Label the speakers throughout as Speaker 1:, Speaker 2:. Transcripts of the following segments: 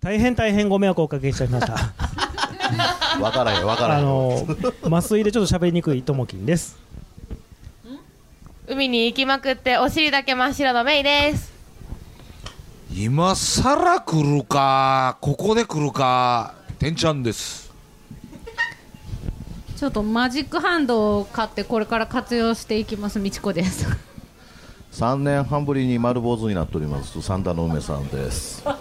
Speaker 1: 大変大変ご迷惑をおかけしちゃいました
Speaker 2: わからへんわからへ
Speaker 1: あ
Speaker 2: ん
Speaker 1: の麻酔でちょっと喋りにくいともきんです
Speaker 3: 海に行きまくってお尻だけ真っ白のメイ です
Speaker 4: 今さら来るかここで来るかてんちゃんです
Speaker 5: ちょっとマジックハンドを買ってこれから活用していきますみちこです
Speaker 2: 3年半ぶりに丸坊主になっておりますサンダの梅さんです
Speaker 6: 昨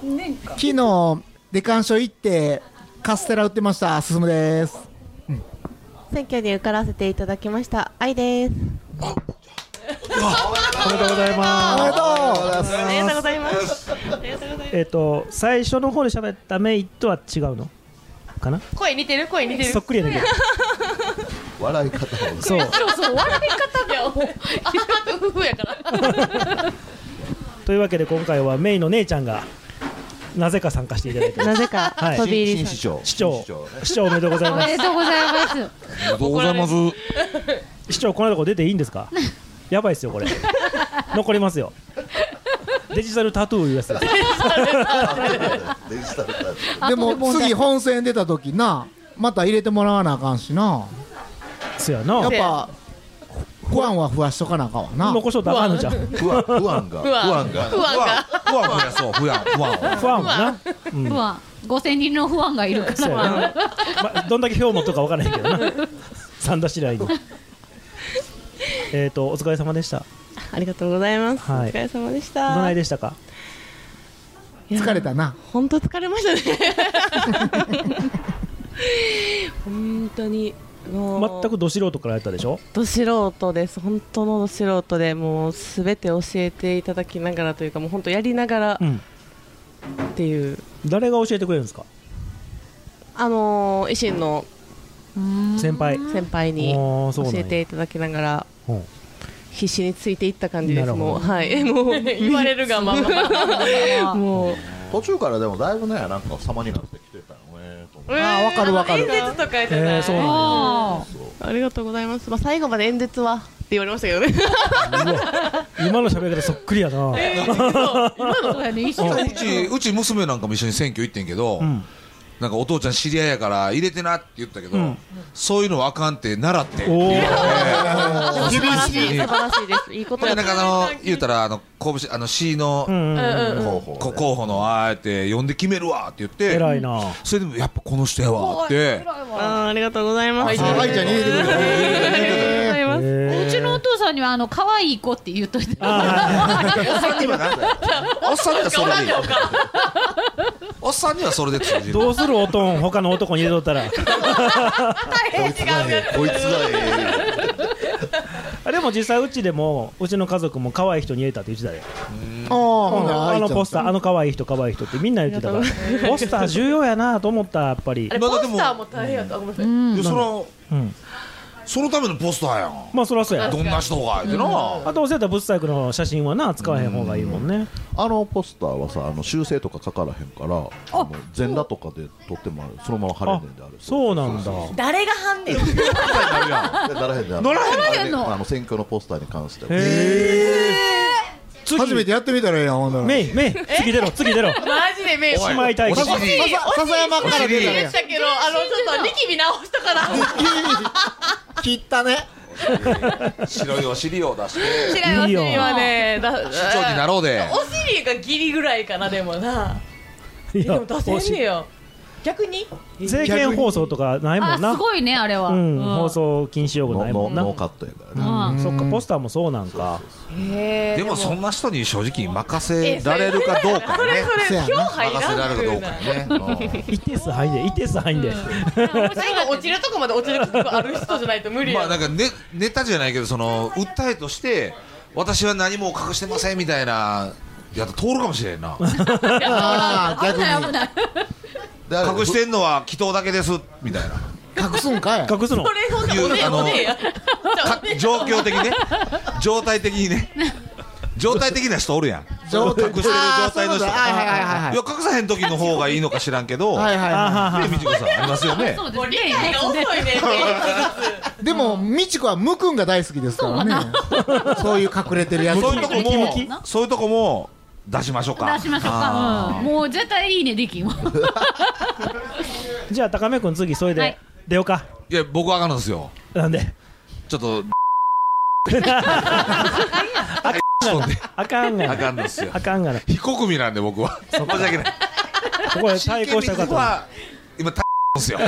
Speaker 6: 日デカンショ行ってカステラ売ってました進むです
Speaker 3: 選挙に受からせていただきました愛です
Speaker 1: おめでとうございます
Speaker 6: おめでとう
Speaker 3: ありがとうございます
Speaker 1: えっと最初の方で喋ったメイとは違うのかな
Speaker 3: 声似てる声似てる
Speaker 1: そっくりやねんけど
Speaker 2: 笑い方を
Speaker 1: そう
Speaker 3: いやもうあ夫婦やから
Speaker 1: というわけで今回はメイの姉ちゃんがなぜか参加していただいて
Speaker 7: なぜか
Speaker 1: はい
Speaker 7: 飛び入り
Speaker 2: 新市長
Speaker 1: 市長
Speaker 2: 新ね
Speaker 1: 市長おめでとうござい
Speaker 5: お
Speaker 1: ま
Speaker 5: め
Speaker 1: す
Speaker 5: でとうございます
Speaker 4: ありがとうございます
Speaker 1: 市長この間これ出ていいんですかやばいっすよこれ残りますよデジタルタトゥーいうやつです
Speaker 2: デジタルタイプ
Speaker 6: でも次本戦出た時なまた入れてもらわなあかんしな
Speaker 1: そや
Speaker 6: や
Speaker 1: な
Speaker 6: っぱ不安はふわしとかなあかんわな
Speaker 1: 残しとったらあかんのじゃん
Speaker 2: 不安不安が
Speaker 3: 不安
Speaker 2: 不安が
Speaker 3: 不安が
Speaker 4: 不安増やそう不安不安
Speaker 1: 不安もなうん
Speaker 5: 不安5000人の不安がいるか
Speaker 1: そうや
Speaker 5: ら
Speaker 1: な、まどんだけ票持っとるかわからへんけど な三田市内にえっとお疲れ様でした
Speaker 7: ありがとうございます、
Speaker 1: はい
Speaker 7: お疲れ様でし
Speaker 1: ど
Speaker 7: た
Speaker 1: ないでしたか
Speaker 6: 疲れたな
Speaker 7: 本当疲れましたね本当にもう
Speaker 1: 全くど素人からやったでしょ
Speaker 7: ど素人です本当のど素人でもうすべて教えていただきながらというかもう本当やりながら
Speaker 1: うん
Speaker 7: っていう、
Speaker 1: 誰が教えてくれるんですか
Speaker 7: あのー維新の
Speaker 1: 先輩
Speaker 7: 先輩に
Speaker 1: あーそう
Speaker 7: 教
Speaker 1: なんや
Speaker 7: えていただきながら
Speaker 1: うん
Speaker 7: 必死についていった感じで
Speaker 1: な
Speaker 7: す
Speaker 1: るほど
Speaker 7: もうは いもう言われるがま まもう
Speaker 2: 途中からでもだいぶねなんか様になってきてたよねと思って
Speaker 6: あわかるわかる
Speaker 7: 演説とかじゃない、
Speaker 1: えー、そうなんや
Speaker 7: ありがとうございます、まあ、最後まで演説はって言われましたけどね
Speaker 1: 今の喋り方そっくりや な、
Speaker 5: そうやね一緒
Speaker 4: うちうち娘なんかも一緒に選挙行ってんけど、
Speaker 1: うん
Speaker 4: なんかお父ちゃん知り合いやから入れてなって言ったけど、
Speaker 1: うん
Speaker 4: そういうのはあかんって習っ て
Speaker 1: おー
Speaker 7: 素晴らしい
Speaker 4: 厳しい
Speaker 7: 素晴らしいですいいこと
Speaker 4: ほんで
Speaker 7: や
Speaker 4: なんかあの言うたらあの拳あの C の、
Speaker 1: うんうんうん
Speaker 2: 候補
Speaker 4: こ候補のあえて呼んで決めるわって言って
Speaker 1: 偉いな
Speaker 4: それでもやっぱこの人やわって
Speaker 7: あーありがとうございます
Speaker 2: あ愛ちゃんに入れてくれた
Speaker 7: ありがとうございます
Speaker 1: へ
Speaker 5: うちのお父さんにはあの可愛い子って言っといて
Speaker 4: おっさんにはなんだよ おっさんにはそ れでいいおっさんにはそれで通じ
Speaker 1: ー
Speaker 4: る
Speaker 1: どうするおとん他の男に入れとったら
Speaker 2: こいつがええこいつがえ
Speaker 1: あでも実際うちでもうちの家族も可愛い人に入れたって言ってたで
Speaker 6: ああほんなら
Speaker 1: あのポスタ
Speaker 6: ー
Speaker 1: ーあの可愛い人可愛い人ってみんな言ってたからポスター重要やなと思ったやっぱり
Speaker 7: あれ
Speaker 4: ま
Speaker 7: ポ
Speaker 4: だでも
Speaker 7: スターも大変やったあごめんなさ
Speaker 4: で
Speaker 7: い
Speaker 4: その
Speaker 1: うん
Speaker 4: そのためのポスターやん
Speaker 1: まあそりゃそうや
Speaker 4: どんな人がってな
Speaker 1: あとおせたブッサイクの写真はな使わへん方がいいもんね
Speaker 2: あのポスターはさあの修正とかかからへんからあの全裸とかで撮ってもあるそのまま貼れへ
Speaker 1: あ
Speaker 2: んである
Speaker 1: そうなんだ
Speaker 7: 誰がハンディ
Speaker 2: でならへんである
Speaker 4: なら
Speaker 2: あれあの選挙のポスターに関しては
Speaker 1: へえ次
Speaker 6: 初めてやってみたらええやんほんなら
Speaker 1: メイメイ次出ろ次出ろ
Speaker 7: マジで名
Speaker 4: おい
Speaker 7: 刺
Speaker 1: 姉妹対
Speaker 4: お
Speaker 1: 決
Speaker 4: 尻
Speaker 7: お尻
Speaker 6: 笹山から出た
Speaker 7: 入
Speaker 6: ね
Speaker 7: れてたけどあのちょっとニキビ直したから
Speaker 6: 切ったね
Speaker 4: 白いお尻を出して
Speaker 7: 知らん
Speaker 1: いいよ
Speaker 7: 今ねだ
Speaker 4: 市長になろうで
Speaker 7: お尻がギリぐらいかなでもないで
Speaker 1: や
Speaker 7: も出せんねよ逆に
Speaker 1: 政見放送とかないも
Speaker 5: あ
Speaker 1: んな
Speaker 5: すごいねあれは
Speaker 1: うん
Speaker 5: うん
Speaker 1: 放送禁止用語
Speaker 2: ノ
Speaker 1: ないも
Speaker 2: ノ
Speaker 1: んな
Speaker 2: ノーカットやからね
Speaker 5: うん
Speaker 1: そっかポスターもそうなんか
Speaker 7: へ
Speaker 4: でもそんな人に正直任せられるかどうかね
Speaker 7: それ今日入らん
Speaker 4: 任せられるかどうかね
Speaker 1: 一定数入んで一定数入んで
Speaker 7: 最後落ちるとこまで落ちるとこある人じゃないと無理
Speaker 4: ま
Speaker 7: や
Speaker 4: あなんかねネタじゃないけどその訴えとして私は何も隠してませんみたいなやったら通るかもしれんな
Speaker 6: ああ逆に
Speaker 2: であれ
Speaker 4: 隠してんのは祈祷だけですみたいな
Speaker 6: 隠すんかい
Speaker 1: 隠すの
Speaker 7: これほんと
Speaker 4: いう
Speaker 7: おねえ
Speaker 4: あの
Speaker 7: おねえや
Speaker 4: か状況的にね状態的にね状態的な人おるやん
Speaker 6: 状態
Speaker 4: 隠してる状態の人
Speaker 6: あーそういうことはいはいはいはいはい
Speaker 4: や隠さへん時の方がいいのか知らんけど
Speaker 6: はいはいは
Speaker 1: あはは
Speaker 4: みちこさんありますよね
Speaker 5: そう
Speaker 7: もう理
Speaker 5: です
Speaker 7: 解
Speaker 5: ね
Speaker 7: が遅いね
Speaker 6: いでも美智子はムくんが大好きですからねそういう隠れてるやつ
Speaker 4: そういうとこ
Speaker 1: ムキムキ
Speaker 4: もそういうとこも出しましょうか
Speaker 5: 出しましょう
Speaker 4: あ
Speaker 5: か、うん、もう絶対いいねできんわ
Speaker 1: じゃあ高め君次それ
Speaker 5: はい
Speaker 1: で出ようか
Speaker 4: ーいや僕上がるんですよ
Speaker 1: なんで
Speaker 4: ちょっと
Speaker 1: あかんがなあかんが
Speaker 4: あか
Speaker 1: なん
Speaker 4: ですよ
Speaker 1: あかんがな
Speaker 4: 非国民なんで僕は申し訳ない
Speaker 1: ここで対抗したらよかったな
Speaker 4: は今対抗ですよ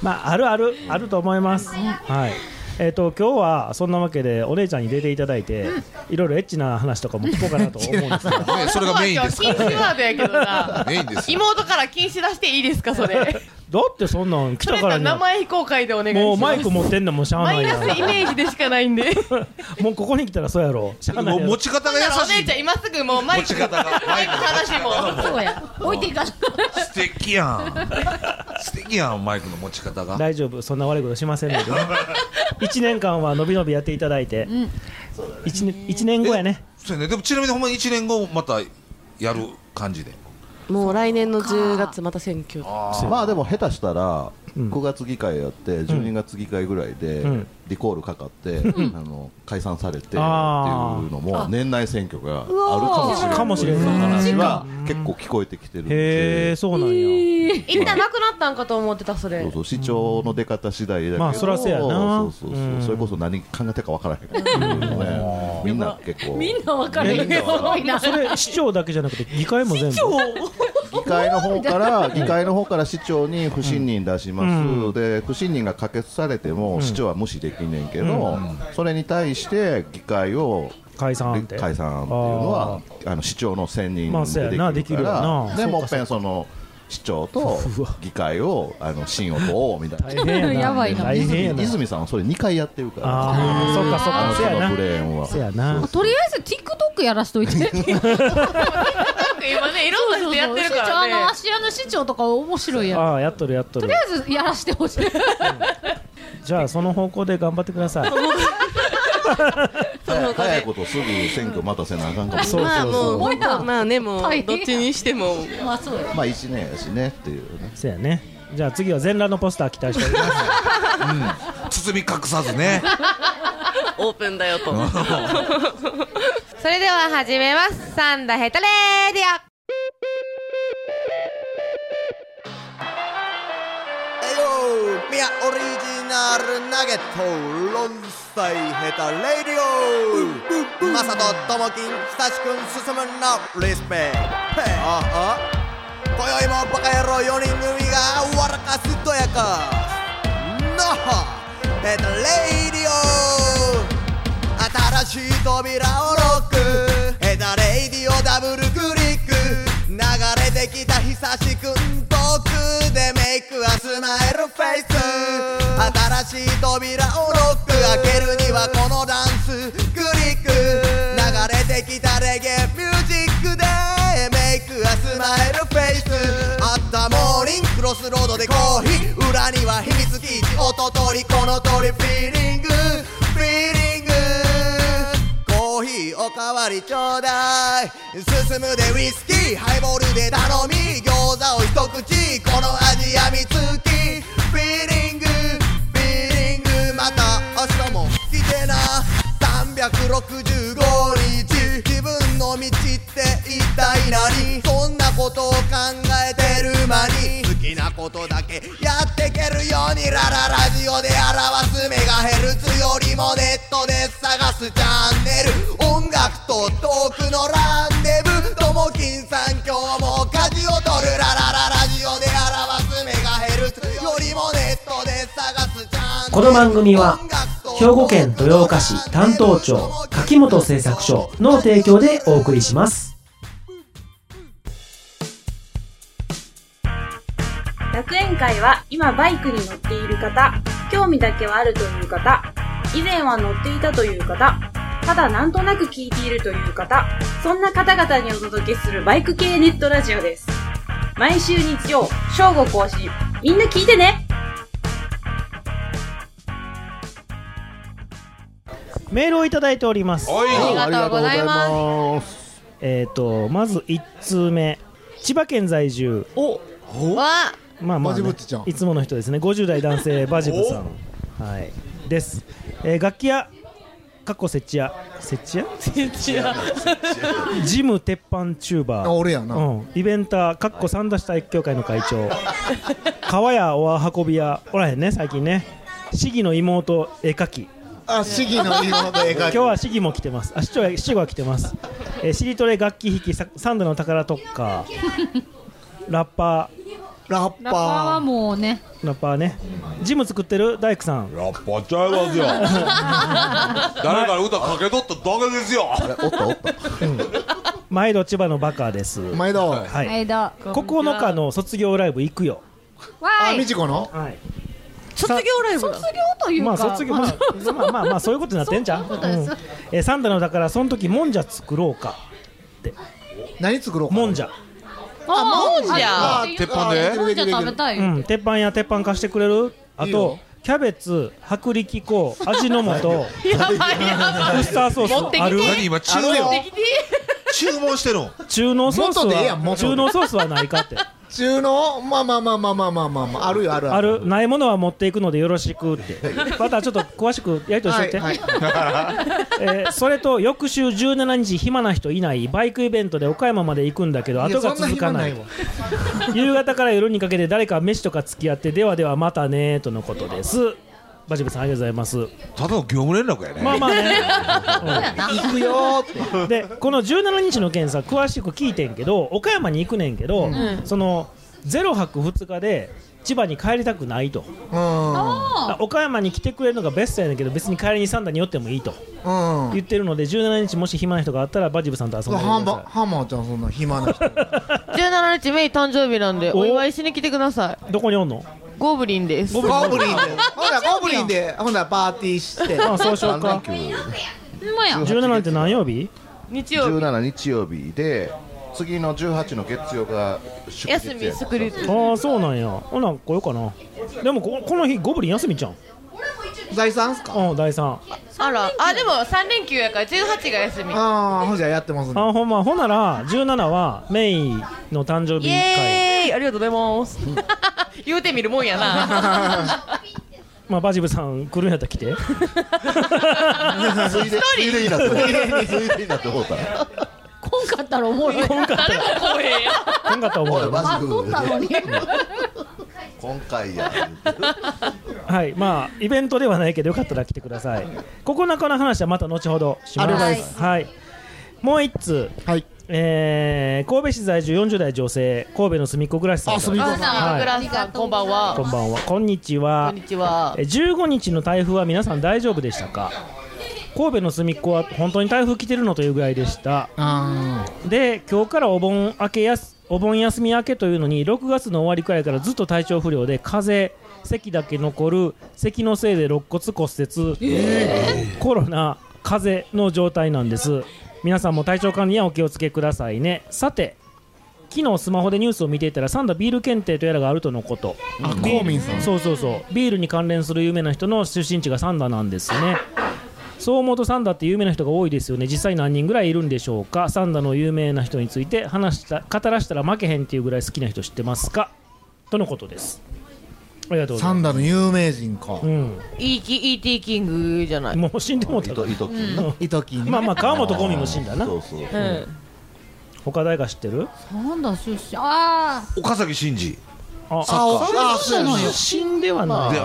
Speaker 1: まああるあるあると思いますはいえっと今日はそんなわけでお姉ちゃんに出ていただいていろいろエッチな話とかも聞こうかなと思うんですが
Speaker 4: ねそれがメインです
Speaker 7: 禁
Speaker 4: か
Speaker 7: 止ワードやけどな
Speaker 4: らメインですよ
Speaker 7: 妹から禁止出していいですかそれ
Speaker 1: だってそんなん来
Speaker 7: そ
Speaker 1: たか
Speaker 7: れと
Speaker 1: ら
Speaker 7: 名
Speaker 1: に
Speaker 7: 前非公開でお願いします
Speaker 1: もうマイク持ってんのもしゃあ
Speaker 7: マ
Speaker 1: ない
Speaker 7: イ
Speaker 1: や
Speaker 7: ナスイ
Speaker 1: ん
Speaker 7: メージでしかないんでだか
Speaker 1: もうここに来たらそうやろしゃあない
Speaker 4: も
Speaker 1: うやろ
Speaker 4: 持ち方が優
Speaker 7: らお
Speaker 4: し
Speaker 7: 姉
Speaker 4: い
Speaker 7: ちゃん今すぐもうマイ
Speaker 4: 持ち
Speaker 7: ク
Speaker 4: 方が
Speaker 7: マイク話も
Speaker 5: そうや置いていかな
Speaker 4: 素敵やん素敵やんマイクの持ち方が
Speaker 1: 大丈夫そんな悪いことしませんのでね一年間はのびのびやっていただいて一年一年後やね
Speaker 4: そうやねでもちなみにほんまに1年後またやる感じで
Speaker 7: もう来年の10月また選挙
Speaker 2: まあでも下手したら
Speaker 1: うん
Speaker 2: 9月議会やって12月議会ぐらいで
Speaker 1: うん
Speaker 2: リコールかかって、あの解散されてっていう
Speaker 1: あー
Speaker 2: のも年内選挙があるかもしれない
Speaker 1: かもしれん
Speaker 2: そ
Speaker 1: ぞ
Speaker 2: の話は結構聞こえてきてるん
Speaker 1: へ
Speaker 2: で
Speaker 1: えそうなんや
Speaker 8: 一旦なくなったんかと思ってたそれ
Speaker 2: そうそう市長の出方次第だけど、
Speaker 1: まあそらそうやな
Speaker 2: そうそう
Speaker 1: う
Speaker 2: そう
Speaker 1: ん
Speaker 2: それこそ何考えてるかわからへんけどねみんな結構
Speaker 5: み
Speaker 2: 議
Speaker 5: んな分かれるよ多いな
Speaker 1: それ市長だけじゃなくて議会も全部
Speaker 2: 会の方 から議会の方から市長に不信任出します、で不信任が可決されても市長は無視できんねんけど、それに対して議会を
Speaker 1: 解散って
Speaker 2: 解散っていうのはあの市長の選任
Speaker 1: まあそうやな
Speaker 2: でできるか
Speaker 1: できる
Speaker 2: らで
Speaker 1: よな
Speaker 2: もっぺんその市長 と議会をあの信を問おうみたいな
Speaker 1: 大変やな
Speaker 5: やばいな
Speaker 1: 大変やな
Speaker 2: 泉泉さんはそれ2回やってるから
Speaker 1: ああそっかそっ
Speaker 2: あ
Speaker 1: か
Speaker 2: の
Speaker 1: そや
Speaker 2: その
Speaker 1: な
Speaker 2: フレームは
Speaker 1: そやな
Speaker 5: とりあえず TikTok やらしといて
Speaker 7: 今ねいろんな人やってるか
Speaker 5: 市長あの
Speaker 7: らね
Speaker 5: 芦屋の市長とか面白いやん
Speaker 1: ああやっとるやっとる
Speaker 5: とりあえずやらしてほしい
Speaker 1: じゃあその方向で頑張ってください
Speaker 2: 早早いことすぐ選挙待たせなあかんかも
Speaker 1: そう
Speaker 7: まあ
Speaker 1: そう
Speaker 7: も
Speaker 1: そうう
Speaker 7: 本当まあねもう
Speaker 5: 大変
Speaker 7: どっちにしても
Speaker 5: まあそうや
Speaker 2: まあ1年やしねっていうね
Speaker 1: そやねじゃあ次は全裸のポスター期待しております
Speaker 4: 包み隠さずね
Speaker 7: オープンだよと
Speaker 8: それでは始めますサンダヘタレディア
Speaker 9: えいよミヤオリジナルナゲット論歳ヘタレディオマサとともきん久しくん進むのリスペクトあは今宵もバカ野郎4人組が笑かすとやかノッヘタレディオ新しい扉をロックヘタレディオダブルクリック流れてきた久しくんトークでメイクはスマイルフェイス新しい扉をロック開けるにはこのダンスクリック流れてきたレゲエミュージックでメイクはスマイルフェイスあったモーニングクロスロードでコーヒー裏には秘密基地音とりこの通りフィーリングフィーリングコーヒーおかわりちょうだい進むでウイスキーハイボールで頼み餃子を一口この味やみつきフィーリングフィーリングまた明日も来てな365日自分の道って一体何そんなことを考えてる間に好きなことだけやってけるようにラララジオで表すメガヘルツよりもネットで探すチャンネル音楽とトークのランデブーともきんさん今日も舵を取るララララジオで表すメガヘルツよりもネットで探すチャンネル
Speaker 10: この番組は兵庫県豊岡市担当庁柿本製作所の提供でお送りします
Speaker 11: 楽園会は今バイクに乗っている方、興味だけはあるという方、以前は乗っていたという方、ただなんとなく聞いているという方、そんな方々にお届けするバイク系ネットラジオです。毎週日曜、正午更新。みんな聞いてね
Speaker 1: メールをいただいております
Speaker 4: おい
Speaker 8: ありがとうございま
Speaker 2: ありがと
Speaker 8: す
Speaker 2: うございます
Speaker 1: えっとまず一通目千葉県在住
Speaker 8: わ
Speaker 1: まあまあね、
Speaker 6: バジブッチちゃん
Speaker 1: いつもの人ですね50代男性バジブさん、はい、です、えー楽器屋かっこせちやせちや
Speaker 7: ちや
Speaker 1: ジム鉄板チューバー
Speaker 6: あ俺やな
Speaker 1: うん、イベンターかっこ三田市体育協会の会 長川やお運び屋おらへんね最近ね市議の妹絵描き
Speaker 6: あ市議の妹絵描 き
Speaker 1: 今日は市議も来てますあ市長や市長が来てます、えー、しりとり楽器弾きさサンドの宝特化ラッパーラッ
Speaker 5: ラッパーはもうね
Speaker 1: ラッパーねジム作ってる大工さんラッパーちゃいますよ
Speaker 4: 誰か歌かけとっただけですよおったおった
Speaker 1: 毎度千葉のバカです毎
Speaker 6: 度
Speaker 1: はい
Speaker 5: 毎度
Speaker 1: 9日の卒業ライブ行くよ
Speaker 5: わーい
Speaker 1: のはい
Speaker 5: 卒業ライブ卒業というか
Speaker 1: まあ卒業まあまあまあ まあそういうことになってんじゃん
Speaker 5: そ ういうことです
Speaker 1: うんえーサンダのだからその時もんじゃ作ろうかって
Speaker 6: 何作ろう
Speaker 1: もんじゃ
Speaker 5: あ
Speaker 7: もんじゃ
Speaker 5: あもんじゃ食べたい、
Speaker 1: うん、鉄板や鉄板貸してくれるあ
Speaker 5: いい
Speaker 1: と
Speaker 5: よ
Speaker 1: キャベツ薄力粉味 の素ウスターソース
Speaker 4: 持ってきて
Speaker 1: ある
Speaker 4: 何今注文持ってき注文してるの
Speaker 1: 中濃ソース
Speaker 6: 元でええやん
Speaker 1: は
Speaker 6: 元で
Speaker 1: 中濃ソースはないかって
Speaker 6: 中のまあまあまあまあまあまあまあ、まあ、あるよある
Speaker 1: あるないものは持っていくのでよろしくってまたちょっと詳しくやりとりしといて、
Speaker 6: はい
Speaker 1: えーそれと翌週17日暇な人いないバイクイベントで岡山まで行くんだけど
Speaker 6: い
Speaker 1: 後
Speaker 6: や
Speaker 1: が続かない
Speaker 6: そんな
Speaker 1: 夕方から夜にかけて誰か飯とか付き合ってではではまたねーとのことですバジブさんありがとうございます
Speaker 4: ただの業務連絡やね
Speaker 1: まあまあね
Speaker 6: 行くよ
Speaker 1: でこの17日の件さ詳しく聞いてんけど岡山に行くねんけど、
Speaker 6: ん
Speaker 1: その0泊2日で千葉に帰りたくないと、だから岡山に来てくれるのがベストやねんけど別に帰りにサンダに寄ってもいいと
Speaker 6: うん
Speaker 1: 言ってるので17日もし暇な人があったらバジブさんと遊んでくだ
Speaker 6: ハン
Speaker 1: さ
Speaker 6: バハンマーちゃんそんな暇な人
Speaker 3: 17 日メイ誕生日なんで
Speaker 1: お
Speaker 3: お祝いしに来てくださ
Speaker 1: いどこにおんの
Speaker 3: ゴブリンです
Speaker 6: ゴブリンでほらゴブリンでほらパーティーして
Speaker 1: あそうしようか
Speaker 5: や
Speaker 1: い17日って何曜日
Speaker 3: 日
Speaker 2: 曜日17日曜日で次の18の月曜が祝日やね
Speaker 1: ああそうなんやほな来ようかなでもここの日ゴブリン休みじゃん
Speaker 6: 第3っすか
Speaker 1: うん第3
Speaker 3: あらあでも3連休やから18が休み
Speaker 6: ああほんじゃやってますね
Speaker 1: あほんまほんなら17はメイの誕生日
Speaker 3: イ
Speaker 1: 会
Speaker 3: エーイありがとうございます 言うてみるもんやな
Speaker 1: まあバジブさん来るんやったら来て
Speaker 2: ついでついでになっても うたついでになってもうた
Speaker 5: こんかったらおもろい
Speaker 1: こんかった
Speaker 5: 誰も来へんやん
Speaker 1: 来んかったら思うよ
Speaker 5: あ撮ったのに
Speaker 2: 今回や
Speaker 1: はいまあイベントではないけどよかったら来てください9日の話はまた後ほどします
Speaker 6: ありがとうございます
Speaker 1: はい、もう一通えー神戸市在住40代女性神戸の隅っこ暮らしさんから
Speaker 3: あさん、
Speaker 1: は
Speaker 3: グ
Speaker 1: い
Speaker 3: ラスさん、こんばんは。
Speaker 1: こんばんは。こんにちは。
Speaker 3: こんにちは
Speaker 1: え15日の台風は皆さん大丈夫でしたか。神戸の隅っこは本当に台風来てるのというぐらいでした。で、今日からお盆明けやすお盆休み明けというのに6月の終わりくらいからずっと体調不良で風邪。咳だけ残る咳のせいで肋骨骨折、コロナ風邪の状態なんです皆さんも体調管理にはお気をつけくださいねさて昨日スマホでニュースを見ていたらサンダビール検定とやらがあるとのことあ
Speaker 6: 公民さん
Speaker 1: そうそうそうビールに関連する有名な人の出身地がサンダなんですねそう思うとサンダって有名な人が多いですよね実際何人ぐらいいるんでしょうかサンダの有名な人について話した語らしたら負けへんっていうぐらい好きな人知ってますかとのことですありがとうござ
Speaker 6: サ
Speaker 1: い
Speaker 6: ン
Speaker 1: ま
Speaker 6: ダの有名人か
Speaker 1: すうん、
Speaker 3: E.T. キングじゃない。
Speaker 1: もう死んでもうたから
Speaker 6: 伊藤金
Speaker 1: まあまあ川本ゴミも死んだな
Speaker 2: そうそう
Speaker 3: うん。
Speaker 1: 他誰か知ってる
Speaker 5: なんだ出身ああ
Speaker 4: 岡崎真司
Speaker 1: あ
Speaker 5: ああそうなのよ
Speaker 1: 出身ではない
Speaker 4: でうん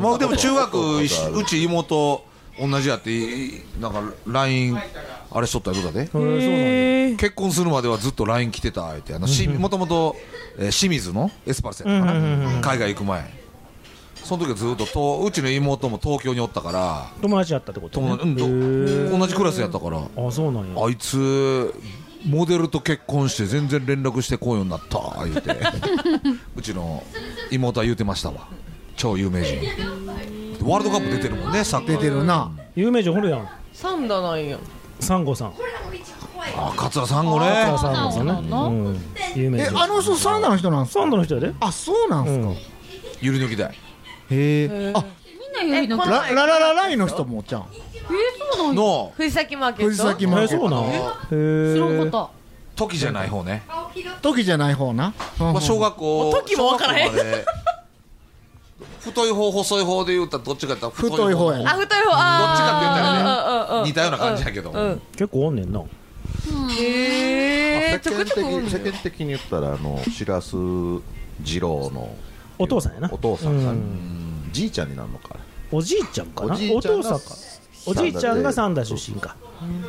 Speaker 4: まあでも中学一緒うち妹同じやっていなんか LINE あれしとったよとだね結婚するまではずっと LINE 来てた相手やなしもともとえー清水のエスパルスやったか
Speaker 1: うんうんうんう
Speaker 4: なん海外行く前その時はずっととうちの妹も東京におったから
Speaker 1: 友達やったってこと、ね
Speaker 4: 友達うんど
Speaker 1: へー
Speaker 4: 同じクラスやったから
Speaker 1: あそうなんや
Speaker 4: あいつモデルと結婚して全然連絡してこんようになった 言うてうちの妹は言うてましたわ超有名人ワールドカップ出てるもんねサッカー
Speaker 6: 出てるな
Speaker 1: 有名人おるやん
Speaker 3: サンダなんや。
Speaker 1: サンゴさん
Speaker 4: あ桂さんごね
Speaker 1: 桂さんごさんねうん有名
Speaker 6: え
Speaker 1: 人
Speaker 6: あの人サンダの人なんすか
Speaker 1: サンドの人やで
Speaker 6: あそうなんすか
Speaker 4: ゆり抜きだい
Speaker 6: へえあ
Speaker 5: みんなよりの
Speaker 6: ララララライの人もちゃん
Speaker 5: えそうなんや
Speaker 4: の
Speaker 3: 藤崎マーケット。
Speaker 6: 藤崎マーケット
Speaker 5: 知ら
Speaker 1: へ
Speaker 5: んかっ
Speaker 4: 時じゃない方ね、
Speaker 6: 時じゃない方な
Speaker 4: まあ、小学校
Speaker 3: もう時もわからへん
Speaker 4: 小学校まで太い方細い方で言うたらどっちかやったら太
Speaker 6: 太い方や
Speaker 8: あ、太い方、あー
Speaker 4: どっちかって言ったらね似たような感じやけど
Speaker 8: うんうんうん
Speaker 1: 結構おんねんな
Speaker 8: へえ、ちょくちょくおんねん
Speaker 2: 世間的に言ったらあの白洲二郎の
Speaker 1: お父さんやな
Speaker 2: お父さんさ
Speaker 1: うん
Speaker 2: じいちゃんになるのか
Speaker 1: おじいちゃんかな
Speaker 2: おじいちゃんが
Speaker 1: お父さんかおじいちゃんが三代出身か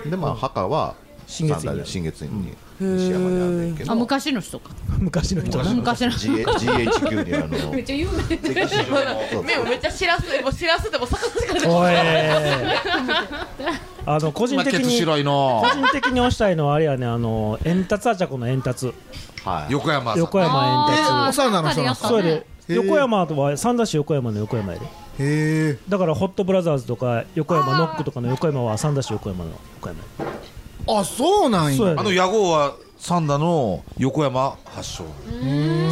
Speaker 2: でまあ墓は
Speaker 1: 新月院
Speaker 2: 三代で新月院に
Speaker 5: 西
Speaker 2: 山にあるんだけ
Speaker 5: あ
Speaker 2: ど
Speaker 5: 昔の人か
Speaker 1: 昔の人
Speaker 2: が
Speaker 5: 昔の
Speaker 2: G- GHQ にあの
Speaker 5: めっちゃ有名
Speaker 2: 歴史上の
Speaker 8: 目をめっちゃ知らすでも知らすでも逆さからでも
Speaker 1: おいあの個人的
Speaker 4: まあケツ
Speaker 1: に
Speaker 4: 白いなぁ
Speaker 1: 個人的に推したいのはあれやねあの円達あちゃこの円達
Speaker 4: 横山さん
Speaker 1: 横山円
Speaker 4: あー
Speaker 1: 達
Speaker 4: お世話になりました
Speaker 1: そうやで
Speaker 4: へー
Speaker 1: 横山とは三田市横山の横山やでだからホットブラザーズとか横山ノックとかの横山は三田市横山の横山
Speaker 6: あそうなんや
Speaker 1: そうやね
Speaker 4: あの屋号はサンダの横山発祥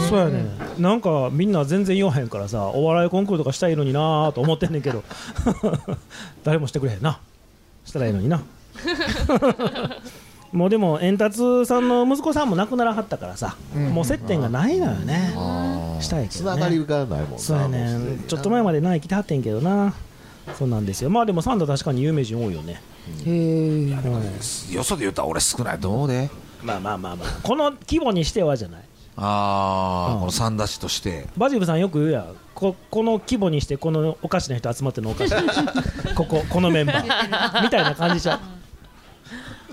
Speaker 1: そうやねなんかみんな全然言わへんからさお笑いコンクールとかしたいのになーと思ってんねんけど 誰もしてくれへんなしたらいいの になもうでも円達さんの息子さんも亡くならはったからさ、もう接点がないのよね、したいけど、ね、つながり
Speaker 2: がないもん
Speaker 1: そうやねんちょっと前までな来てはってんけどなそうなんですよまあでもサンダ確かに有名人多いよねへえ、
Speaker 4: よそで言うたら俺少ないと思うで
Speaker 1: まあまあまあまあこの規模にしてはじゃない
Speaker 4: ああこの三田市として
Speaker 1: バジブさんよく言うやんここの規模にしてこのおかしな人集まってんのおかしいこここのメンバーみたいな感じじゃん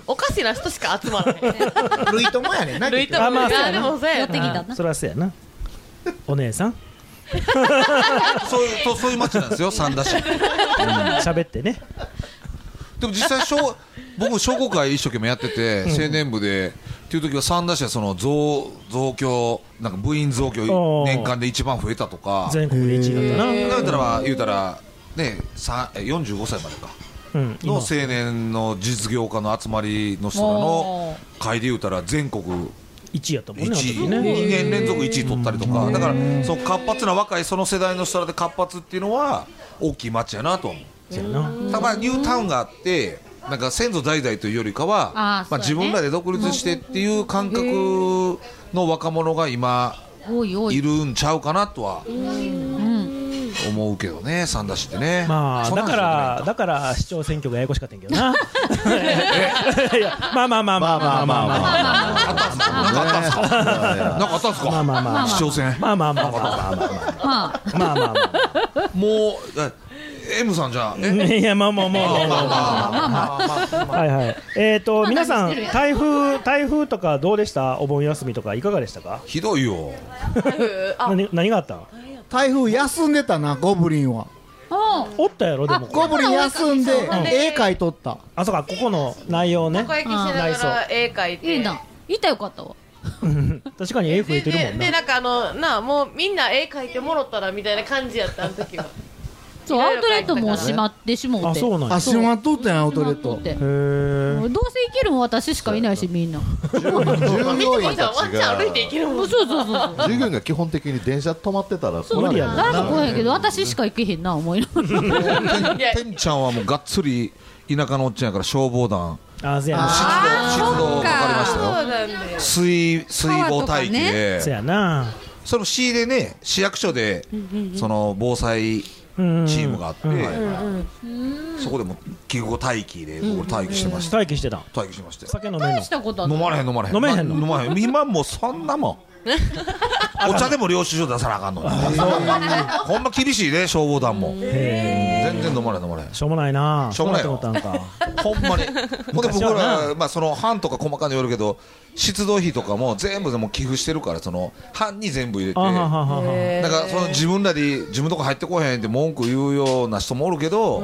Speaker 8: おかしな人しか集まらない。
Speaker 6: 類ともやねんな
Speaker 8: 類とも
Speaker 1: あまあそうやな
Speaker 8: あでもそうやな寄ってきたな
Speaker 1: それはそうやなお姉さん
Speaker 4: そういうとそういう町なん ですよ三田市
Speaker 1: 喋ってね
Speaker 4: でも実際小僕も商工会一生懸命やってて
Speaker 1: うん
Speaker 4: 青年部でっていう時は三田市はその増増強なんか部員増強
Speaker 1: おー
Speaker 4: 年間で一番増えたとか
Speaker 1: 全国で1位だったな
Speaker 4: だったらまあ言うたらねさんえ45歳までか
Speaker 1: うん
Speaker 4: の青年の実業家の集まりの人らの会で言うたら全国
Speaker 1: 1位やったもんね
Speaker 4: 一位
Speaker 1: あの時ね
Speaker 4: 2年連続1位取ったりと
Speaker 1: う
Speaker 4: か
Speaker 1: ん
Speaker 4: だからその活発な若いその世代の人らで活発っていうのは大きい町やなとは思う
Speaker 1: そうやな
Speaker 4: たまニュータウンがあってなんか先祖代々というよりかは
Speaker 5: あー
Speaker 4: まあ、
Speaker 5: そ
Speaker 4: 自
Speaker 5: うやね
Speaker 4: 分らで独立してっていう感覚の若者が今
Speaker 5: おいおい
Speaker 4: いるんちゃうかなとは思うけどね三田市ってね
Speaker 1: まあ
Speaker 4: そんな
Speaker 1: だ
Speaker 4: ん
Speaker 1: か
Speaker 4: じゃない
Speaker 1: らだから市長選挙がややこしかったんやけどないやまあまあまあまあまあまあまあまあ
Speaker 4: なんかあったんすか
Speaker 1: まあまあまあ
Speaker 4: 市長選
Speaker 1: まあまあまあまあまあ
Speaker 5: まあ
Speaker 1: まあまあま
Speaker 4: もうえ M さんじゃあ え
Speaker 1: いやまあまあまあまあまあ
Speaker 5: まあまあ
Speaker 1: はいはい。えっ、と皆さ
Speaker 5: まだ見
Speaker 1: ん
Speaker 5: てるやん
Speaker 1: 台風台風とかどうでした？お盆休みとかいかがでしたか？
Speaker 4: ひどいよ。
Speaker 1: 何何があったん？
Speaker 6: 台風休んでたなゴブリンは
Speaker 1: おったやろでも。
Speaker 6: ゴブリン休んで
Speaker 1: うん
Speaker 6: 絵描いとった
Speaker 1: あそうかここの内容ね。
Speaker 8: たこ焼きしなが
Speaker 1: 内装
Speaker 8: ら絵描いて。
Speaker 5: いいな言いたらよかったわ
Speaker 1: 確かに絵増えてるも
Speaker 8: で
Speaker 1: ん
Speaker 8: で
Speaker 1: な。
Speaker 8: なんかあのなあもうみんな絵描いてもろったらみたいな感じやったあの時は
Speaker 5: そうアウトレットも閉まってしもうて
Speaker 1: あそうなんや
Speaker 6: あしまっとったんやアウトレッ
Speaker 5: 閉ま
Speaker 6: ト
Speaker 5: っとって
Speaker 1: へ
Speaker 5: どうせ生きるん私しかいないしみんな
Speaker 2: 従業員た
Speaker 8: ワン
Speaker 2: ち
Speaker 8: ちゃん
Speaker 2: が
Speaker 8: 歩いていけるもん
Speaker 5: そうそうそうそう
Speaker 2: 従業員が基本的に電車止まってたら
Speaker 5: そう
Speaker 2: れ
Speaker 5: 誰も来へんけど私しか行けへんな思いながら
Speaker 4: てんちゃんはもうがっつり田舎のおっちゃんやから消防団
Speaker 1: あそうやな。
Speaker 4: 湿度かかりまし
Speaker 8: そ
Speaker 4: た
Speaker 8: う
Speaker 4: よ
Speaker 8: なんだよ
Speaker 4: 水水防待機で
Speaker 1: そうやな。
Speaker 4: その市でね市役所でその防災チームがあって
Speaker 1: うん
Speaker 4: そこでも救護待機で僕待機してました
Speaker 1: 待機してたん。
Speaker 4: 待機してましたよ
Speaker 1: 酒飲めんの
Speaker 5: し。たことあった
Speaker 4: 飲まれへん飲まれへん
Speaker 1: 飲めへんの
Speaker 4: 飲まれへん今もうそんなもんお茶でも領収書出さなあかんのにほんま厳しいね消防団も全然飲まれへん飲まれへん
Speaker 1: しょうもないな。
Speaker 4: しょうもない
Speaker 1: そ
Speaker 4: よ
Speaker 1: うと思ったんか。
Speaker 4: ほんまに。ほんで僕
Speaker 1: 昔は
Speaker 4: ら、まあ、その班とか細かによるけど、出動費とかも全部でもう寄付してるから、その班に全部入れて。
Speaker 1: あははは
Speaker 4: だ
Speaker 1: はは。
Speaker 4: からその自分らで自分とこ入ってこへんって文句言うような人もおるけど、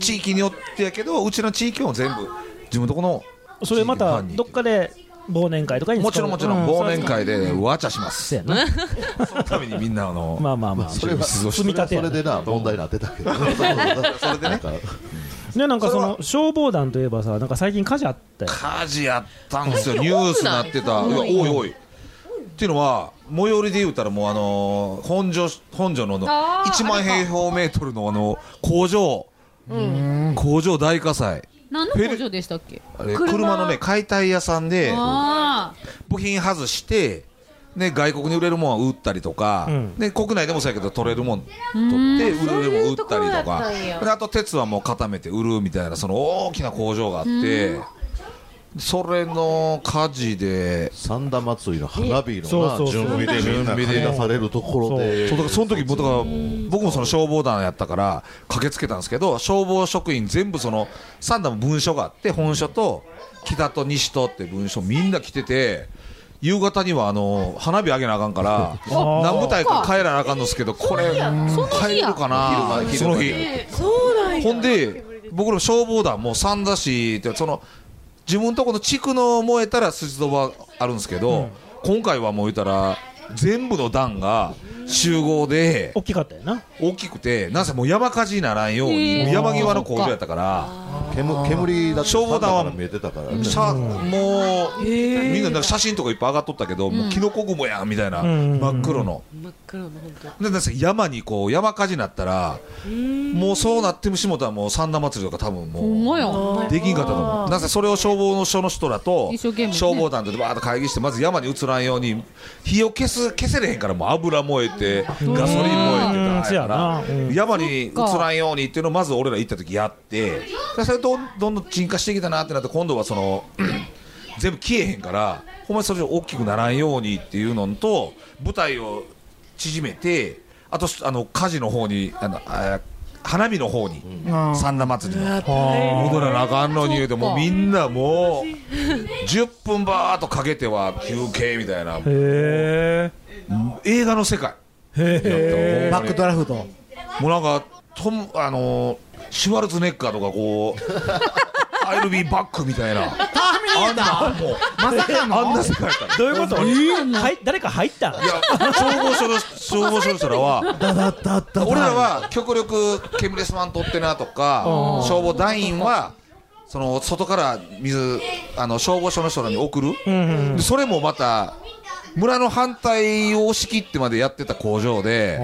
Speaker 4: 地域によってやけど、うちの地域も全部自分とこの。
Speaker 1: それまた
Speaker 4: 地域の班に
Speaker 1: どっかで忘年会とかに使う
Speaker 4: もちろんもちろん
Speaker 1: う
Speaker 4: 忘年会でわちゃしま
Speaker 1: そ
Speaker 4: す。
Speaker 1: うやな。
Speaker 4: そのためにみんなあの。
Speaker 1: まあまあまあ。
Speaker 2: それは
Speaker 4: 出動して
Speaker 1: 積み立て
Speaker 2: そ
Speaker 1: やな
Speaker 2: れでな問題になってたけどそれでね
Speaker 1: ねなんかその消防団といえばさなんか最近火事あったよ。
Speaker 4: 火事やったんですよ、ニュースなってた、いやおいおい。っていうのは、最寄りで言うたら、もうあのー本所本所のの
Speaker 5: あー
Speaker 4: 1万平方メートルのあの工場、工場大火災、
Speaker 5: 何の工場でしたっけ
Speaker 4: あれ車のね、解体屋さんで、
Speaker 5: あ
Speaker 4: 部品外して、ね、外国に売れるもんは売ったりとか、ね、国内でもそうやけど取れるもん取って売れるもん売
Speaker 12: そうい
Speaker 4: ったりとか
Speaker 12: うところやったんや
Speaker 4: であと鉄はもう固めて売るみたいなその大きな工場があって。それの火事で
Speaker 2: 三田祭りの花火のな準備で
Speaker 4: 準備
Speaker 2: みんな駆り出されるところで
Speaker 4: そうだからその時僕だから僕もその消防団やったから駆けつけたんですけど消防職員全部その三段の文書があって本書と北と西とって文書みんな来てて夕方にはあの花火あげなあかんから
Speaker 12: あ
Speaker 4: 何部隊か帰らなあかんのですけどこれ帰れるかなその日。
Speaker 12: そうなん
Speaker 4: ほんで僕ら消防団も三田市ってその自分とこの地区の燃えたら出動はあるんですけど、今回はもう言うたら全部の団が集合で
Speaker 1: 大きかったよな
Speaker 4: 大きくてなんせもう山火事にならんように、
Speaker 2: へー
Speaker 4: 山際の工場やったから
Speaker 2: 煙煙だって
Speaker 4: 消防団は
Speaker 2: 三田から見えてたからね
Speaker 4: しゃもうみんななんか写真とかいっぱい上がっとったけど、もうキノコ雲やみたいな、真っ黒の、
Speaker 7: 真っ黒の本当
Speaker 4: でなんせ山にこう山火事になったらもうそうなってもしもたらもう三田祭りとか多分もう
Speaker 5: ほんまや
Speaker 4: できんかったと思うなぜそれを消防の署の人らと
Speaker 5: 一生懸命ね
Speaker 4: 消防団でバーッと会議してまず山に移らんように火を消す消せれへんからもう油燃えてガソリン燃えてたから山に移らんようにっていうのをまず俺ら行った時やってでそれとどんどん沈下してきたなってなって今度はその 全部消えへんからほんまにそれ以上大きくならんようにっていうのと舞台を縮めてあとあの火事の方にあのあ花火の方に、
Speaker 6: うん
Speaker 4: 三田祭りの
Speaker 6: 変
Speaker 4: 戻らなあかんのに言うてもうみんなもう10分バーっとかけては休憩みたいな
Speaker 1: へ
Speaker 4: 映画の世界へ
Speaker 6: バックドラフ ト
Speaker 4: もうなんかトムあのーシュワルツネッガーとかこう 「I'll be back」みたいな。
Speaker 6: ターミネータ
Speaker 4: あんなもう
Speaker 6: まさかの
Speaker 4: あんな世界やった
Speaker 1: どういうこと
Speaker 4: えー
Speaker 1: はい誰か入った
Speaker 4: いや消防署の消防署の人ら は
Speaker 6: だだだだ
Speaker 4: 俺らは極力煙レスマン取ってなとか
Speaker 6: うん
Speaker 4: 消防団員はその外から水あの消防署の人らに送る、でそれもまた村の反対を押し切ってまでやってた工場で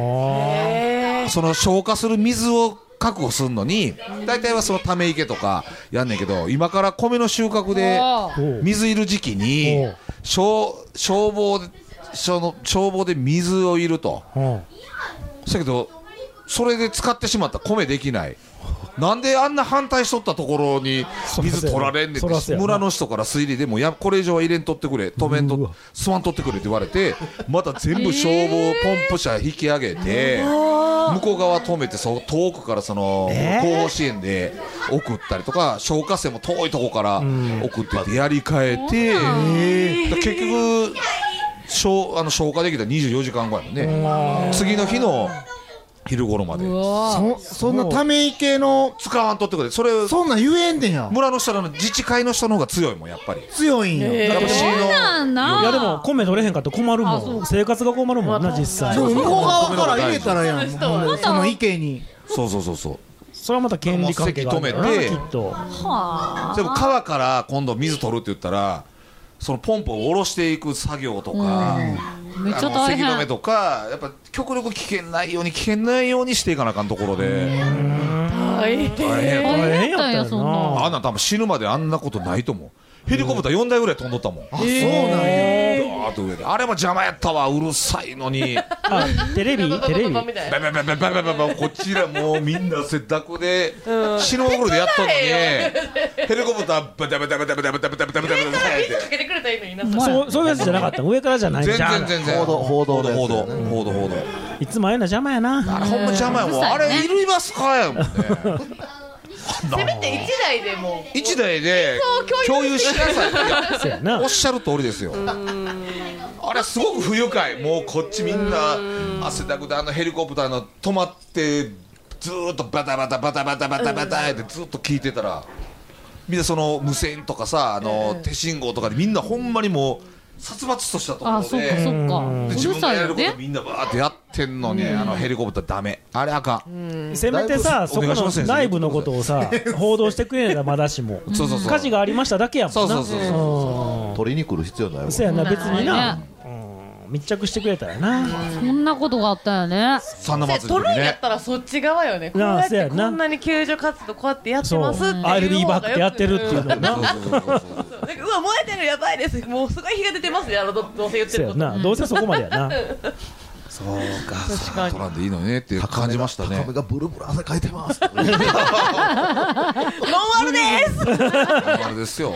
Speaker 4: その消化する水を確保するのに大体はそのため池とかやんねんけど今から米の収穫で
Speaker 12: おー
Speaker 4: 水いる時期に消消防その消防で水をいると。したけどそれで使ってしまった米できないなんであんな反対しとったところに水取られんねん
Speaker 1: そらそう
Speaker 4: って
Speaker 1: やな
Speaker 4: 村の人から推理でもうやこれ以上は入れんとってくれ止めんとすまんとってくれって言われてまた全部消防ポンプ車引き上げて向こう側止めてそう遠くからその
Speaker 1: えー
Speaker 4: 後方支援で送ったりとか消火栓も遠いとこから送ってってやり替えてだから結局消あの消化できた24時間後やもんね次の日の昼頃まで
Speaker 6: そそんなため池の
Speaker 4: 使わんとってくれそれ
Speaker 6: そんなん言えんねんや
Speaker 4: 村の人らの自治会の人の方が強いもんやっぱり
Speaker 6: 強いんや
Speaker 4: だから市の
Speaker 5: なんない
Speaker 1: やでも米取れへんかったら困る
Speaker 5: あそ
Speaker 1: も
Speaker 5: うん
Speaker 1: 生活が困るもんな実際
Speaker 6: でも向こう側から入れたら
Speaker 1: え
Speaker 6: やんほんでその池に
Speaker 4: そうそうそうそう
Speaker 1: それはまた権利関係があるからな
Speaker 4: もう席止めて
Speaker 1: きっと
Speaker 5: はあ
Speaker 4: でも川から今度水取るって言ったらそのポンプを下ろしていく作業とか、
Speaker 5: めっちゃ
Speaker 4: あの
Speaker 5: 大
Speaker 4: 咳止め
Speaker 5: 変
Speaker 4: とかやっぱ極力危険ないように危険ないようにしていかなあかんところで大変
Speaker 7: 大変
Speaker 5: 大変やったんやそんな
Speaker 4: あんなん多分死ぬまであんなことないと思うヘリコプター4台ぐらい飛んどったもん、あ
Speaker 6: そうなんや
Speaker 4: ーっと上であれも邪魔やったわうるさいのに
Speaker 1: あテレビテレビ
Speaker 4: ババババババババこちらもうみんな汗だくで死ぬまぐでやっとんのにヘリコプターバタバタバタバタバタバタバタバタバタって
Speaker 7: かけてくれたらいいのにな
Speaker 1: そうそういうやつじゃなかった上からじゃない
Speaker 4: 全
Speaker 1: じゃ
Speaker 4: 然
Speaker 1: ん
Speaker 4: 全然
Speaker 2: 報道のやつ
Speaker 4: 報道報道報道
Speaker 1: いつもああいうの邪魔やな
Speaker 4: あれほんま邪魔やもんあれいりますかやもんね
Speaker 7: せめて一台でもう
Speaker 4: 一台で共有しなさい
Speaker 1: そうやな
Speaker 4: おっしゃる通りですよあれすごく不愉快もうこっちみんな汗だくであのヘリコプターの止まってずーっとバタバタバタバタバタバタってずっと聞いてたらみんなその無線とかさあの手信号とかでみんなほんまにもう殺伐としたところ
Speaker 5: あ
Speaker 4: で
Speaker 5: そっかそっか
Speaker 4: で
Speaker 5: う
Speaker 4: 自分
Speaker 5: る
Speaker 4: が
Speaker 5: さい
Speaker 4: や
Speaker 5: よ
Speaker 4: ること
Speaker 5: ね
Speaker 4: みんなバーってやってんのに、あのヘリコプターダメあれあかん、
Speaker 1: せめて
Speaker 4: だい
Speaker 1: さ
Speaker 4: ぶ
Speaker 1: そこ
Speaker 4: お願いします
Speaker 1: の
Speaker 4: ね
Speaker 1: 内部のことを さ報道してくれればまだしも
Speaker 4: そうそうそう
Speaker 1: 火事がありましただけやもんな
Speaker 4: そうそうそうそう
Speaker 1: うん
Speaker 2: 取りに来る必要ないもん
Speaker 1: そうやな別にな密着してくれたらな、
Speaker 5: そんなことがあったよね。
Speaker 1: 三の祭りの
Speaker 7: 取
Speaker 1: 時ね
Speaker 7: るんや ったらそっち側よねこうやっ
Speaker 1: なあそうや
Speaker 7: て
Speaker 1: な
Speaker 7: こんなに救助活動こうやってやって
Speaker 1: そう
Speaker 7: ますっていう方がよく
Speaker 1: RB バックでやってるっていうの
Speaker 7: うん
Speaker 1: な
Speaker 7: なんかうわ燃えてるやばいですもうすごい火が出てますやろどどうせ言ってること
Speaker 1: そうやなどうせそこまでやな
Speaker 4: そうかそう取らんでいいのねって感じましたね高めがブルブル 汗かいてます
Speaker 7: ノンアルです
Speaker 4: あれですよ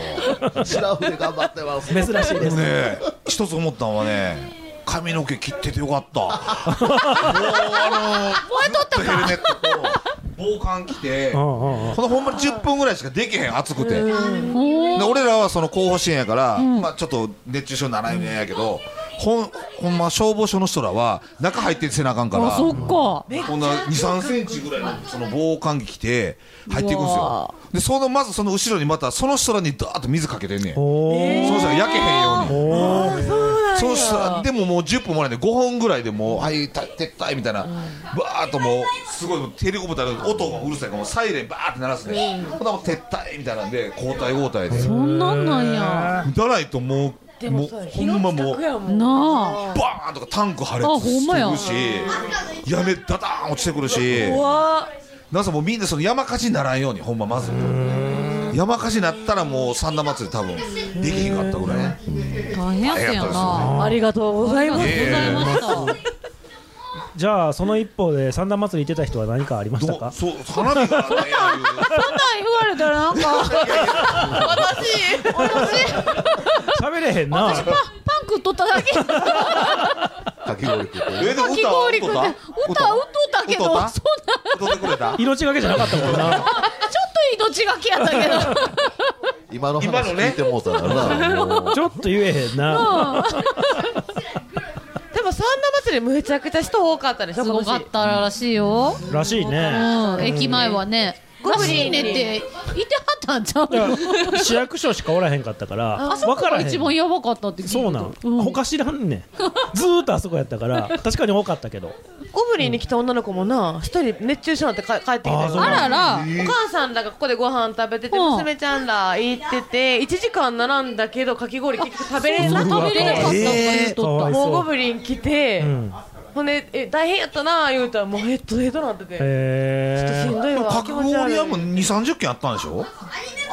Speaker 2: 白腕頑張ってます
Speaker 1: 珍しいです
Speaker 4: ねえ一つ思ったのはね髪の毛切っててよかった燃えとったかヘルメットと防寒着てこのほんまに10分ぐらいしかできへん暑くてで俺らはその候補支援やから、まあ、ちょっと熱中症にならないんやけどほんほんま消防署の人らは中入ってせなあかんから
Speaker 5: か
Speaker 4: こんな2、3センチぐらいのその防寒着着て入っていくんです
Speaker 7: う
Speaker 4: よ
Speaker 7: わ。
Speaker 4: で、そのまずその後ろにまたその人らにダーッと水かけてんねん。その人ら焼けへんように。その人らでももう10分もらえんで5本ぐらいでもう、はい、た撤退みたいな、バーっともう、すごいもうテレコプターの音がうるさいから、もうサイレンバーって鳴らすね。ほんならもう撤退みたいなんで、交代交代で。そ
Speaker 5: んなんなんや。
Speaker 4: だないともう、もう、ほんまもう。
Speaker 5: な
Speaker 4: バーンとかタンク破
Speaker 5: あほんまや
Speaker 4: 裂してくるし、屋根ダダーン落ちてくるし、なんせもうみんなその山火事にならんように、ほんままず。山火事になったらもう三田祭り多分できへんかったぐらい。
Speaker 5: あ大変やったよな。
Speaker 7: ありがとうございます
Speaker 5: ありがとうございました
Speaker 1: じゃあその一方で三段祭り行ってた人は何かありましたか
Speaker 4: そう花火が
Speaker 5: そんなん言われたらなんか私私
Speaker 1: 喋れへんな
Speaker 5: パパン食っとっただけ
Speaker 2: かき氷
Speaker 4: えで
Speaker 5: かき氷食って歌
Speaker 4: 歌
Speaker 5: 歌
Speaker 4: は
Speaker 5: うとったけどそん
Speaker 4: 歌
Speaker 5: な
Speaker 4: っ
Speaker 5: ちょ
Speaker 4: 踊ってくれた
Speaker 1: 命がけじゃなかったもんな
Speaker 5: っと命がけやったけど
Speaker 2: 今の話聞いてもうたから な、
Speaker 1: ちょっと言えへんな
Speaker 7: でも三田祭りむちゃくちゃ人多かったです
Speaker 5: すごかったらしいよ
Speaker 1: らしいね
Speaker 5: うん駅前はねらしいねっていてはったんちゃう
Speaker 1: だから市役所しかおらへんかったから
Speaker 5: あそこ
Speaker 1: 分から
Speaker 5: が
Speaker 1: へん
Speaker 5: 一番やばかったって聞いた
Speaker 1: そうなん、他知らんねんずーっとあそこやったから確かに多かったけど
Speaker 7: ゴブリンに来た女の子もな一人熱中症になってか帰ってきた
Speaker 1: あそう
Speaker 7: よ
Speaker 1: な
Speaker 7: あ
Speaker 1: んだあらら
Speaker 7: お母さんらがここでご飯食べてて
Speaker 5: うん
Speaker 7: 娘ちゃんら行ってて1時間並んだけどかき氷結局食べれな
Speaker 5: 食
Speaker 7: く
Speaker 5: べれなかったとか
Speaker 7: て
Speaker 5: 言っとった、
Speaker 7: もうゴブリン来てほんでえ大変やったな言うたらもうヘッドヘッドなってて
Speaker 1: へ
Speaker 7: ちょっとしんどい
Speaker 4: でも
Speaker 7: わ
Speaker 4: か
Speaker 7: 気
Speaker 4: き
Speaker 7: 持ち悪
Speaker 4: 氷
Speaker 7: い
Speaker 4: 屋
Speaker 7: 行
Speaker 4: も2、30件あったんでしょ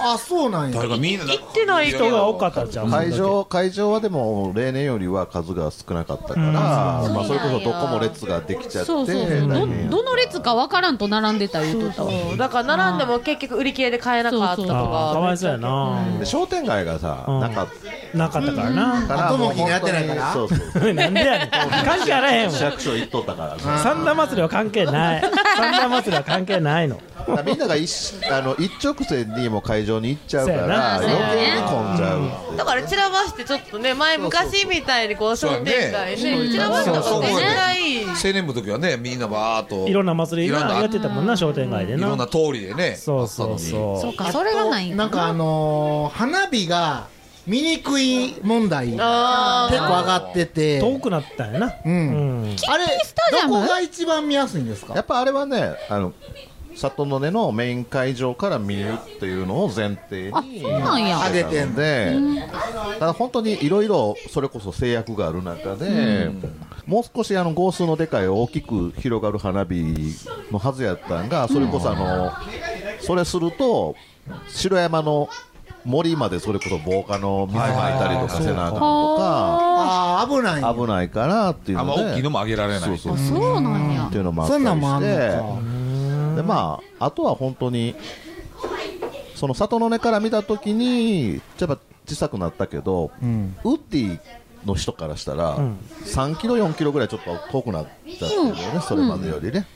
Speaker 6: あそうなんや
Speaker 4: 誰かみんな
Speaker 7: ってない人
Speaker 1: 人が
Speaker 7: が
Speaker 1: 多かったじゃん
Speaker 2: 会場会場はでも例年よりは数が少なかったから、
Speaker 1: うん
Speaker 2: まあ、それこそどこも列ができちゃって
Speaker 5: そうそうそう
Speaker 2: 大
Speaker 5: ど
Speaker 2: 変
Speaker 5: どの列かわからんと並んでた言うとったわ
Speaker 7: だから並んでも結局売り切れで買えなかったと
Speaker 5: そうそう
Speaker 1: あーか
Speaker 7: か
Speaker 1: わいそうやな、
Speaker 2: で商店街がさ、
Speaker 1: うん
Speaker 2: なかっ
Speaker 1: なかったから
Speaker 2: た
Speaker 1: な、
Speaker 2: から
Speaker 6: 後も
Speaker 2: う本当に
Speaker 6: 気になってないから
Speaker 2: そうそう
Speaker 1: なんで やねん関係あらへんわ
Speaker 2: 市役所行っとったからさ
Speaker 1: 三田祭りは関係ない三田祭りは関係ないの
Speaker 2: だからみんなが一あの一直線にもう会場に行っちゃうから
Speaker 1: そうやな
Speaker 2: 余計に混んじゃうって
Speaker 7: だから散らばしてちょっとね前昔みたいにこう商店街
Speaker 4: そうや
Speaker 7: ね
Speaker 4: ね
Speaker 7: 散らばしたことできない
Speaker 4: 青年部の時はね、みんなバーっと。
Speaker 1: いろんな祭り
Speaker 4: いろん
Speaker 1: な
Speaker 4: な
Speaker 1: やってたもんな商店街で
Speaker 4: いろん
Speaker 1: な
Speaker 4: な通りでね。
Speaker 1: そうそうそう
Speaker 5: そうかそれがない
Speaker 6: なんかあのー花火が見にくい問題結構
Speaker 7: あー
Speaker 6: 上がってて
Speaker 1: 遠くなったんやな
Speaker 6: うん
Speaker 1: うん
Speaker 6: あれ
Speaker 5: スタジア
Speaker 6: ど
Speaker 5: ム
Speaker 6: こが一番見やすいんです
Speaker 2: や
Speaker 6: か
Speaker 2: っぱあれはねあの里の根のメイン会場から見るっていうのを前提
Speaker 5: あ
Speaker 2: に
Speaker 5: そうなんや
Speaker 6: 上げてんだ
Speaker 2: で、ただ本当にいろいろそれこそ制約がある中で、もう少しあの号数のでかい大きく広がる花火のはずやったんがそれこそあの、それすると城山の森までそれこそ防火の水まいたりとかせなあかんとか
Speaker 6: あー危ない
Speaker 2: 危ないからっていう
Speaker 4: あんま
Speaker 2: ので
Speaker 4: 大きいのもあげられな
Speaker 2: そう
Speaker 4: い。
Speaker 2: そう
Speaker 5: そうなんや
Speaker 2: っていうのもあった
Speaker 6: そん
Speaker 2: り
Speaker 6: なんもあ
Speaker 2: し
Speaker 6: んの
Speaker 2: て
Speaker 6: か
Speaker 2: でまああとは本当にその里の根から見た時にやっぱ小さくなったけど、
Speaker 6: ん
Speaker 2: ウッディの人からしたら、
Speaker 1: ん
Speaker 2: 3キロ4キロぐらいちょっと遠くなっちゃってるよね、それまでよりね、だか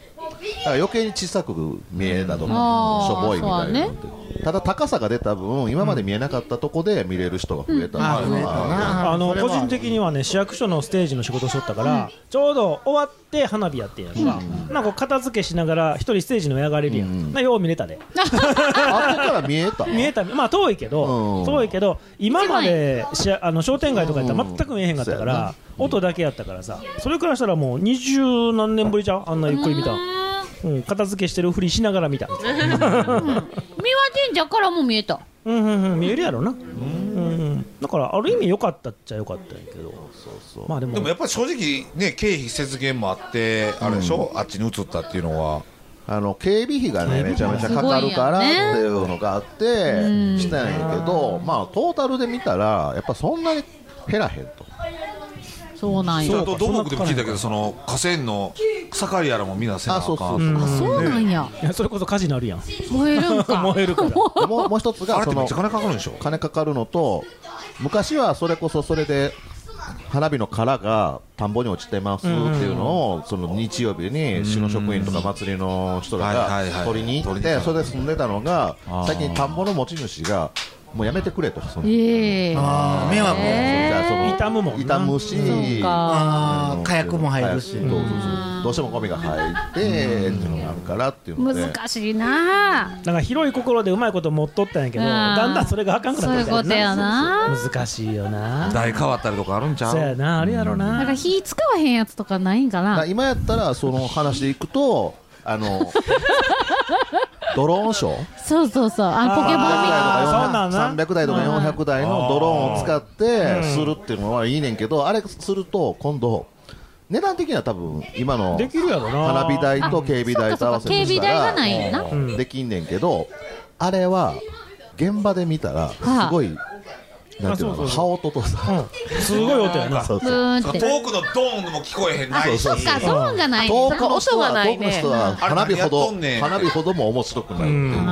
Speaker 2: ら余計に小さく見えなど
Speaker 5: あ
Speaker 2: も
Speaker 5: ー
Speaker 2: しょぼいみたいな、
Speaker 5: そ
Speaker 2: ただ高さが出た分今まで見えなかったとこで見れる人が増えた
Speaker 6: あ
Speaker 2: の
Speaker 6: 増えた
Speaker 2: が
Speaker 6: な
Speaker 1: あの
Speaker 6: それは
Speaker 1: 個人的にはね市役所のステージの仕事をしとったから、ちょうど終わって花火やってんやんか、なんかこう片付けしながら一人ステージの上上がれるやん、
Speaker 2: うん
Speaker 1: なよう見れたで
Speaker 2: あっこから見えた
Speaker 1: 見えたまあ遠いけど、
Speaker 2: うん
Speaker 1: 遠いけど今までしあの商店街とかやったら全く見えへんかったから、音だけやったからさそれからしたらもう二十何年ぶりじゃんあんなゆっくり見たうん、片付けしてるふりしながら見たうん
Speaker 5: 三輪神社からも見えた
Speaker 1: うんうん見えるやろなうんうんだからある意味良かったっちゃ良かったんやけどまあでも
Speaker 4: でもやっぱり正直ね経費節減もあってあれでしょ、あっちに移ったっていうのは
Speaker 2: あの警備費がねめちゃめちゃかかるからっていうのがあってしたんやけど、まあトータルで見たらやっぱそんなに減らへんと
Speaker 5: そうなん
Speaker 4: それ
Speaker 5: や
Speaker 4: と土木でも聞いたけどその河川の草刈りやらもみんなせなあかん
Speaker 5: あそうなんや
Speaker 1: いやそれこそ火事になるやん
Speaker 5: 燃えるんか
Speaker 1: 燃えるから
Speaker 2: もうもう一つ
Speaker 4: あ
Speaker 2: が
Speaker 4: れって
Speaker 2: そ
Speaker 4: め
Speaker 2: の
Speaker 4: っちゃ金かかるんでしょ
Speaker 2: 金かかるのと昔はそれこそそれで花火の殻が田んぼに落ちてますっていうのをその日曜日に市の職員とか祭りの人ら
Speaker 4: はい
Speaker 2: が
Speaker 4: はいはい
Speaker 2: 取りに行ってそれで住んでたのが最近田んぼの持ち主がもうやめてくれとその
Speaker 5: ええ
Speaker 6: あー迷惑
Speaker 2: じゃあその
Speaker 1: 痛むもん
Speaker 2: 傷むし
Speaker 5: うか
Speaker 2: あの
Speaker 6: 火薬も入る
Speaker 2: 火
Speaker 6: し
Speaker 2: 薬そうそうそうどうしてもゴミが入ってっていうのがあるからっていうので
Speaker 5: 難しいな
Speaker 1: なんか広い心でうまいこと持っとったんやけど
Speaker 5: うん
Speaker 1: だんだんそれがあかんくなってきたん
Speaker 5: そういうことやな
Speaker 1: 難しいよな
Speaker 4: 台変わったりとかあるんちゃう
Speaker 1: そうやなあれやろ
Speaker 5: なん
Speaker 1: な
Speaker 5: か火使わへんやつとかないん
Speaker 2: だ
Speaker 5: か
Speaker 2: か
Speaker 5: な
Speaker 2: ら今やったらその話でいくとあの ドローンショー
Speaker 5: そうそうそうあのポケモンみたいな
Speaker 1: あーそうなんな
Speaker 2: 300台とか400台のドローンを使ってするっていうのはいいねんけど、あれすると今度値段的には多分今の
Speaker 1: できるやろな
Speaker 2: 花火代と警備代と合わせて
Speaker 5: そうかそうか警備代がないんやな
Speaker 2: うんできんねんけどあれは現場で見たらすごい、なんていう
Speaker 1: あそ
Speaker 2: のか
Speaker 1: うそう
Speaker 2: な羽音とさ、
Speaker 1: うんすごい音やな
Speaker 2: そう
Speaker 5: ブ
Speaker 2: そう
Speaker 5: ーン
Speaker 4: 遠
Speaker 5: っ
Speaker 4: く
Speaker 5: て
Speaker 4: のドーンも聞こえへんないし
Speaker 2: そうそう
Speaker 5: あゾーンがない
Speaker 2: 遠くの
Speaker 8: 音
Speaker 2: 人
Speaker 8: が
Speaker 2: は
Speaker 8: ない
Speaker 2: 遠くの
Speaker 8: ね
Speaker 2: 人は花火ほ
Speaker 4: あれ何やっ
Speaker 2: ど
Speaker 4: とんねん
Speaker 2: 花火ほども面白くなるって
Speaker 1: う
Speaker 2: いうん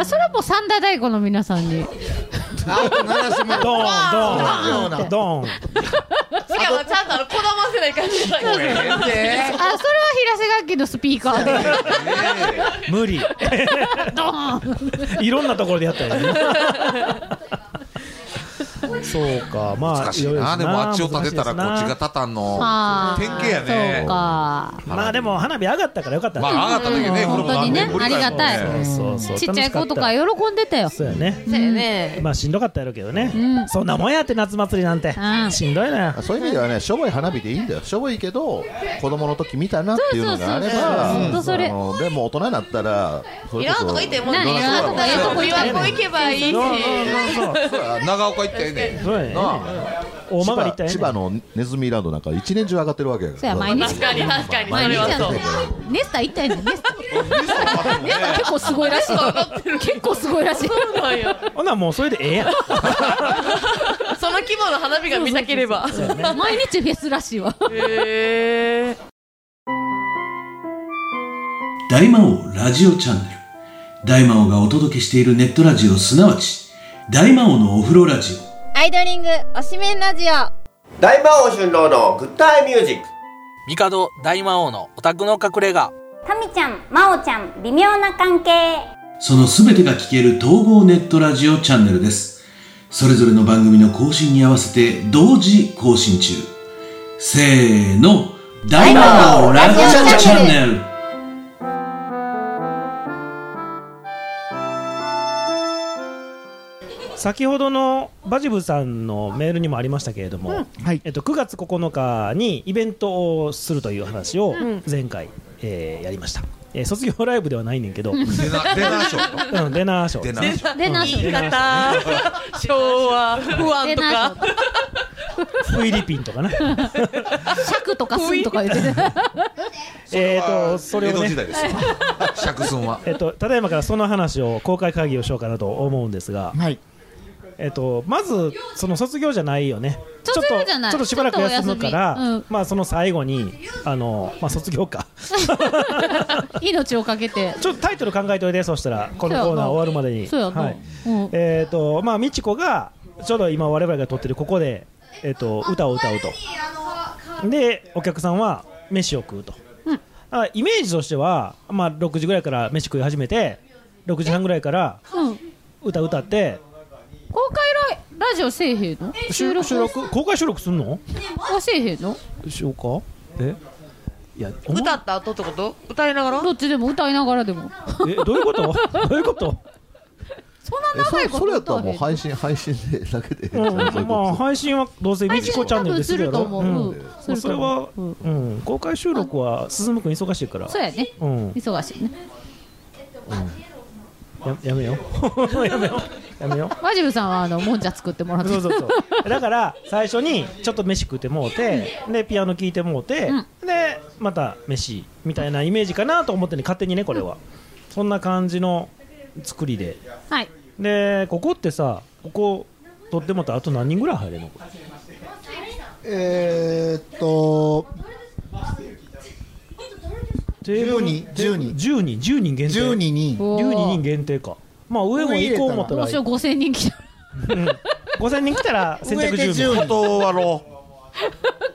Speaker 5: あそれはもう三大太鼓の皆さんに
Speaker 1: ドーンドーンドーン
Speaker 8: しかもちゃんとあのこだませない感じだ
Speaker 4: 聞こえへんで
Speaker 5: あそれは平瀬楽器のスピー カーで
Speaker 1: 無理
Speaker 5: ドー ン
Speaker 1: いろんなところでやったよね そうかまあ
Speaker 4: 難しい
Speaker 1: ろろ
Speaker 4: な
Speaker 1: す
Speaker 4: でもあっちを立てたらこっちが立たんの
Speaker 5: あー
Speaker 4: 典型やね
Speaker 5: そうか
Speaker 1: まあでも花火上がったからよかったね
Speaker 4: まあ上がった時ね
Speaker 5: うん
Speaker 4: これも
Speaker 5: 本当にね
Speaker 4: 何年ぶりかやもんね
Speaker 5: ありがたい
Speaker 1: そうそう
Speaker 5: ちっちゃい子とか
Speaker 1: 楽し
Speaker 5: 喜んでたよ
Speaker 1: ったそうやね
Speaker 8: そうやね
Speaker 1: まあしんどかったやろうけどね、
Speaker 5: うん
Speaker 1: そんなもんやって夏祭りなんて、
Speaker 5: うん
Speaker 1: しんどいな
Speaker 2: そういう意味ではね、しょぼい花火でいいんだよ。しょぼいけど、子供の時見たなっていうのがあれば、
Speaker 5: そうそうそうそう
Speaker 2: あ
Speaker 5: ほんとそれ
Speaker 2: のでも大人になったら、そ
Speaker 8: い
Speaker 2: れ
Speaker 8: ら
Speaker 2: こ
Speaker 8: ん
Speaker 2: そ
Speaker 8: とこ行っても
Speaker 5: ないいらんとこええとこ行
Speaker 8: 琵
Speaker 5: ったら
Speaker 8: 琶湖行けばいいし
Speaker 1: そうそうそう
Speaker 4: そうや長岡行ってね
Speaker 1: そうやね大
Speaker 2: 千
Speaker 1: 曲り
Speaker 2: 葉
Speaker 1: った
Speaker 2: 千葉のネズミランドなんか一年中上がってるわけやか
Speaker 5: そうや
Speaker 2: ら。
Speaker 5: 毎日
Speaker 8: 確かに確かにそ
Speaker 5: 毎日
Speaker 8: れは
Speaker 5: や
Speaker 8: そう
Speaker 5: ネスタ行ったやんネスタネスタ結構すごいらしい結構すごいらしい
Speaker 8: そうなんよ
Speaker 1: ほんならもうそれでええやん
Speaker 8: その規模の花火が見たければ
Speaker 5: 毎日フェスらしいわ
Speaker 8: へえ
Speaker 10: 大魔王ラジオチャンネル大魔王がお届けしているネットラジオすなわち大魔王のお風呂ラジオ
Speaker 12: アイドリング推しメンラジオ
Speaker 13: 大魔王春郎のグッタイミュージック
Speaker 14: 帝大魔王のオタクの隠れ家
Speaker 15: タミちゃん、マオちゃん、微妙な関係。
Speaker 10: そのすべてが聞ける統合ネットラジオチャンネルですそれぞれの番組の更新に合わせて同時更新中せーの大魔王ラジオチャンネル
Speaker 1: 先ほどのバジブさんのメールにもありましたけれども、えっと、9月9日にイベントをするという話を前回、えーやりました、えー卒業ライブではないねんけど、うん、
Speaker 4: 出な出なしょ
Speaker 1: デナーショー
Speaker 4: 出
Speaker 1: です
Speaker 4: な
Speaker 1: ね
Speaker 4: しょ
Speaker 5: でなし
Speaker 8: 言い方 昭和不安
Speaker 5: で
Speaker 8: と
Speaker 5: な
Speaker 8: か
Speaker 5: し
Speaker 1: フィリピンとか な
Speaker 5: 尺とかすんとか言ってて
Speaker 1: えっとそれ
Speaker 4: 江
Speaker 1: を
Speaker 4: 戸時
Speaker 1: ね
Speaker 4: 代です釈尊は
Speaker 1: えっと、ただいまからその話を公開会議をしようかなと思うんですが、
Speaker 6: はい
Speaker 1: えっと、まずその卒業じゃないよねちょっ
Speaker 5: 卒
Speaker 1: と
Speaker 5: 業
Speaker 1: ち
Speaker 5: じゃ
Speaker 1: ょ
Speaker 5: ない
Speaker 1: っとしばらく休むから、
Speaker 5: ちょっとお休みうん
Speaker 1: まあ、その最後にあの、まあ、卒業か
Speaker 5: 命をかけて
Speaker 1: ちょっとタイトル考えておいてそしたらこのコーナー終わるまでに
Speaker 5: そうやな
Speaker 1: はい
Speaker 5: うん
Speaker 1: えっとまあ美智子がちょうど今我々が撮ってるここで、えっと歌を歌うとでお客さんは飯を食うと、あイメージとしては、まあ、6時ぐらいから飯食い始めて6時半ぐらいから
Speaker 5: うん
Speaker 1: 歌歌って
Speaker 5: 公開ララジオせえへんの収録
Speaker 1: 収録公開収録すんの
Speaker 5: はせえへんの
Speaker 1: しようかえいやお前
Speaker 8: 歌った後ってこと歌いながら
Speaker 5: どっちでも歌いながらでも
Speaker 1: えどういうこと どういうこと、
Speaker 5: そんな
Speaker 2: えそ
Speaker 5: 長い
Speaker 2: れ
Speaker 5: こ
Speaker 2: そ
Speaker 5: と
Speaker 2: れやっ
Speaker 5: 歌
Speaker 2: たら
Speaker 5: わ
Speaker 2: も
Speaker 5: へ
Speaker 2: うん配信配信でだけでいいんじゃないそううん
Speaker 1: まあ
Speaker 2: いうこと
Speaker 1: 配信はどうせみちこチャンネルでするやろ
Speaker 5: 配信多分すると思ううん
Speaker 1: まあそれは、うん、公開収録は進むくん忙しいから
Speaker 5: そうやね
Speaker 1: うん
Speaker 5: 忙しいね
Speaker 1: ややめようやめようやめよう
Speaker 5: マジルさんはあのもんじゃ作ってもらって
Speaker 1: そうそうそうだから最初にちょっと飯食うてもうてでピアノ聴いてもうて、でまた飯みたいなイメージかなと思ってね勝手にねこれは、そんな感じの作りで
Speaker 5: はい
Speaker 1: でここってさここ取ってもったらあと何人ぐらい入れるのこれ
Speaker 6: えーっと
Speaker 1: 10
Speaker 6: 人10人
Speaker 1: 10人10人限定
Speaker 6: 12人
Speaker 1: 12人限定かまあ上も行こう思った
Speaker 5: ど
Speaker 1: ら
Speaker 5: うしよう5000人来た
Speaker 1: 5000人来た ら先着10
Speaker 4: 上で10人
Speaker 1: 名
Speaker 4: 断ろ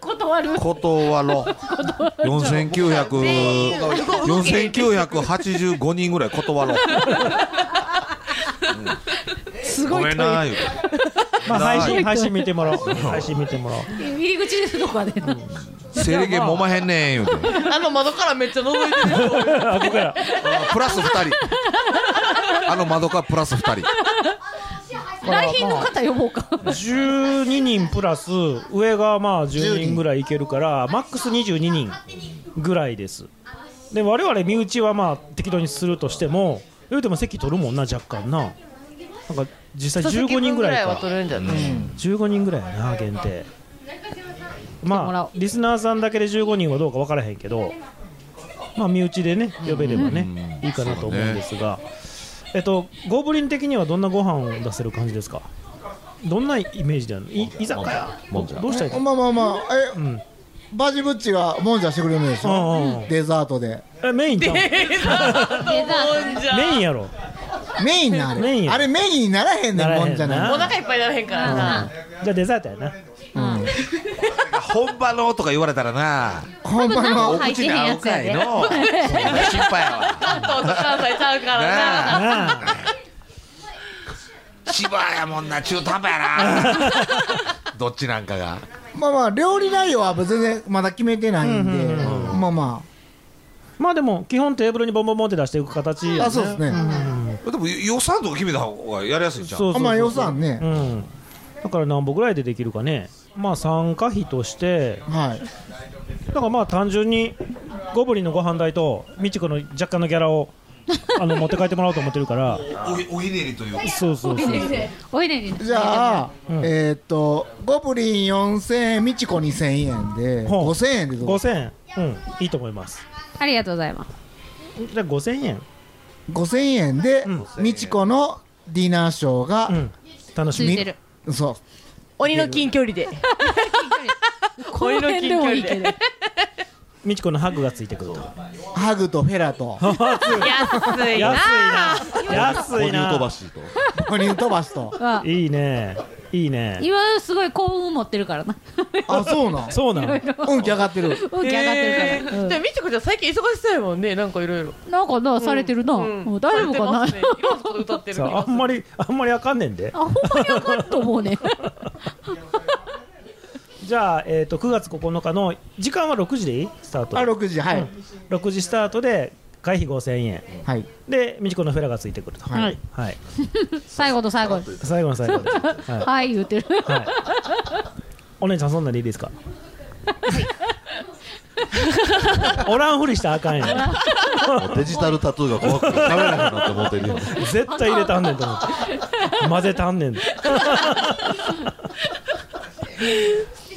Speaker 5: 断る
Speaker 4: 断ろ
Speaker 5: 断
Speaker 4: う4900
Speaker 5: 全員
Speaker 4: 4985人ぐらい断ろう
Speaker 5: す
Speaker 4: ご
Speaker 5: ご
Speaker 4: め
Speaker 5: い
Speaker 4: んな言
Speaker 5: 遠いう
Speaker 4: て
Speaker 1: まあ配
Speaker 4: な
Speaker 1: 信
Speaker 4: い
Speaker 1: 配信見てもらおう配信見てもらおう
Speaker 5: 入り口ですどこかで
Speaker 4: 制限もまへんねん言うて
Speaker 7: あの窓からめっちゃ覗いてるよ。
Speaker 1: あここや
Speaker 4: プラス2人あの窓からプラス2人
Speaker 5: 来賓の方呼ぼうか
Speaker 1: 12人プラス上がまあ10人ぐらいいけるからマックス22人ぐらいですで我々身内はまあ適当にするとしても言うても席取るもんな若干ななんか実際15人ぐらいか
Speaker 7: 一席分ぐらいは取れるんじゃない
Speaker 1: うん15人ぐらいやな限定まあリスナーさんだけで15人はどうか分からへんけどまあ身内でね呼べればね、いいかなと思うんですが、えっとゴブリン的にはどんなご飯を出せる感じですかどんなイメージであるのい居酒屋
Speaker 2: もんじゃ
Speaker 1: どうしたらいい
Speaker 6: まあまあまあえ、
Speaker 1: ん
Speaker 6: バジブッチがもんじゃしてくれるんでし
Speaker 1: うんうん
Speaker 6: ょ
Speaker 1: うん
Speaker 6: デザートで
Speaker 1: えメインじゃんメインやろ
Speaker 6: メインなあれあれメインにならへんね
Speaker 1: ならへんな
Speaker 6: んもんじゃな
Speaker 7: お腹いっぱいにならへんからな。
Speaker 1: じゃあデザートやな
Speaker 4: 本場のとか言われたらな
Speaker 6: 本
Speaker 7: 場の
Speaker 4: お口に合うかいのそんな心配やわ
Speaker 7: 関東と関西ちゃうか
Speaker 4: な
Speaker 7: らな。
Speaker 1: あ
Speaker 4: 千葉やもんな中途半端やなどっちなんかが
Speaker 6: まあまあ料理内容は全然まだ決めてないんで、まあま
Speaker 1: まあでも基本テーブルにボンボンボンって出していく形やね
Speaker 6: ああそうですね、
Speaker 4: でも予算とか決めた方がやりやすいじゃん
Speaker 1: そうそうそう
Speaker 6: まあ予算ね
Speaker 1: うんだから何本ぐらいでできるかねまあ参加費として
Speaker 6: はい
Speaker 1: だからまあ単純にゴブリンのご飯代とみちこの若干のギャラをあの持って帰ってもらおうと思ってる から
Speaker 4: おひねりという
Speaker 1: そうそうそう
Speaker 5: おいでに
Speaker 6: じゃあ、えーっとゴブリン4000円みちこ2000円で
Speaker 1: ほう
Speaker 6: 5000円でどうぞ
Speaker 1: 5000円うんいいと思います
Speaker 5: ありがとうございます
Speaker 1: じゃあ5000円
Speaker 6: 5000円でみちこのディナーショーが、
Speaker 1: 楽
Speaker 5: しみついてる
Speaker 6: みそう
Speaker 7: 鬼の近距離 で。鬼の近距離で。安
Speaker 1: みちこのハグがついてくると
Speaker 6: ハグとフェ ラと
Speaker 7: いな。
Speaker 1: 安いな安いな
Speaker 2: 飛ばしと
Speaker 6: 5人飛ばしと
Speaker 5: あ
Speaker 1: いいねいいね
Speaker 5: 今すごい幸運持ってるからな
Speaker 6: あそうなん
Speaker 1: そうなの
Speaker 6: 運気上がってる
Speaker 5: 運気上がってるから、うん
Speaker 7: じゃあみちこちゃん最近忙しそうやもんね。なんかいろいろ。
Speaker 5: なんかな、
Speaker 7: ん
Speaker 5: されてるな、もう大丈夫かな、
Speaker 7: されてますねいろんなこと歌ってる。
Speaker 1: さああんまりあんまりあかんねんで
Speaker 5: あほんまにあかんと思うね
Speaker 1: じゃあ、えー、と9月9日の時間は6時でいいスタート
Speaker 6: あ6時はい、
Speaker 1: うん6時スタートで会費5000円
Speaker 6: はい
Speaker 1: でみちこのフェラがついてくると
Speaker 6: はい、
Speaker 1: はい、
Speaker 5: 最後の最後に
Speaker 1: 最後の最後です、はい
Speaker 5: はい 言ってる
Speaker 1: はい、お姉ちゃんそんなんでいいですか おらんふりしたらあかんやん
Speaker 2: もうデジタルタトゥーが怖くて食べれなくなって思ってるよ
Speaker 1: 絶対入れたんねんと思って混ぜたんねん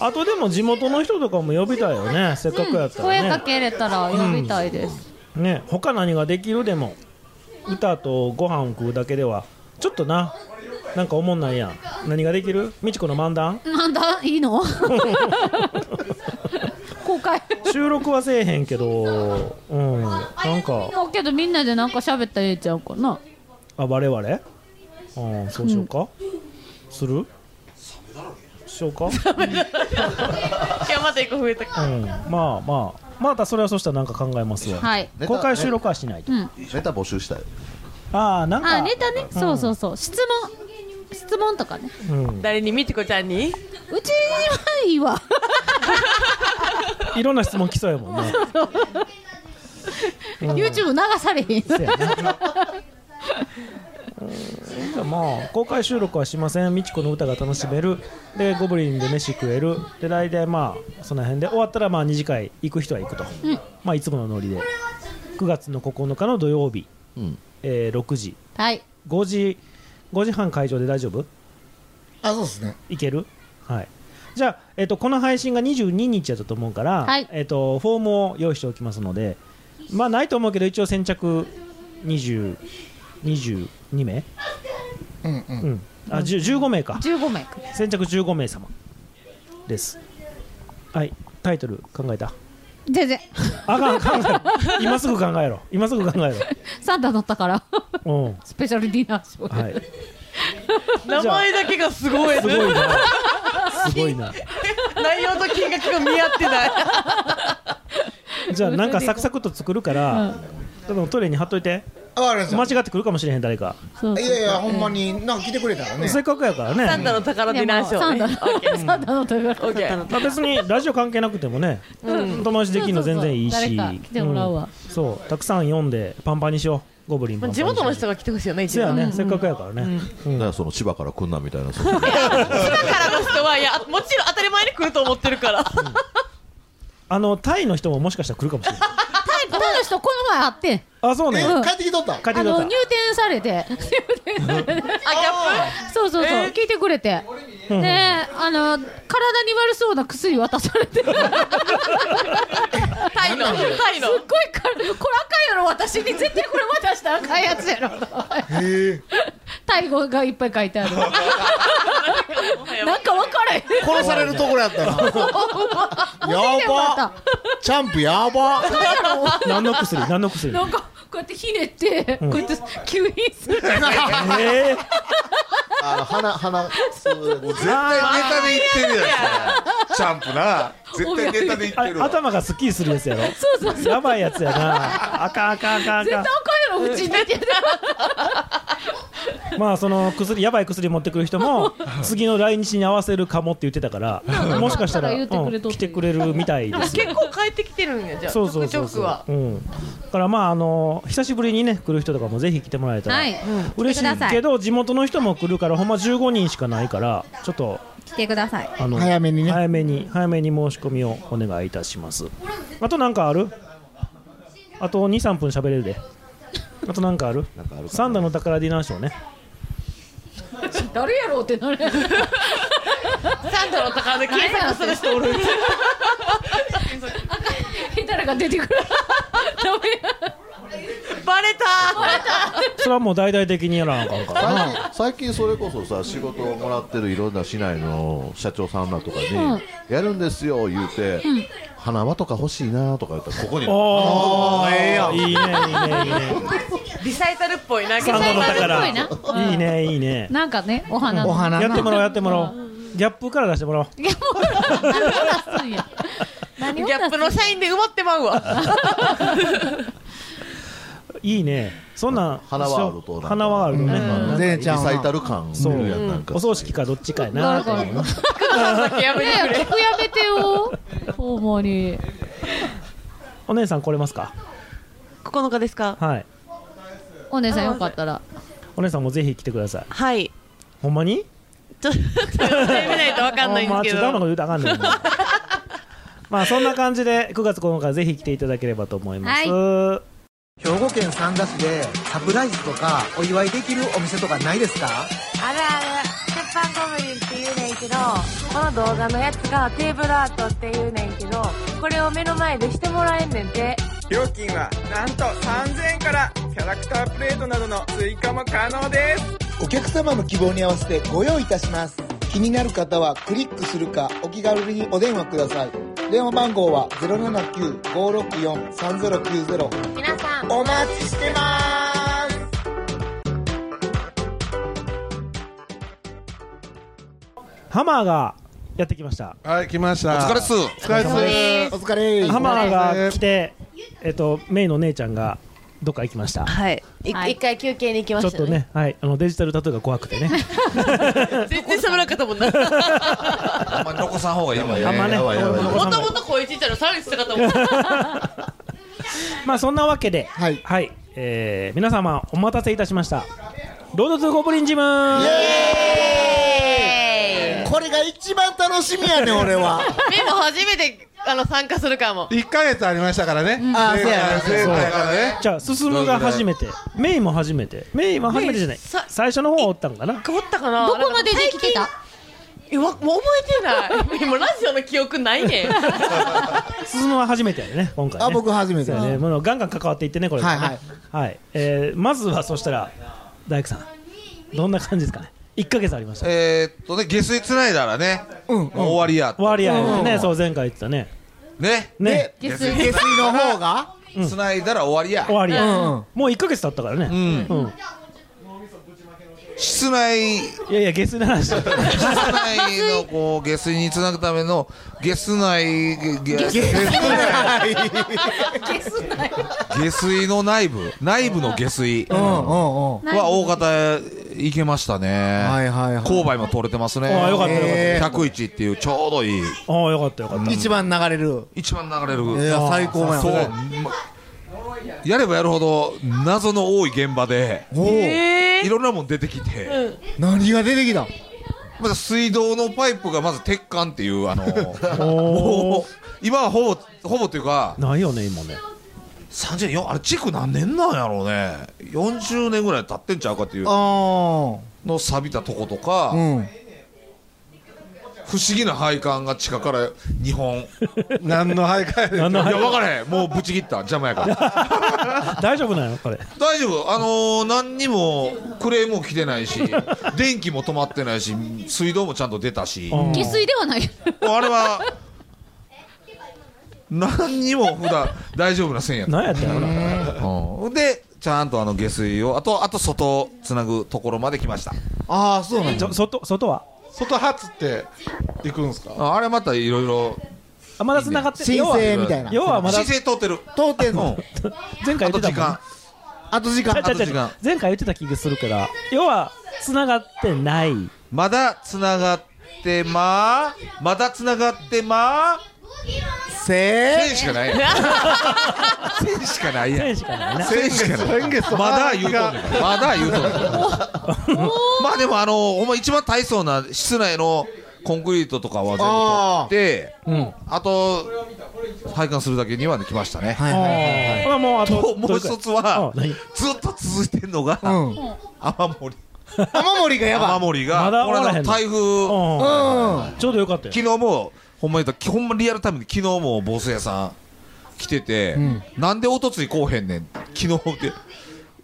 Speaker 1: あとでも地元の人とかも呼びたいよねせっかくやったらね、
Speaker 5: 声かけれたら呼びたいです、
Speaker 1: ね他何ができるでも歌とご飯を食うだけではちょっとななんか思んないやん何ができるみちこの漫談
Speaker 5: なんだいいの公開
Speaker 1: 収録はせえへんけどうんなんか
Speaker 5: だけどみんなでなんか喋ったらええちゃうかな
Speaker 1: あ我々うんそうしようか、するしようか、う
Speaker 7: いやまた一個増えた。
Speaker 1: ん、まあまあまたそれはそしたらなんか考えますわ、
Speaker 5: はい
Speaker 1: 公開収録はしないと、
Speaker 5: うん
Speaker 2: ネタ募集したい
Speaker 1: ああなんか
Speaker 5: あネタね、
Speaker 1: うん
Speaker 5: そうそうそう質問質問とかね
Speaker 1: うん、
Speaker 7: 誰にみちこちゃんに。
Speaker 5: うちはいいわ
Speaker 1: いろんな質問来そうやもんね
Speaker 5: YouTube 流されへん
Speaker 1: そうやなじゃあまあ公開収録はしませんみちこの歌が楽しめるでゴブリンで飯食えるで大体まあその辺で終わったらまあ2次会行く人は行くと、まあいつものノリで9月の9日の土曜日、
Speaker 2: うん
Speaker 1: えー6時
Speaker 5: はい
Speaker 1: 5時5時半会場で大丈夫
Speaker 6: あそうですね
Speaker 1: いけるはいじゃあ、えっと、この配信が22日やったと思うから、
Speaker 6: はい
Speaker 1: えっと、フォームを用意しておきますのでまあないと思うけど一応先着20 22名
Speaker 6: うんうん、
Speaker 1: うんあじゅ15名か
Speaker 5: 15名か
Speaker 1: 先着15名様ですはいタイトル考えた
Speaker 5: 全然
Speaker 1: あかん考えろ今すぐ考えろ今すぐ考え
Speaker 5: サンタだったから
Speaker 1: ろうん
Speaker 5: スペシャルディナーショー
Speaker 1: はい
Speaker 16: 名前だけがすごい
Speaker 1: すごいなすごいな
Speaker 16: 内容と金額が見合ってない
Speaker 1: じゃあなんかサクサクっと作るから、多分トイレに貼っといて間違ってくるかもしれへん誰か
Speaker 6: いやいやほんまになんか来てくれたらね
Speaker 1: せっかくやからね
Speaker 16: サンタの宝ディナーショーね
Speaker 1: でも サンタ
Speaker 5: サンタの宝
Speaker 16: オッケー
Speaker 1: まあ別にラジオ関係なくてもね、
Speaker 5: うん
Speaker 1: 友達できるの全然いいし
Speaker 5: そうそうそう誰か来てもらうわ
Speaker 1: んそうたくさん読んでパンパンにしようゴブリンパンパンにし
Speaker 16: 地
Speaker 1: よう
Speaker 16: 元の人が来てほしいよね一
Speaker 1: そうや
Speaker 16: 番
Speaker 1: ね、せっかくやからね、
Speaker 2: だからその千葉から来んなみたいな、そういう
Speaker 16: だからの人はいやもちろん当たり前に来ると思ってるから
Speaker 1: あのタイの人ももしかしたら来るかもしれない
Speaker 5: タイプの人この前会ってん
Speaker 1: あそうね
Speaker 5: うん
Speaker 1: 帰ってきとった帰って
Speaker 5: あ
Speaker 1: きと
Speaker 5: の
Speaker 1: っ
Speaker 5: 入店さ れてそうそうそう、
Speaker 16: えー
Speaker 5: 聞いてくれてで
Speaker 1: うん
Speaker 5: あの体に悪そうな薬渡されて
Speaker 16: タイのタイの
Speaker 5: すっごいかこれあかんやろ私に絶対これ渡したらあかんやつやろ
Speaker 1: た へえ
Speaker 5: タイ語がいっぱい書いてあるなんか分からへん
Speaker 6: 殺されるところやったな
Speaker 5: そう
Speaker 6: やばチャンプやば
Speaker 5: そうやろ
Speaker 1: 何の薬何の 薬
Speaker 5: なんかこうやってひねって、
Speaker 1: うん
Speaker 5: こうやって吸引 する
Speaker 1: えー
Speaker 2: あの 鼻、鼻、
Speaker 4: 絶対ネタで言ってるやつチャンプな絶対ネタで言ってる
Speaker 1: あ頭がスッキリするやつやろ
Speaker 5: そうそうそう
Speaker 1: やばいやつやなあかんあかんあかんあ
Speaker 5: 絶対
Speaker 1: か
Speaker 5: あかんやろうちに出て
Speaker 1: ん まあその薬やばい薬持ってくる人も次の来日に合わせるかもって言ってたからもしかしたら、
Speaker 16: 言ってくれと
Speaker 1: うん来てくれるみたいですよ
Speaker 16: 結構帰ってきてるんやじゃあち
Speaker 1: そ
Speaker 16: ょ
Speaker 1: うそ
Speaker 16: く
Speaker 1: う
Speaker 16: ち
Speaker 1: そ
Speaker 16: ょ
Speaker 1: う
Speaker 16: く
Speaker 1: そう
Speaker 16: は
Speaker 1: うん、だからまああの久しぶりにね来る人とかもぜひ来てもらえたら、
Speaker 12: はいうん
Speaker 1: 嬉し
Speaker 12: 来てくだ
Speaker 1: い
Speaker 12: さ
Speaker 1: け
Speaker 12: い
Speaker 1: ど地元の人も来るからほんま15人しかないからちょっと
Speaker 12: 来てください。
Speaker 1: あの早めにね早めに早めに申し込みをお願いいたしますあとなんかあるあと23分喋れるであとなんかあるサンダの宝ディナーショーね
Speaker 5: 誰やろうってなる
Speaker 16: サンタの宝で検索する人おる
Speaker 5: ヘタラが出てくる
Speaker 16: バレた
Speaker 1: それはもう大々的にやらなあかんからな
Speaker 2: 最近最近それこそさ仕事をもらってるいろんな市内の社長さんらとかに
Speaker 1: うん
Speaker 2: 「やるんですよ」言うて
Speaker 1: うん
Speaker 2: 「花輪とか欲しいな」とか言ったらここに
Speaker 1: おーええやんいいねいいねいいね
Speaker 16: リサイタルっぽいな
Speaker 1: サンダの宝
Speaker 5: リサイタルっぽいない
Speaker 1: いねいいね
Speaker 5: なんかねお花の
Speaker 1: やってもらおうやってもらおうギャップから出してもらおう
Speaker 16: ギャップの社員で埋まってまうわ
Speaker 1: いいねそんなん
Speaker 2: 花輪あるとなんか
Speaker 1: 花輪あるとね
Speaker 2: うん
Speaker 1: なんか
Speaker 2: リサイタル感
Speaker 1: そう
Speaker 2: 出るやんなんか
Speaker 1: お葬式かどっちかや
Speaker 5: な
Speaker 1: な
Speaker 5: るほど
Speaker 1: と思う
Speaker 5: ねえ曲やめてよほんまに
Speaker 1: お姉さん来れますか
Speaker 16: 9日ですか
Speaker 1: はい
Speaker 5: お姉さんよかった ら
Speaker 1: お姉さんもぜひ来てください
Speaker 16: はい
Speaker 1: ほんまに
Speaker 16: ちょっと見ないとわかんないんですけ
Speaker 1: ほまちょっとあんなこと
Speaker 16: ど
Speaker 1: 言うとあかん ねんなまあそんな感じで9月9日ぜひ来ていただければと思います、
Speaker 6: 兵庫県三田市でサプライズとかお祝いできるお店とかないですか
Speaker 17: あるある鉄板ゴブリンって言うねんけどこの動画のやつがテーブルアートって言うねんけどこれを目の前でしてもらえんねんて
Speaker 18: 料金はなんと3000円からキャラクタープレートなどの追加も可能です
Speaker 6: お客様の希望に合わせてご用意いたします気になる方はクリックするかお気軽にお電話ください電話番号は079-564-3090
Speaker 17: 皆さん
Speaker 6: お待ちしてます
Speaker 1: ハマーがやってきました
Speaker 19: はい、来ました。
Speaker 1: お疲れっす
Speaker 19: お疲れっす。
Speaker 6: お疲れ
Speaker 1: ハマーが来てえっとメイの姉ちゃんがどっか行きました
Speaker 16: はいい一回休憩に行きま
Speaker 1: ちょ
Speaker 16: し
Speaker 1: ったとね、はい、あのデジタルタトゥーが怖くてね。
Speaker 16: 全然喋らなかったもん な
Speaker 4: あんまり残さん方がいいもんね
Speaker 1: あんまね
Speaker 4: やばいやばい
Speaker 16: もともと声ちっちゃいのさらにしたかったもん
Speaker 1: まあそんなわけで、はい、えー皆様お待たせいたしました。ロードトゥゴブリンジム。
Speaker 6: これが一番楽しみやね俺は
Speaker 16: メモ初めてあの参加するかも。
Speaker 19: 1ヶ月ありましたからね。
Speaker 16: あーそうやな
Speaker 19: 前回からね。
Speaker 1: じゃあ進むが初めてメイも初めてメイは初めてじゃない最初の方はおったんかな
Speaker 16: おったかな。
Speaker 1: ど
Speaker 16: こまでできてた？えわもう覚えてない。もうラジオの記憶ないねん。
Speaker 1: 進むは初めてやね今回ね
Speaker 6: あ僕初め
Speaker 1: そ
Speaker 6: て
Speaker 1: うやねもうガンガン関わっていってねこれからね
Speaker 6: はいはい
Speaker 1: はいえーまずはそしたら大工さんどんな感じですかね1ヶ月ありました
Speaker 4: えーっとね、下水つないだらね、もう終わりや。。
Speaker 1: 終わりやですねそうう前回言ってたね
Speaker 4: ね。
Speaker 1: ね
Speaker 4: で下
Speaker 6: 水下水の方が
Speaker 4: つないだら終わりや。
Speaker 1: 終わりや
Speaker 4: うん
Speaker 1: もう1ヶ月経ったからねうん
Speaker 4: 室内。い
Speaker 1: やいや、下水の話。
Speaker 4: 室内のこう、下水につなぐための、下水内、下
Speaker 16: ゲスない。ゲスない。
Speaker 4: 下水の内部、内部の下水は大方行けましたね。はいはいはい。勾配も取れてますね。
Speaker 6: ああよかったよかった
Speaker 4: えー101っていうちょうどいい。
Speaker 1: ああよかったよか
Speaker 4: った
Speaker 6: 一番流れる
Speaker 4: 一番流れる。
Speaker 6: いや最高やん
Speaker 4: そう
Speaker 6: それ。
Speaker 4: まやればやるほど謎の多い現場で、
Speaker 6: へ
Speaker 4: いろんなもん出てきて、
Speaker 6: 何が出てきた
Speaker 4: まず水道のパイプがまず鉄管っていうあ の、もう今はほぼほぼっていうか、
Speaker 1: ないよね今ね
Speaker 4: 30年あれ築何年なんやろうね40年ぐらい経ってんちゃうかっていう
Speaker 6: あ
Speaker 4: の錆びたとことか、
Speaker 6: うん
Speaker 4: 不思議な配管が地下から2本
Speaker 19: 何の配 管やねん
Speaker 4: いや分からへんもうぶち切った邪魔やから
Speaker 1: 大丈夫なのこれ
Speaker 4: 大丈夫あのー何にもクレームも来てないし電気も止まってないし水道もちゃんと出たし
Speaker 5: 下水ではない。
Speaker 4: あれは何にも普段大丈夫な線やった
Speaker 1: 何やったんや
Speaker 4: うんでちゃんとあの下水をあとあと外をつなぐところまで来ました
Speaker 19: ああ、そうなん
Speaker 1: だ。外、外は
Speaker 19: 外発って行くんすか
Speaker 4: ああれまたいろいろ
Speaker 1: あまだ繋がって
Speaker 6: 申請みたいな
Speaker 1: 要はまだ
Speaker 4: 申請通ってる
Speaker 6: 通ってんの
Speaker 1: 前回言ってたもんね
Speaker 6: あと時間
Speaker 1: ちゃちゃちゃ
Speaker 6: あと時間
Speaker 1: 前回言ってた気がするから要は繋がってない
Speaker 4: まだ繋がってまーまだ繋がってまー
Speaker 6: せ
Speaker 4: ーし かないやん線しかないやん
Speaker 1: 線しかないな
Speaker 4: 線しかない
Speaker 19: 先月
Speaker 4: まだ言うとんねんからまだ言うとんねんからまあでもあのほんま一番大層な室内のコンクリートとかは全部取って
Speaker 1: うん
Speaker 4: あと配管するだけにはできましたね
Speaker 1: いはいはいはいあーもうあと
Speaker 4: もう一つはずっと続いてんのが雨漏り
Speaker 6: 雨漏りがやばい
Speaker 4: 雨漏り
Speaker 1: まだ
Speaker 4: がこれ
Speaker 1: 終わらへんの
Speaker 4: 台風
Speaker 1: ちょうどよかったよ
Speaker 4: 昨日もほんま言ったらほんまリアルタイムで昨日も坊主屋さん来ててなんでおとついこうへんねん昨日って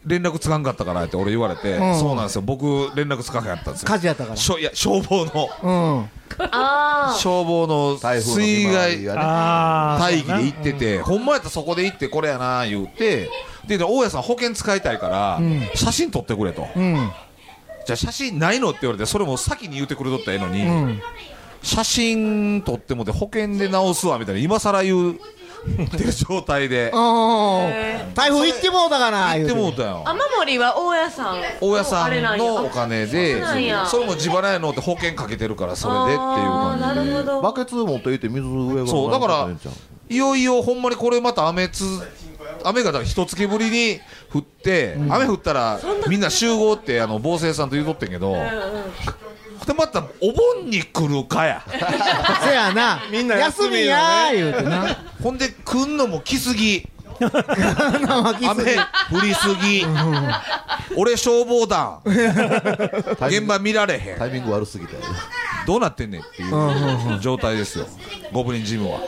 Speaker 4: 連絡つかんかったからって俺言われて
Speaker 6: うん
Speaker 4: そうなんですよ僕連絡つかへんかったんですよ
Speaker 6: 火事やったから
Speaker 4: しょいや消防の
Speaker 6: うん
Speaker 16: あ
Speaker 4: 消防の水害
Speaker 2: 風の見舞いがねあー
Speaker 4: 大義で行ってて、ほんまやったらそこで行ってこれやな言うて、で、で大家さん保険使いたいから、
Speaker 6: うん
Speaker 4: 写真撮ってくれと。
Speaker 6: うん
Speaker 4: じゃあ写真ないのって言われて、それも先に言ってくれとったらええのに、
Speaker 6: うん
Speaker 4: 写真撮ってもで保険で直すわみたいな、今更言うってる状態で。
Speaker 6: おー台風行ってもうたかな
Speaker 4: 行
Speaker 6: 言
Speaker 4: ってもう
Speaker 6: うて
Speaker 4: たよ。
Speaker 16: 雨漏りは大家さん。
Speaker 4: 大家さ
Speaker 16: あれなん
Speaker 4: ん
Speaker 16: や
Speaker 4: のお金
Speaker 16: そう
Speaker 4: で
Speaker 16: なんや、
Speaker 4: それも自腹やのって保険かけてるから、それでっていう感じで。
Speaker 16: なるほど。
Speaker 2: バケツ持っていて水上が
Speaker 4: そうだから
Speaker 2: 流れてんちゃう
Speaker 4: いよいよほんまにこれまた雨つ雨がだから一月ぶりに降って、雨降ったらみんな集合ってあの防生さんと言うとってんけど、でまたお盆に来るかや
Speaker 6: せやな
Speaker 19: みんな
Speaker 6: 休
Speaker 19: 休
Speaker 6: み
Speaker 19: み
Speaker 6: や
Speaker 19: や
Speaker 6: ー言
Speaker 19: ね
Speaker 6: うてな
Speaker 4: ほんで来んのも来すぎ
Speaker 6: 雨
Speaker 4: 雨降りすぎ 俺消防団現場見られへん
Speaker 2: タイミング悪すぎたよ
Speaker 4: どうなってんねんってい
Speaker 2: うんうん
Speaker 4: う状態ですよゴブリンジムは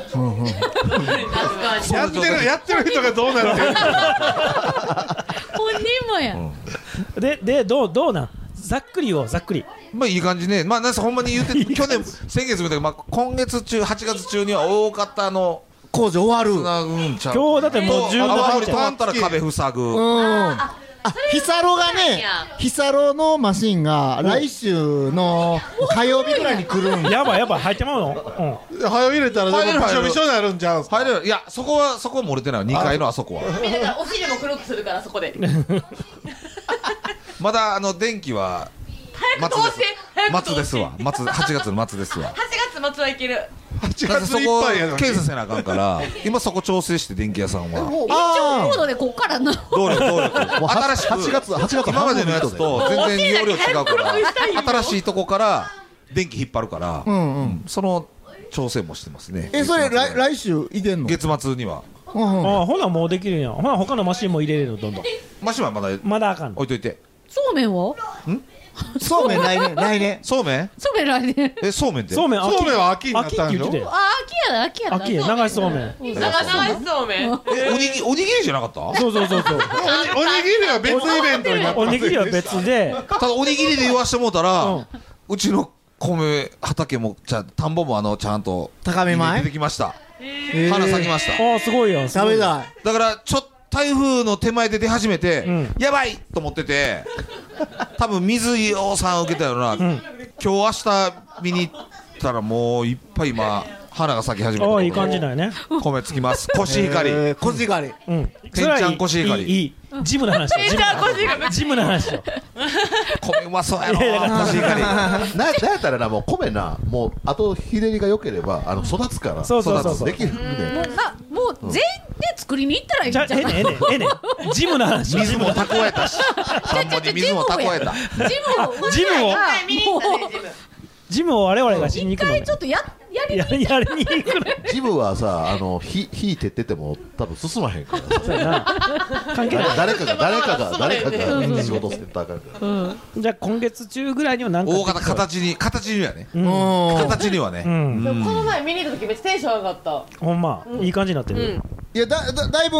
Speaker 19: やってる、やってる人がどうなるか。
Speaker 5: 本人もや。
Speaker 1: ででどうどうなんざっくりをざっくり
Speaker 4: まあいい感じね、まあ、なんせほんまに言って、去年、先月みたいに、まあ、今月中、8月中には大方の
Speaker 6: 工事終わる
Speaker 4: つなぐんちゃう
Speaker 1: 今日だってもう
Speaker 4: 雨
Speaker 1: 17
Speaker 4: 漏り止まったら壁塞
Speaker 6: う
Speaker 4: ぐ、
Speaker 6: んあヒサロがねヒサロのマシンが来週の火曜日ぐらいに来るん
Speaker 1: やばいやばい入ってまうの、
Speaker 19: 早入れたら、
Speaker 4: 入れ
Speaker 19: で
Speaker 4: る
Speaker 19: もびしょびしょになるんちゃうんすか
Speaker 4: 入れる、いや、そこは、そこは漏れてないわ、2階のあそこは、
Speaker 16: みんなだからお尻も黒くするからそこで。
Speaker 4: まだあの電気は
Speaker 16: 早く通して。早く通
Speaker 4: 松
Speaker 16: して
Speaker 4: ですわ、松8月の松 ですわ、
Speaker 16: 8月末はいける。
Speaker 19: 8
Speaker 4: なんせそ
Speaker 19: 月いっ
Speaker 4: こ
Speaker 19: ぱいやの、に
Speaker 4: 検査せなあかんから、今、そこ調整して、電気屋さんは。
Speaker 5: 延長モードでこっからの。
Speaker 4: 動 力動力
Speaker 2: もうは
Speaker 4: 新しく
Speaker 2: 8月8月
Speaker 4: 今までのやつと全 然容量違
Speaker 16: もうお手だけ早く
Speaker 4: うか
Speaker 16: 黒くしたいよ
Speaker 4: ら新しいとこから電気引っ張るから、
Speaker 6: うん
Speaker 4: その調整もしてますね
Speaker 6: えそれ来来週いけんの
Speaker 4: 月末には
Speaker 1: あほなもうできるんやほな他のマシンも入れれるのどんどん
Speaker 4: マシンはまだ
Speaker 1: まだあかんの
Speaker 4: 置いといて
Speaker 5: そうめんは
Speaker 6: そうめん来年来年
Speaker 4: そうめん
Speaker 5: そうめん来年
Speaker 4: えそうめんって
Speaker 1: そうめん秋そうめんは秋に
Speaker 4: な
Speaker 1: ったんやろ秋って言って
Speaker 5: あ秋やな秋やな
Speaker 1: 秋や流しそうめん
Speaker 5: 流し
Speaker 16: そうめん
Speaker 4: おにぎおにぎりじゃなかった
Speaker 1: そうそうそうそう
Speaker 19: おにぎりは別イベントになって
Speaker 1: おにぎりは別で
Speaker 4: ただおにぎりで言わしてもうたら、うちの米畑もじゃ田んぼもあのちゃんと
Speaker 6: 高め前
Speaker 4: 出てきました、
Speaker 6: ー
Speaker 4: 花咲きました
Speaker 1: あすごいよ
Speaker 6: 食べたい
Speaker 4: だからちょっと台風の手前で出始めて、やばいと思ってて多分水井さん受けたよな、今日明日見に行ったらもういっぱい今花が咲き始めたと
Speaker 1: あ
Speaker 4: ころ
Speaker 1: いい感じだよね
Speaker 4: 米つきますコシヒカリ
Speaker 6: えーコシヒカリ
Speaker 1: うん
Speaker 4: てんちゃんコシヒカリ
Speaker 1: いいいいジムの話
Speaker 16: てんちゃんコシヒカリ
Speaker 1: ジムの話よ
Speaker 4: 米うまそうやろ
Speaker 1: いやいやだから
Speaker 4: コシヒカリ
Speaker 2: ななんやったらなもう米なもうあと日照りが良ければあの育つから
Speaker 1: そうそうそうそう
Speaker 2: 育つできるんで
Speaker 5: もうなもう全員で作りに行ったらいい
Speaker 1: じ
Speaker 5: んじ
Speaker 1: ゃ
Speaker 5: ゃ
Speaker 1: あええね
Speaker 5: ん
Speaker 1: んええねんええねんジムの話
Speaker 4: 水も蓄えたし田んぼに水も蓄えた
Speaker 5: ジムを
Speaker 1: ジムを
Speaker 5: をもう
Speaker 1: ジムを我々がしに
Speaker 5: 一
Speaker 1: 行くの
Speaker 5: 回
Speaker 1: ね
Speaker 5: ちょっとややりに
Speaker 1: や
Speaker 5: 行っ
Speaker 1: やりに行くの
Speaker 2: ジムはさあの火火照ってても多分進まへんからさ
Speaker 1: そうやな関係ない
Speaker 2: 誰かが誰かが誰か
Speaker 1: うんうん
Speaker 2: が仕事してたらあかんから
Speaker 1: うんじゃあ今月中ぐらいには何か
Speaker 4: 大型形に形にはね
Speaker 1: うん
Speaker 4: 形にはね、
Speaker 1: うん
Speaker 16: でもこの前見に行った時めっちゃテンション上がった
Speaker 1: ほんまいい感じになって
Speaker 16: う
Speaker 1: る
Speaker 16: ん
Speaker 6: いやだだだいぶ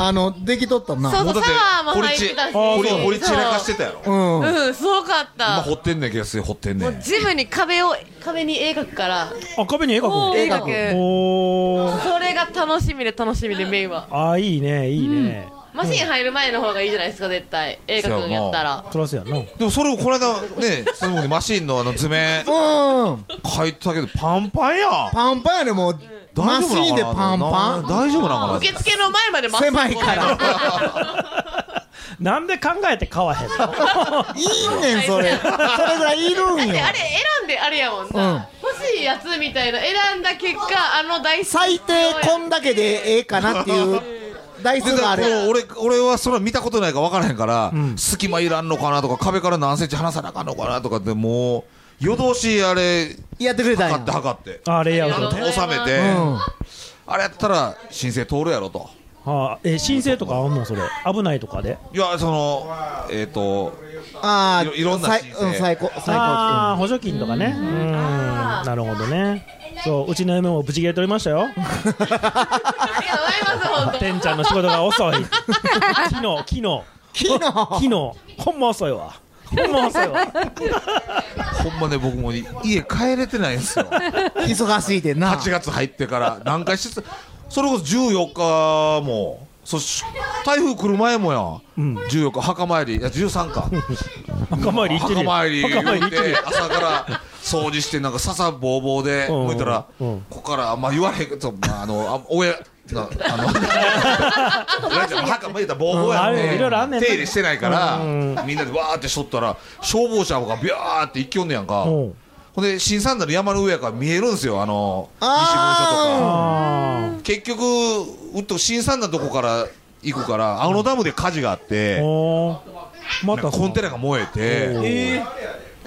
Speaker 6: あのできとったな
Speaker 16: そう
Speaker 4: もう
Speaker 16: そ
Speaker 4: だっ
Speaker 16: う
Speaker 4: て
Speaker 16: サワーも
Speaker 4: 掘り
Speaker 16: 入っ
Speaker 4: ち
Speaker 16: てたし
Speaker 4: 掘り掘り散らかしてたやろ
Speaker 6: うん
Speaker 16: うんすごかっ
Speaker 4: 今
Speaker 16: た
Speaker 4: 掘ってんねんけどすげえ掘ってんね
Speaker 16: も
Speaker 4: ん
Speaker 16: うジムに壁を壁に絵描くから
Speaker 1: あ壁に絵描く
Speaker 16: 絵描く
Speaker 1: おー
Speaker 16: それが楽しみで楽しみでメインは
Speaker 1: あいいねいいね
Speaker 16: マシン入る前の方がいいじゃないですか絶対絵描くんやったら
Speaker 1: そらそうやんな
Speaker 4: でもそれをこの間ね、すごにマシンのあの図面
Speaker 6: うん
Speaker 4: 書いてたけどパンパンやん。
Speaker 6: パンパンやねもうマ
Speaker 4: 大丈夫
Speaker 6: シ
Speaker 4: なの
Speaker 6: ーンでパンパ
Speaker 4: な大丈夫なのか
Speaker 16: 受付の前までまっすぐ
Speaker 6: 狭いから
Speaker 1: なんで考えて買わへ んの
Speaker 6: ンいいねん それそれぐらいいるん
Speaker 16: で
Speaker 6: よ
Speaker 16: あれ選んであれやもんな、欲しいやつみたいな選んだ結果あの大
Speaker 6: 最低こんだけでええかなっていう台数が
Speaker 4: な
Speaker 6: あ
Speaker 4: でもう
Speaker 6: る
Speaker 4: 俺俺はそれは見たことないから分からへんから、隙間いらんのかなとか壁から何センチ離さなあかんのかなとかってもう夜通しあれ
Speaker 6: やってくれたん
Speaker 4: 測っ
Speaker 6: や
Speaker 4: て測って
Speaker 1: あレイアウ
Speaker 4: あの
Speaker 1: トね
Speaker 4: 収めて、
Speaker 6: うん
Speaker 4: あれやったら申請通るやろと
Speaker 1: あえ申請とかあんのそれ危ないとかで
Speaker 4: いやそのえっ、と
Speaker 6: あ
Speaker 4: いろいろんな
Speaker 6: さい
Speaker 4: 申請
Speaker 6: うん最高最
Speaker 1: あ
Speaker 6: 高
Speaker 1: あ補助金とかねうんなるほどねそううちの嫁もブチ切れておりましたよ
Speaker 16: ありがとうございます本当
Speaker 1: てんちゃんの仕事が遅い昨日昨日
Speaker 6: 昨
Speaker 1: 昨
Speaker 6: 日
Speaker 1: 日ほんま遅いわほんま遅いわ
Speaker 4: ほんまね僕もい家帰れてないんですよ
Speaker 6: 忙しいでな
Speaker 4: 8月入ってから何回しつそれこそ14日もそし台風来る前もやん、14日墓参りいや13か
Speaker 1: 墓参り行ってる
Speaker 4: 墓
Speaker 1: よ
Speaker 4: 参り言
Speaker 1: 墓参り行
Speaker 4: う
Speaker 1: って
Speaker 4: て朝から掃除してなんか笹ぼうぼうで
Speaker 1: うん
Speaker 4: 向いたら
Speaker 1: うん
Speaker 4: ここからあんま言われへんけど、まあ、あのあ親なあの親ちゃんも墓参りたらぼうぼう
Speaker 1: うん
Speaker 4: やん
Speaker 1: ある
Speaker 4: ね
Speaker 1: いろいろあんねんな
Speaker 4: 手入れしてないから、
Speaker 1: うん
Speaker 4: みんなでわーってしとったら消防車がビャーって一きよんねやんか、
Speaker 1: うん
Speaker 4: ほんで新三田の山の上やから見えるんですよあの西文書とか
Speaker 1: あ
Speaker 4: 結局うっと新三田のとこから行くから青野ダムで火事があっ
Speaker 1: あ
Speaker 4: て、
Speaker 1: おーま
Speaker 4: なんか
Speaker 1: た
Speaker 4: コンテナが燃えて、
Speaker 19: え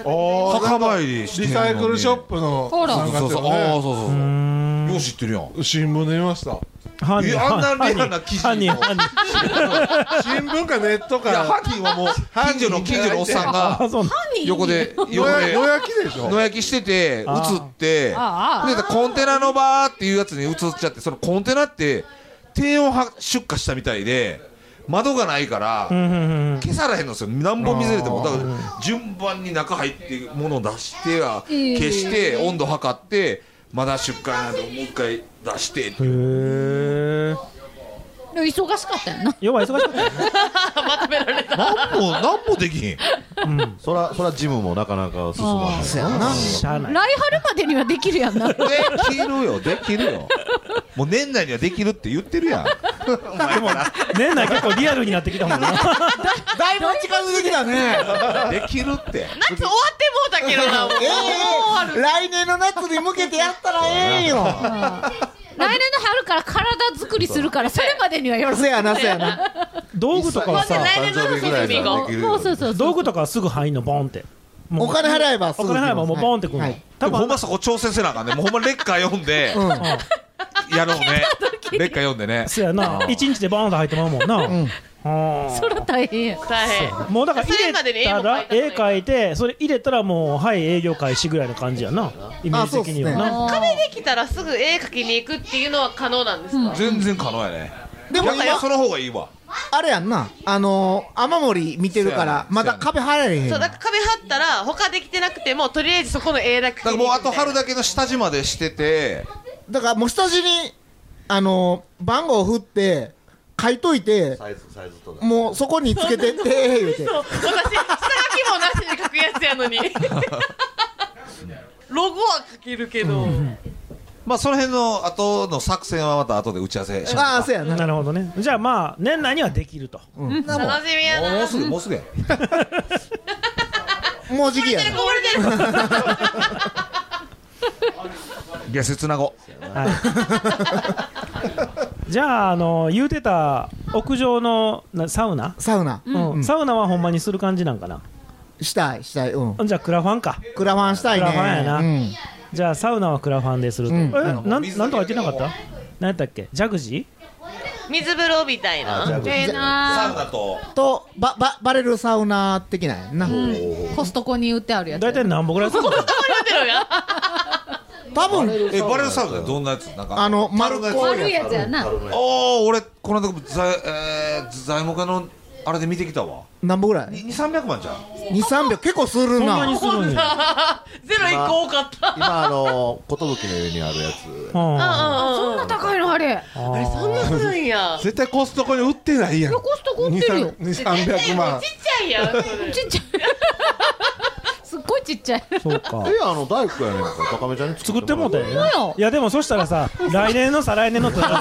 Speaker 19: ー、おー
Speaker 4: 墓参りして
Speaker 19: リ
Speaker 4: んの
Speaker 19: サ
Speaker 4: に
Speaker 19: イクルショップの
Speaker 5: ほら
Speaker 19: 参加
Speaker 4: そう
Speaker 19: 者
Speaker 4: そうああ
Speaker 19: ね
Speaker 4: そうそうそう
Speaker 1: うーん
Speaker 4: よう知ってるやん
Speaker 19: 新聞で見ました
Speaker 1: 犯
Speaker 4: い
Speaker 1: 人
Speaker 4: やあんなレアな記事
Speaker 1: 犯人犯人犯人
Speaker 19: 新聞かネット
Speaker 4: いや
Speaker 19: か
Speaker 4: ハキはもう近所の近所のおっさん
Speaker 1: あ
Speaker 4: が
Speaker 1: そうなん
Speaker 4: 横 で横
Speaker 19: 野
Speaker 4: で
Speaker 19: 焼野焼きでしょ
Speaker 4: 野焼きしてて映
Speaker 1: あー
Speaker 4: ってで
Speaker 5: あー
Speaker 4: コンテナのバーっていうやつに映っちゃってそのコンテナって低温は出荷したみたいで窓がないから、
Speaker 1: うんうんうんうん
Speaker 4: 消されへんのですよ何本水入れてもだから順番に中入って物を出しては消して温度測ってまだ出荷なんでもう一回出してって
Speaker 1: へえ
Speaker 5: でも忙しかったよな
Speaker 1: 要は忙しかったよね
Speaker 4: 何も何もできへん
Speaker 2: そらそらジムもなかなか進まない
Speaker 6: そうやな
Speaker 1: しゃあない
Speaker 5: 来春までにはできるやんな
Speaker 4: できるよできるよもう年内にはできるって言ってる やんお前もな
Speaker 1: 年内結構リアルになってきたもん な
Speaker 6: だ いぶ近づいてきたね
Speaker 4: できるって
Speaker 16: 夏終わってもうたけどなもう
Speaker 6: ええ来年の夏に向けてやったらええよ
Speaker 5: 来年の春から体作りするからそれまでにはよろし
Speaker 6: せ
Speaker 5: く
Speaker 6: やなせやな
Speaker 1: 道具とかはさ
Speaker 16: 来年の
Speaker 2: 誕生日ぐらいならできるよ
Speaker 5: もうそうそうそう
Speaker 1: 道具とかはすぐ入んのボンってもう
Speaker 4: お金払えばすぐ
Speaker 1: お金払えばもうポンってくるの、
Speaker 4: でもほんまそこ挑戦せなあかんねもうほんま劣化読んで、
Speaker 1: うん
Speaker 4: やろうね劣化読んでね
Speaker 1: そうやな一日でバーンと入ってまうもんな、あー
Speaker 5: それ大変や
Speaker 8: 大変
Speaker 1: もうだから
Speaker 8: それま
Speaker 1: 入
Speaker 8: でに
Speaker 1: れ
Speaker 8: 絵も
Speaker 1: たら
Speaker 8: 描いた
Speaker 1: 絵描いてそれ入れたらもうはい営業開始ぐらいの感じやなイメージ的にはな
Speaker 8: 壁できたらすぐ絵描きに行くっていうのは可能なんですか、
Speaker 4: 全然可能やね
Speaker 6: でも
Speaker 4: 逆に
Speaker 6: 今
Speaker 4: その方がいいわ
Speaker 6: あれやんなあのー雨漏り見てるからまだ壁張られへん
Speaker 8: そうだから壁張ったら他できてなくてもとりあえずそこの絵だけ
Speaker 4: だからもうあと春だけの下地までしてて
Speaker 6: だからもう下地にあのー番号を振って書いといて
Speaker 2: サイズサイズとか
Speaker 6: もうそこにつけてっ て言うて
Speaker 8: そう私下書きもなしで描くやつやのにロゴは描けるけど、
Speaker 4: まあその辺の後の作戦はまた後で打ち合わせしましょう
Speaker 1: あそうやななるほどねじゃあまあ年内にはできると、
Speaker 8: ん楽しみやな
Speaker 4: もうすぐもうすぐや
Speaker 6: もうじきや
Speaker 8: こぼれてるこぼれてる
Speaker 4: 下節つなご
Speaker 1: じゃあ、あの言うてた屋上のなサウナ
Speaker 6: サウナ、
Speaker 1: うん
Speaker 6: うん
Speaker 1: サウナはほんまにする感じなんかな
Speaker 6: したいしたいうん
Speaker 1: じゃあクラファンか
Speaker 6: クラファンしたいね
Speaker 1: クラファンやな、
Speaker 6: うん
Speaker 1: じゃあサウナはクラファンですると、
Speaker 6: うん
Speaker 1: えなんなんとか言ってなかった何やったっけジャグジー
Speaker 8: 水風呂みたい
Speaker 1: あじゃ
Speaker 8: な
Speaker 1: あ
Speaker 8: ええな
Speaker 4: ナと
Speaker 6: とばばバレルサウナ的なんやな、
Speaker 5: コストコに売ってあるやつ
Speaker 1: 大体何本ぐらいするの
Speaker 6: 多分
Speaker 4: えバレルサウナってどんなやつなんか
Speaker 6: あの
Speaker 4: 丸の
Speaker 5: 丸いやつやな
Speaker 4: ああ俺この間材えー材木屋のあれで見てきたわ
Speaker 6: 何本ぐらい
Speaker 4: 2 3 0 0万じゃん
Speaker 6: 2300結構するな
Speaker 4: そんなにするん
Speaker 8: ゼロ一個多かった
Speaker 2: 今あの寿の上にあるやつ
Speaker 8: あ
Speaker 5: そんな高いのあれ
Speaker 19: あれそん
Speaker 8: あそうなんや
Speaker 19: 絶対コストコに売ってないやん
Speaker 5: コストコ売ってるよ
Speaker 19: 2 3 0 0万
Speaker 8: ちっちゃいやんそれ
Speaker 5: ちっちゃいすっごいちっちゃい
Speaker 1: そうか
Speaker 2: えあの大工やねんか高めちゃんに
Speaker 1: 作ってもうたよね
Speaker 5: ほんまよ
Speaker 1: いやでもそしたらさ来年の再来年のってなる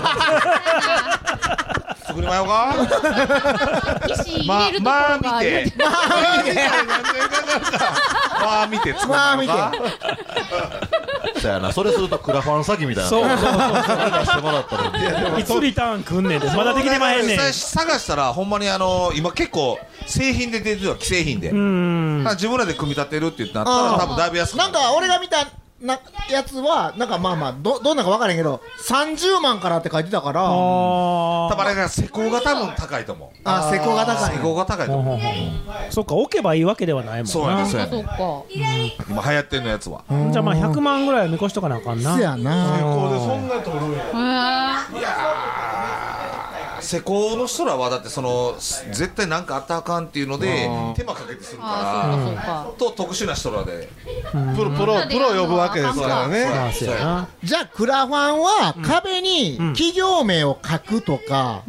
Speaker 4: 作りまようか
Speaker 5: 石
Speaker 4: ま
Speaker 5: 入れるところが
Speaker 4: まあ見て
Speaker 5: まあ見て
Speaker 4: まあ見て作りまようか
Speaker 2: そやなそれするとクラファン詐欺みたいな
Speaker 1: そうそうそう
Speaker 2: れ出してもらったのに
Speaker 1: いつリターンくんねんでまだできてまへんねん
Speaker 4: 実際探したらほんまにあの今結構製品で出てるわ既製品でだから自分らで組み立てるって言ったら多分だいぶ安くな
Speaker 6: な
Speaker 4: る
Speaker 6: んか俺が見たなやつはなんかまあまあどどんなんか分からへんけど30万からって書いてたから
Speaker 4: 多分あれが施工が多分高いと思う
Speaker 6: あ施工が高い
Speaker 4: 施工が高いと
Speaker 1: ほん
Speaker 4: 思
Speaker 1: ほ
Speaker 4: うん
Speaker 1: ほんそっか置けばいいわけではないもんな
Speaker 4: そうやねそうやね
Speaker 5: そ
Speaker 4: 今流行ってんのやつは
Speaker 1: じゃあまあ100万ぐらいは見越しとかなあかんな
Speaker 4: せやな
Speaker 1: 最高
Speaker 19: そんな取るんや
Speaker 5: っかへえ
Speaker 4: 施工の人らはだってそのす絶対なんかあったらあかんっていうので手間かけてする
Speaker 5: あーそうか
Speaker 4: からと特殊な人らで
Speaker 19: プロプロプロ呼ぶわけですからね
Speaker 4: そうやそうやそうや
Speaker 6: じゃあクラファンは壁に企業名を書くとか、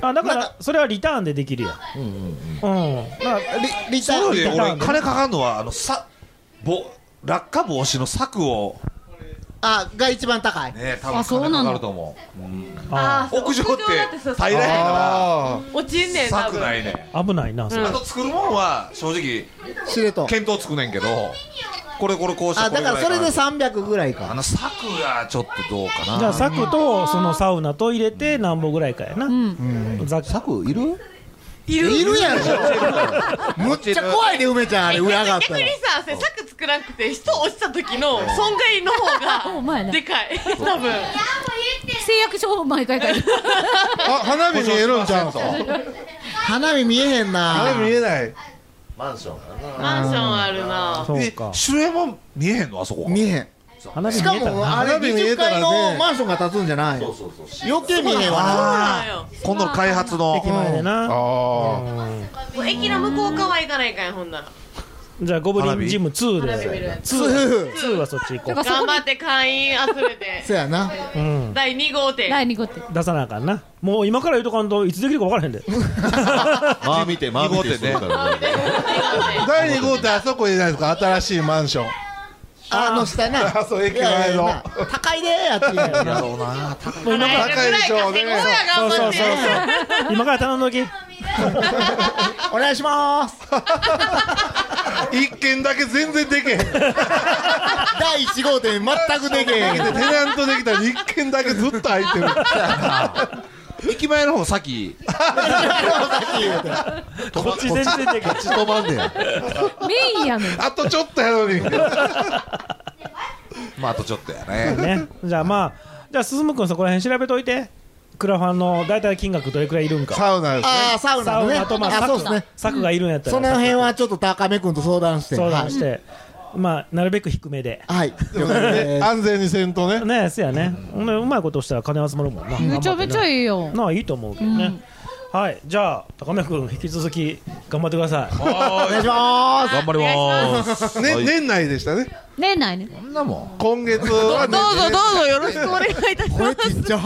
Speaker 1: あだからそれはリターンでできるやんうんだから
Speaker 6: リターン
Speaker 4: そうよ
Speaker 1: リター
Speaker 4: 俺
Speaker 1: ン
Speaker 4: 金かかんのはあのさぼ落下防止の柵を
Speaker 6: あが一番高い
Speaker 4: ね多分金かかると思ううん
Speaker 8: あー
Speaker 4: 屋上っ
Speaker 8: 屋上だって
Speaker 4: て
Speaker 8: そう
Speaker 4: 平らやか
Speaker 8: 落ちん
Speaker 4: ら
Speaker 8: ねん多
Speaker 4: 柵
Speaker 8: 分
Speaker 4: ないね
Speaker 1: 危ないなそれ
Speaker 4: あと作るもんは正直
Speaker 6: 知れと
Speaker 4: 検討つくねんけどこれこれこうして
Speaker 6: あ
Speaker 4: これ
Speaker 6: だ
Speaker 4: ぐ
Speaker 6: からら
Speaker 4: い
Speaker 6: そ
Speaker 4: か
Speaker 6: れで
Speaker 4: な
Speaker 6: 300ぐらい
Speaker 4: あ
Speaker 6: か
Speaker 4: の柵がちょっとどうかな
Speaker 1: じゃあ柵とそのサウナと入れて何本ぐらいかやな、
Speaker 2: 柵いる
Speaker 8: いる
Speaker 6: いる やろむっちゃ怖いで梅ちゃんあれ裏上がった
Speaker 8: 逆
Speaker 6: ら
Speaker 8: にさそれ柵作らなくて人落ちた時の損害の 方がでかい多分
Speaker 5: 誓約書を毎回書いてる
Speaker 19: あ花火見えるんちゃうと
Speaker 6: 花火見えへんな
Speaker 19: 花火見えない
Speaker 2: マンション
Speaker 8: マンションあるな
Speaker 1: そうか
Speaker 4: 城山見えへんのあそこ
Speaker 6: 見えへん
Speaker 1: 花
Speaker 6: しかもあ
Speaker 19: 花
Speaker 6: れ
Speaker 19: 火見え
Speaker 6: 20
Speaker 19: たら
Speaker 6: 階
Speaker 19: ね
Speaker 6: のマンションが建つんじゃない余計見えへんわな
Speaker 4: 今度の開発の
Speaker 1: 駅前でな、
Speaker 8: もう駅の向こう側行かないかいほんなら
Speaker 1: じゃあゴブリンジム2
Speaker 8: 花火見る
Speaker 1: で2 2はそっち行こ
Speaker 8: 頑張って会員集め て
Speaker 1: うやな、うん、
Speaker 8: 第2号店
Speaker 5: 第2号店
Speaker 1: 出さなあかんなもう今から言うとかんといつできるか分からへんで
Speaker 2: まあ見てまあ見てするからね
Speaker 19: 第2号ってあそこじゃないですか新しいマンション
Speaker 6: あの下な
Speaker 19: あそう駅前の
Speaker 6: 高いでーやって言うやん
Speaker 4: やろうな
Speaker 1: もう今から
Speaker 19: 高いでしょうね
Speaker 1: そうそうそうそう今から頼んどき
Speaker 6: お願いします
Speaker 19: 一軒だけ全然でけへん
Speaker 6: 第1号店全くでけへん
Speaker 19: テナントできたら一軒だけずっと空いてる
Speaker 4: 駅前の方先
Speaker 2: こっち全然でき
Speaker 4: こっち止まんねん
Speaker 5: メインやねん
Speaker 4: あとちょっとやのに まああとちょっとやね
Speaker 1: ねじゃあまあじゃあ進むくんそこら辺調べといてクラファンの大体金額どれくらいいるんか
Speaker 20: サウナですねあーサウナね
Speaker 1: サウナとまあ
Speaker 20: あそう
Speaker 1: 柵
Speaker 20: ですね
Speaker 1: 柵がいるんやったら
Speaker 20: その辺はちょっと高め君と相談して
Speaker 1: 相談して、まあなるべく低めで
Speaker 20: はい
Speaker 1: 安全にせんとねねそうやね、ほんでうまいことしたら金集まるもんな
Speaker 5: めちゃめちゃいいよ
Speaker 1: なあいいと思うけどね、はいじゃあ高宮君引き続き頑張ってください
Speaker 19: お願いします
Speaker 1: 頑張ります
Speaker 19: ね
Speaker 1: はい
Speaker 19: 年内でしたね
Speaker 5: 年内ね
Speaker 4: そんなも
Speaker 19: 今月
Speaker 5: どうぞ
Speaker 19: は
Speaker 5: どうぞよろしくお願いいたします
Speaker 20: ち
Speaker 5: ょ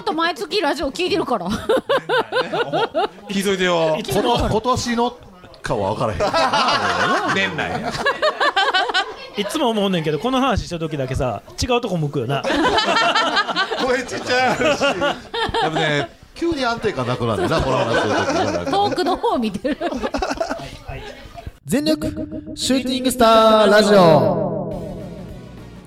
Speaker 5: っと毎月ラジオ聞いてるから
Speaker 4: 気づいてよ
Speaker 2: この今年のかは分からへん
Speaker 4: 年内や
Speaker 1: いつも思うねんけどこの話した時だけさ違うとこ向くよな
Speaker 19: 声ちっちゃいし
Speaker 4: やっぱね
Speaker 2: 急に安定感なくなるなこの話の時
Speaker 5: 遠くの方見てる
Speaker 21: 全力シューティングスターラジオ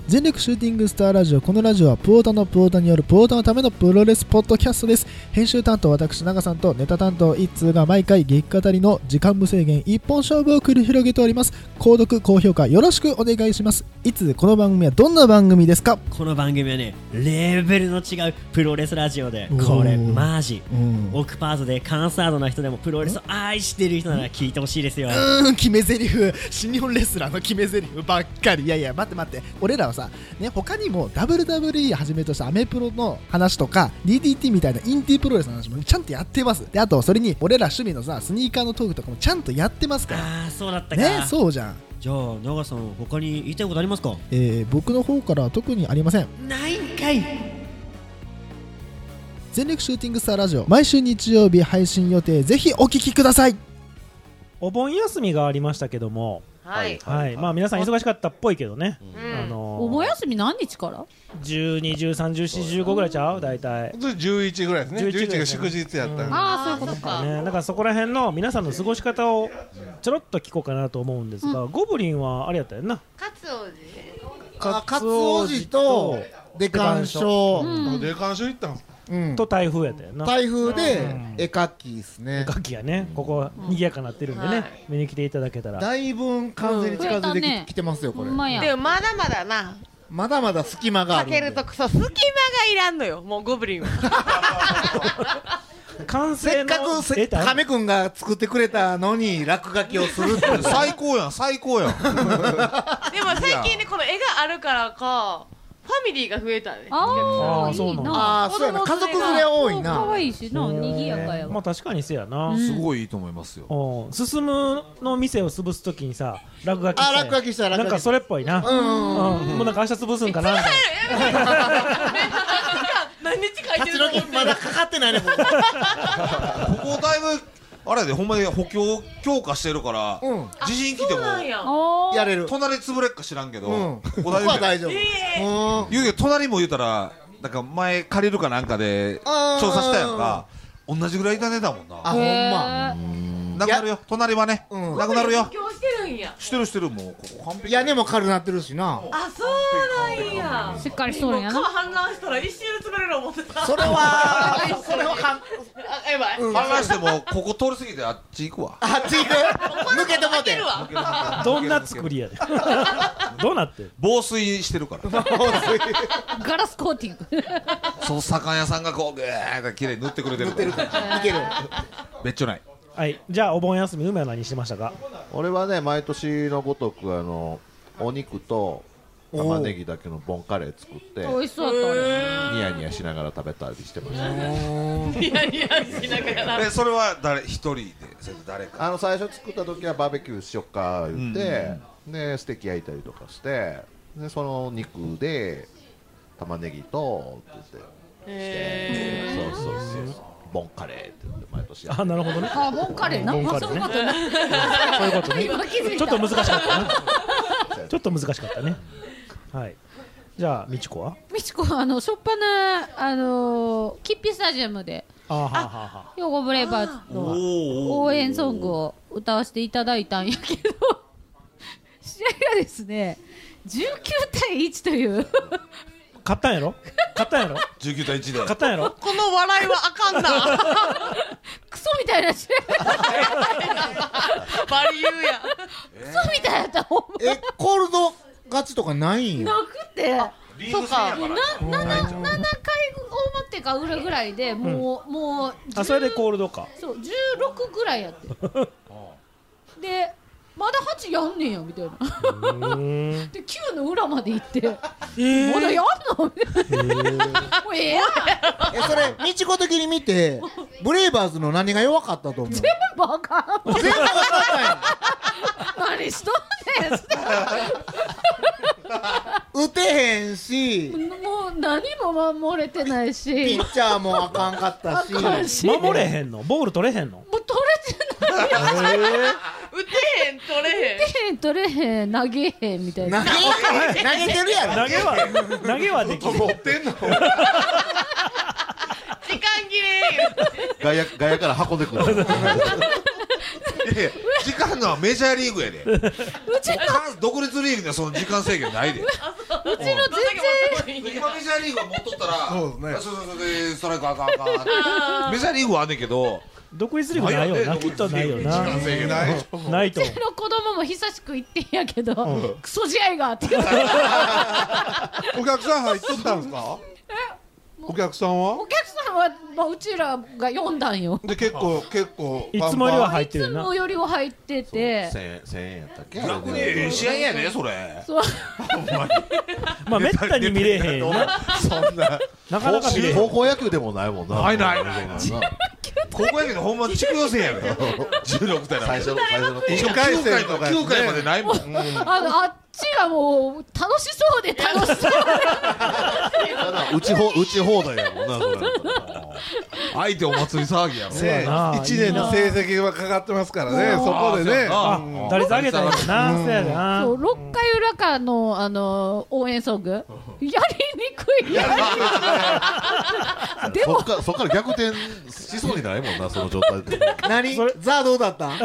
Speaker 21: 全力シューティングスターラジオこのラジオはプオータのプオータによるプオータのためのプロレスポッドキャストです編集担当私長さんとネタ担当一通が毎回激語りの時間無制限一本勝負を繰り広げております購読高評価よろしくお願いしますいつこの番組はどんな番組ですか
Speaker 22: この番組はねレベルの違うプロレスラジオでこれマジオクパートでカンサードな人でもプロレスを愛してる人なら聞いてほしいですよ
Speaker 21: うーん決め台詞新日本レスラーの決め台詞ばっかりいやいや待って待って俺らはさ、ね、他にも WWE はじめとしたアメプロの話とか DDT みたいなインディープロレスの話もちゃんとやってますであとそれに俺ら趣味のさスニーカーのトークとかもちゃんとやってますから
Speaker 22: あそうだったか
Speaker 21: ねそうじゃん
Speaker 22: じゃあ長さん他に言いたいことありますか
Speaker 21: えー僕の方からは特にありません
Speaker 22: ないんかい
Speaker 21: 全力シューティングスターラジオ毎週日曜日配信予定ぜひお聞きください
Speaker 1: お盆休みがありましたけども
Speaker 5: はい
Speaker 1: はいまあ皆さん忙しかったっぽいけどね、あ
Speaker 5: お
Speaker 1: の
Speaker 5: 盆休み何日から
Speaker 1: 1 2 1 3 1 4 1 5ぐらいちゃう大体
Speaker 19: 11ぐらいですね
Speaker 1: 11
Speaker 19: 11が祝日やったんで
Speaker 5: ああそういうことか
Speaker 1: ね、だからそこら辺の皆さんの過ごし方をちょろっと聞こうかなと思うんですが、ゴブリンはあれやったよな
Speaker 16: カツオジ
Speaker 1: あ
Speaker 20: カツオジとデカンショウ
Speaker 19: デカンショウ行ったんす
Speaker 1: と台風やったよな
Speaker 20: 台風で絵描きですね
Speaker 1: 絵描きやねここ賑やかになってるんでね、
Speaker 20: はい
Speaker 1: 見に来ていただけたら
Speaker 20: だいぶ完全に近づいて
Speaker 1: うん増
Speaker 20: き
Speaker 1: えたね
Speaker 20: きてますよこれ
Speaker 16: でもまだまだな
Speaker 20: まだまだ隙間があ
Speaker 16: か
Speaker 20: る
Speaker 16: けるとそう隙間がいらんのよもうゴブリンは
Speaker 1: 完
Speaker 20: せっかくせ亀くんが作ってくれたのに落書きをするっていう
Speaker 4: 最高やん最 高やん
Speaker 16: でも最近ねこの絵があるからかファミリーが増えたね
Speaker 1: あーそうなんだ
Speaker 20: あーそうやな家族連れ多いな
Speaker 5: 可愛いしな賑やかや
Speaker 1: まあ確かにせやな、
Speaker 5: うんすご
Speaker 1: い
Speaker 4: いいと思いますよ
Speaker 1: 進むの店を潰すときにさ落書きしたやん
Speaker 20: あ落書きした落書きした
Speaker 1: なんかそれっぽいな
Speaker 20: うんうんうん
Speaker 1: もうなんか明日潰すんかなみたいな
Speaker 16: 何日書いてるの
Speaker 20: まだかかってないねもう
Speaker 4: ここだいぶあれでほんまに補強強化してるから、地震来ても
Speaker 20: やれる
Speaker 4: 隣潰れっか知らんけど、
Speaker 20: うん
Speaker 4: こ
Speaker 20: こ
Speaker 4: こ
Speaker 20: こ
Speaker 4: だいぶ
Speaker 20: は大丈夫うん
Speaker 4: 言うけど隣も言うたらなんか前借りるかなんかで
Speaker 20: あー
Speaker 4: 調査したやんか同じぐらい痛ねだもんな
Speaker 20: あほんま
Speaker 4: なくなるよ隣はね、なくなるよ
Speaker 16: 今日してるんや
Speaker 4: してるしてるもうここ完璧
Speaker 20: 屋根も軽なってるしな
Speaker 16: あそうなんや
Speaker 5: しっかりしとるんやな
Speaker 16: もう皮氾濫したら一瞬潰れる思ってた
Speaker 20: それは
Speaker 16: それはかんあやばい、
Speaker 4: 反乱してもここ通り過ぎてあっち行くわ
Speaker 20: あっち行く抜けてもうて
Speaker 1: どん な作りやでどうなって
Speaker 4: 防水してるから
Speaker 5: ガラスコーティング
Speaker 4: そう魚屋さんがこうぐーって綺麗に塗ってくれてるから
Speaker 20: いける
Speaker 4: 別所ない
Speaker 1: はいじゃあお盆休み梅は何してましたか
Speaker 2: 俺はね毎年のごとくあのお肉と玉ねぎだけのボンカレー作って
Speaker 5: 美味しそうやったね
Speaker 2: ニヤニヤしながら食べたりしてました
Speaker 16: ニヤニヤしながら
Speaker 4: えそれは誰一人でそれと誰か
Speaker 2: あの最初作った時はバーベキューしよっか言って、でステーキ焼いたりとかしてでその肉で玉ねぎとって言って、そうそうそうそうボンカレーって言って毎年やって
Speaker 1: あなるほどね
Speaker 5: あボンカレーな
Speaker 1: ボンカレーね
Speaker 5: あそうい
Speaker 1: そうい
Speaker 5: うことね
Speaker 1: うことね
Speaker 5: 今気づい
Speaker 1: ちょ
Speaker 5: た
Speaker 1: っと難しかったねちょっと難しかったねはいじゃあみちこは
Speaker 5: みちこあのしょっぱなあのーキッピスタジアムで
Speaker 1: あーはーはーは
Speaker 5: ヨーゴブレイバーズの応援ソングを歌わせていただいたんやけど 試合がですね19対1という
Speaker 1: 勝ったんやろ勝ったんやろ
Speaker 4: 19対1で
Speaker 1: 勝ったんやろ
Speaker 16: この笑いはあかんな
Speaker 5: クソみたいなし
Speaker 16: バリ言うやん
Speaker 5: クソみたいやったほんま
Speaker 20: えコールド勝ちとかないんよ
Speaker 5: なくて
Speaker 4: リ
Speaker 5: そうかもうな
Speaker 1: な
Speaker 5: 7回大ってか裏ぐらいでもう、もう
Speaker 1: あそれでコールドか
Speaker 5: そう16ぐらい やってでまだ8やんねんやみたいな で9の裏まで行って、まだやんのみたいなもうえ えやん
Speaker 20: えそれみちこ的に見てブレイバーズの何が弱かったと思う
Speaker 5: 全部あかん
Speaker 20: 全部あ
Speaker 5: かん 何しとんねん
Speaker 20: 打てへんし
Speaker 5: もう何も守れてないし
Speaker 20: ピッチャーもあかんかったし
Speaker 5: あかんし
Speaker 1: 守れへんのボール取れへんの
Speaker 5: もう取れてないやん
Speaker 16: 打てへん取れへん
Speaker 5: 打てへん取れへん投げへんみたいな
Speaker 20: 投げ投げてるやろ
Speaker 1: 投げは投げはできる
Speaker 16: 時間切れ
Speaker 2: 外野外野から運 んでくる
Speaker 4: いやいや時間のはメジャーリーグやで
Speaker 5: うちの
Speaker 4: 独立リーグにはその時間制限ないで
Speaker 5: うちの全然
Speaker 4: 今メジャーリーグは持っとったら
Speaker 2: そうですね
Speaker 4: あそうそうそうでストライクあかんあかんメジャーリーグはあんねんけど
Speaker 1: 独立リーグないよなきっとないよな
Speaker 4: 時間制限
Speaker 1: ないと
Speaker 5: うちの子供も久しく言ってんやけど、クソ試合がって言う
Speaker 19: お客さん入っとったんですかお客さんは
Speaker 5: お客さんは、まあ、うちらが読んだんよ
Speaker 19: で結構結構
Speaker 1: いつもよりは入ってる
Speaker 5: もうよりは入ってて
Speaker 2: 千千円やったっけ
Speaker 4: 逆にええ試合やねそれ
Speaker 5: そう
Speaker 1: まあめったに見れへんよ な
Speaker 2: そんな
Speaker 1: なかなか見れへん
Speaker 2: 高校野球でもないもんな
Speaker 4: ないないない
Speaker 2: な
Speaker 4: 高校野球のほんま地区予選やろ16対
Speaker 2: 最初の最初の
Speaker 4: 1回戦とか9回までないもん
Speaker 5: あのあっちがもう楽しそうで楽しそうで
Speaker 2: 打ちほ打ち放題やもんなそれ
Speaker 4: 相手お祭り騒ぎやろ
Speaker 19: ね一年の成績はかかってますからねそこでね
Speaker 4: あ
Speaker 19: うん
Speaker 1: 打率上げたんやろなそうやな
Speaker 5: そう6回裏からの、あの応援ソングやりにくいやりに
Speaker 2: そっからそっから逆転しそうにないもんなその状態で
Speaker 20: 何ザどうだった
Speaker 19: もう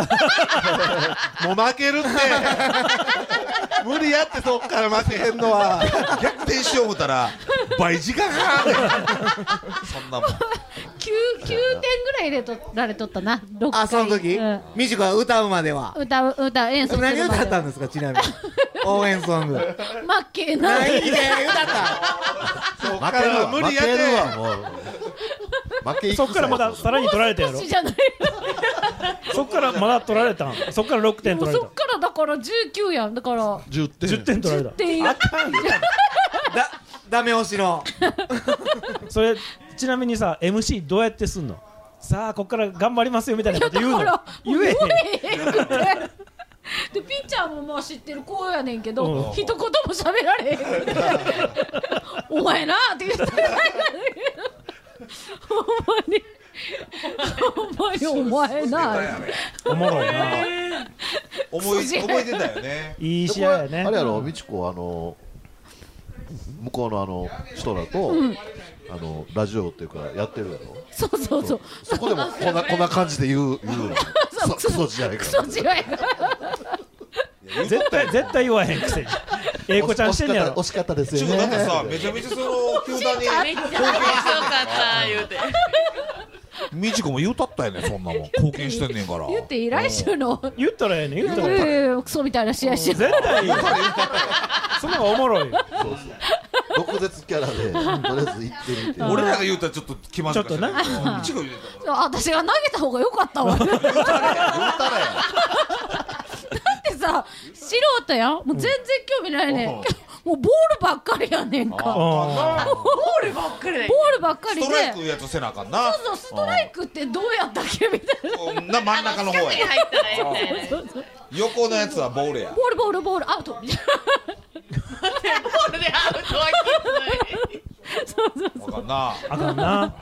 Speaker 19: 負けるって無理やってそっから負けへんのは
Speaker 4: 逆転しよう思ったら倍時間かかんねんそんなもん
Speaker 5: 九九点ぐらい入れとられとったな。六回
Speaker 20: あその時
Speaker 5: うん
Speaker 20: みちこは歌うまでは
Speaker 5: 歌う歌演奏するまで
Speaker 20: 何歌ったんですかちなみ に応援ソング
Speaker 5: 負けない。
Speaker 20: ないね歌った
Speaker 19: そっ
Speaker 2: 負
Speaker 19: か
Speaker 2: ける
Speaker 19: ら
Speaker 2: わ
Speaker 19: 無理
Speaker 2: 負
Speaker 19: や
Speaker 2: ける
Speaker 19: って
Speaker 2: わもう負け戦や
Speaker 1: そっからまださらに取られたやろ
Speaker 5: 年じゃない。
Speaker 1: そっからまだ取られたんそっから6点
Speaker 5: もう
Speaker 1: 取られ
Speaker 5: そ
Speaker 1: た
Speaker 5: っからだから十九やんだから。
Speaker 19: 10点
Speaker 1: 10点取られた
Speaker 5: っていう
Speaker 20: だダメ押しの
Speaker 1: それちなみにさ MC どうやってすんのさあこっから頑張りますよみたいなこと言うの
Speaker 5: いやだか
Speaker 1: 言えへん
Speaker 5: ええくてでピッチャーももう知ってる子やねんけ
Speaker 1: う
Speaker 5: ど
Speaker 1: ん
Speaker 5: 一言も喋られへんくてお前なって言ってないからねほん まにほんまにお前な
Speaker 1: おもろいな
Speaker 4: 思い
Speaker 5: そうじゃん
Speaker 4: 覚えてたよね
Speaker 1: いい試合やね
Speaker 2: あれやろ美智子あの向こうのあの人らとあのラジオっていうかやってるやろ
Speaker 5: そうそうそう
Speaker 2: そこで もこんなこんな感じで言う言うの
Speaker 5: そう
Speaker 2: クソ試合
Speaker 5: クソ
Speaker 2: が
Speaker 5: 違いが
Speaker 1: 絶対絶対言わへんくせにええ子ちゃんしてんねやろ
Speaker 2: 惜しかったです
Speaker 4: ち
Speaker 2: よ
Speaker 4: ょっとだって
Speaker 2: ね
Speaker 4: さめち ゃめちゃその
Speaker 16: め
Speaker 4: 球団に
Speaker 16: っちゃ面白かった言うて
Speaker 4: みちこも言うたったよねそんなもん 貢献してんねんから
Speaker 5: 言っていい来週の
Speaker 1: 言ったらええねん言ったらええねん
Speaker 5: うんクソみたいな試合して
Speaker 1: 絶対言うそんなんおもろいよ
Speaker 2: 毒舌キャラでとりあえず行ってみて
Speaker 4: 俺らが言うたらちょっと気まずかったけど
Speaker 1: ちょっと
Speaker 4: みちこ言うてた
Speaker 5: 私が投げた方が良かったわだってさ素人やんもう全然興味ないねんもうボールばっかりやねんか
Speaker 1: あ
Speaker 5: ボール
Speaker 16: ばっかり
Speaker 5: ボ
Speaker 16: だ
Speaker 5: ールばっかり
Speaker 4: ス
Speaker 5: で
Speaker 4: トライクやとせなあかんな
Speaker 5: そうそうストライクってどうやったっけみたい
Speaker 4: な
Speaker 5: な
Speaker 4: 真ん中の方
Speaker 16: 手に
Speaker 4: や
Speaker 16: 入ったらええみたいな
Speaker 4: 横のやつはボールや
Speaker 5: ボールボールボールアウトみたい
Speaker 16: ボールでアウトはきつい
Speaker 4: わかんな
Speaker 1: あかんな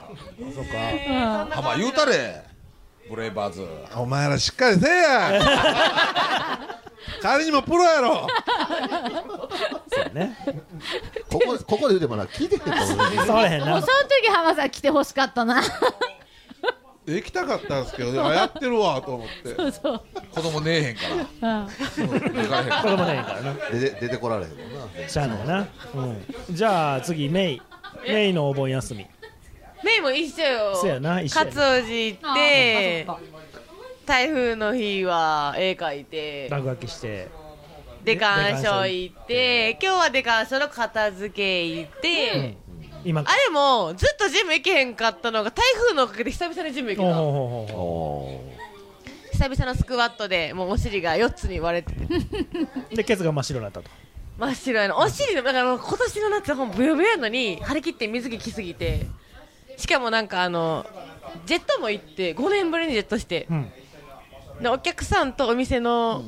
Speaker 1: そっか
Speaker 5: な
Speaker 4: あまあ言うたれブレイバーズ
Speaker 19: お前らしっかりせえや仮にもプロやろ
Speaker 1: そうね
Speaker 2: ここここで言うてもな聞いてへんと思う
Speaker 1: 触れへん
Speaker 5: もう
Speaker 1: な
Speaker 5: その時浜さん来てほしかったな
Speaker 19: 行きたかったんですけど、あやってるわと思って。
Speaker 5: そうそう。
Speaker 4: 子供ねえへんから。
Speaker 5: あ
Speaker 1: 子供ねえからな
Speaker 2: 出て出てこられへんもんな
Speaker 1: しゃあないな、うん、じゃあ次メイメイのお盆休み
Speaker 8: メイも一緒よ
Speaker 1: そうやな一緒や
Speaker 8: 勝
Speaker 1: な
Speaker 8: 尾寺行って台風の日は絵描いて
Speaker 1: 落書きして
Speaker 8: で鑑賞行って今日はで鑑賞の片付け行って、
Speaker 1: 今
Speaker 8: あれもずっとジム行けへんかったのが台風のおかげで久々にジム行け
Speaker 1: おう
Speaker 8: た
Speaker 1: ほうほう
Speaker 2: ほ
Speaker 8: 久々のスクワットでもうお尻が4つに割れてて
Speaker 1: うでケツが真っ白になったと
Speaker 8: 真っ白やのお尻のだからもう今年の夏はもうブヨブヨやのに張り切って水着着すぎてしかもなんかあのジェットも行って5年ぶりにジェットして、
Speaker 1: うん
Speaker 8: でお客さんとお店の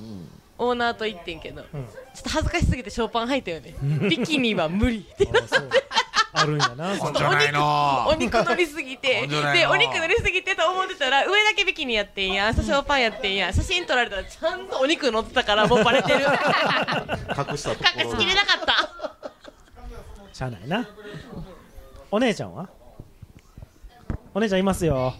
Speaker 8: オーナーと行ってんけど、ちょっと恥ずかしすぎてショーパン履いたよね ビキニは無理ってなって
Speaker 1: あるんやな
Speaker 4: ほんじゃないの
Speaker 8: お肉乗りすぎて
Speaker 4: ほんじゃない
Speaker 8: で
Speaker 4: の
Speaker 8: お肉乗りすぎてと思ってたら上だけビキニやってんやんショーパンやってんやん写真撮られたらちゃんとお肉乗ってたからもうバ レてる
Speaker 2: 隠したと
Speaker 8: 隠しきれなかった
Speaker 1: しゃあないなお姉ちゃんはお姉ちゃんいます よ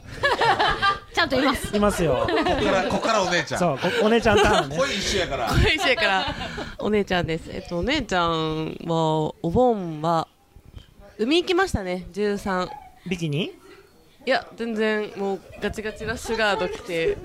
Speaker 5: ちゃんといます
Speaker 1: いますよ
Speaker 4: ここからここからお姉ちゃん。
Speaker 1: そうこ お姉ちゃんターンね
Speaker 4: 恋一緒やから。
Speaker 7: 一緒やから お姉ちゃんですえっとお姉ちゃんはお盆は海行きましたね13
Speaker 1: ビキニ
Speaker 7: いや全然もうガチガチラッシュガード来て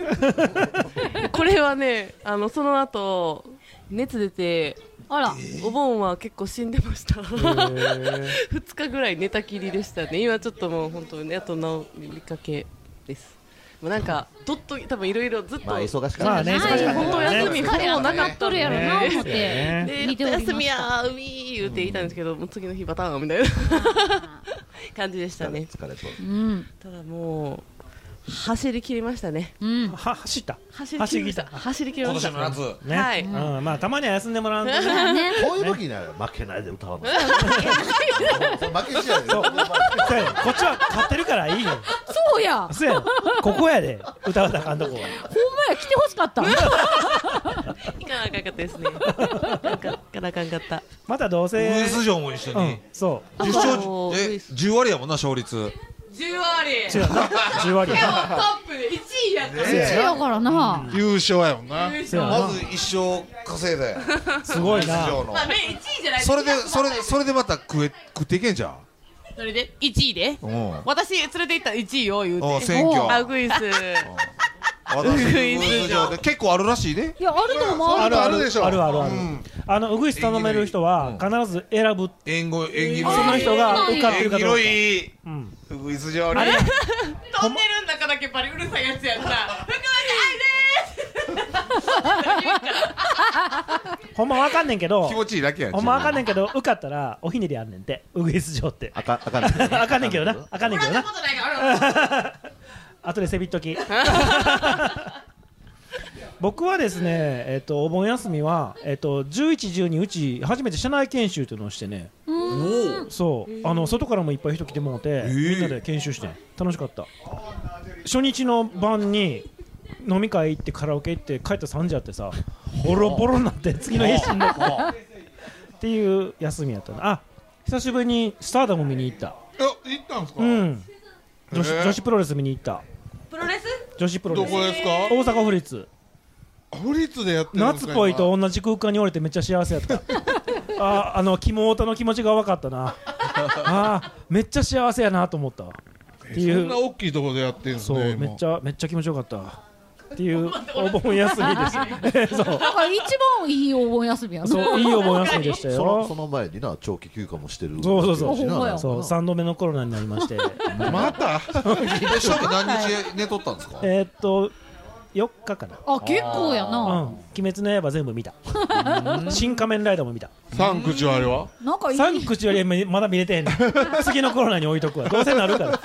Speaker 7: これはねあのその後熱出て
Speaker 5: あら
Speaker 7: お盆は結構死んでました
Speaker 1: 2
Speaker 7: 日ぐらい寝たきりでしたね今ちょっともう本当にあと治りかけですもうなんかどっと多分いろいろずっと、
Speaker 2: まあ忙しかった
Speaker 1: まあね忙しかったね
Speaker 7: 本当休みほぼなかったん
Speaker 5: 疲
Speaker 7: で
Speaker 5: れはね
Speaker 1: 取るやろな思って
Speaker 7: で
Speaker 5: 見ておりました
Speaker 7: 休みやー海ー言うていたんですけど、もう次の日バターンみたいな 感じでしたね
Speaker 2: 疲れそう
Speaker 5: うん
Speaker 7: ただもう走り切りましたね
Speaker 5: うん
Speaker 1: は走った
Speaker 7: 走り切りました
Speaker 1: 走り切った
Speaker 7: 走り切りました
Speaker 4: 今年の夏
Speaker 1: ね、
Speaker 7: はい
Speaker 1: うん、まあたまには休んでもらうと
Speaker 7: そうね
Speaker 2: こういう時には負けないで歌わない負け試合で
Speaker 1: そうそうやねこっちは勝ってるからいいよ
Speaker 5: そうや
Speaker 1: そうやねここやで歌わなあかんとこは
Speaker 5: ほんまや来てほしかった
Speaker 7: 行かなあかんかったですねなんか行かなあかんかった
Speaker 1: またどうせ
Speaker 4: ウエス城も一緒に
Speaker 1: うん、そう
Speaker 4: 10勝え10割やもんな勝率。
Speaker 8: 10割
Speaker 1: 違うな10割
Speaker 8: でもトップで1位やった
Speaker 5: 1位やからな
Speaker 19: 優勝やもんな。
Speaker 8: 優
Speaker 4: ま
Speaker 8: 勝
Speaker 4: ず一勝稼いで。
Speaker 1: すごい
Speaker 4: な
Speaker 8: まあね1位じゃない
Speaker 4: それでそれでそれでまた食え食っていけんじゃん。
Speaker 8: それで1位で
Speaker 4: うん。
Speaker 8: 私連れて行ったら1位よ言う
Speaker 4: お
Speaker 8: て
Speaker 4: 選挙
Speaker 8: あグイス
Speaker 4: 私ウグイス城で結構あるらしいね。
Speaker 5: いやあると思う
Speaker 1: あるある
Speaker 4: あるでしょ
Speaker 1: あるあるある、あのうぐいす頼める人は必ず選ぶ
Speaker 4: 縁起縁起の
Speaker 1: その人が受かってるかどうか
Speaker 4: 縁起のいい
Speaker 1: うん
Speaker 4: ウグイス城に
Speaker 1: あれ
Speaker 8: トンネルの中だけバリうるさいやつやった福
Speaker 1: ほんまわかんねんけど
Speaker 4: 気持ちいいだけやん
Speaker 1: ほんまわかんねんけど受かったらおひねりあんねんてうぐいす城って
Speaker 2: あか あかんねん
Speaker 1: あかんねんけどなあかんねんけどなあとでせびっと き僕はですね、えっとお盆休みは、えっと11、12うち初めて社内研修というのをしてねそうあの外からもいっぱい人来てもらって、みんなで研修してん楽しかった初日の晩に飲み会行ってカラオケ行って帰ったら3時やってさボロボロになって次の日死んだっていう休みやったなあ久しぶりにスターダム見に行った
Speaker 19: え行ったんですか。
Speaker 1: うん女子,、
Speaker 19: へえ
Speaker 1: 女子プロレス見に行った
Speaker 8: プロレス
Speaker 1: 女子プロレス
Speaker 19: どこですか
Speaker 1: 大阪府立
Speaker 19: フリーツでやってるんです
Speaker 1: 夏
Speaker 19: か。
Speaker 1: 恋と同じ空間におれてめっちゃ幸せやった あーあのキモオタの気持ちが分かったな あーめっちゃ幸せやなと思ったわって
Speaker 19: 今。
Speaker 1: い
Speaker 19: そんな
Speaker 1: う
Speaker 19: 大きいところでやってるんです
Speaker 1: そう
Speaker 19: ね。
Speaker 1: めっちゃめっちゃ気持ちよかったわって いうお盆休みですそう
Speaker 5: だから一番いいお盆休みやな
Speaker 1: そういいお盆休みでした
Speaker 2: そのそ
Speaker 1: よ
Speaker 2: の前にな長期休暇もしてる
Speaker 1: そうそう
Speaker 2: わけやしな
Speaker 5: ほんまや
Speaker 1: そう3度目のコロナになりまして
Speaker 19: また。
Speaker 4: でしかも何日寝とったんですか。
Speaker 1: えーっと4日かな
Speaker 5: あ結構や
Speaker 1: う
Speaker 5: なん
Speaker 1: 「鬼滅の刃」全部見た新仮面ライダーも見た
Speaker 19: 三口あれは。
Speaker 5: なんかいい
Speaker 1: 3口よりまだ見れてへん ねん次のコロナに置いとくわどうせなるから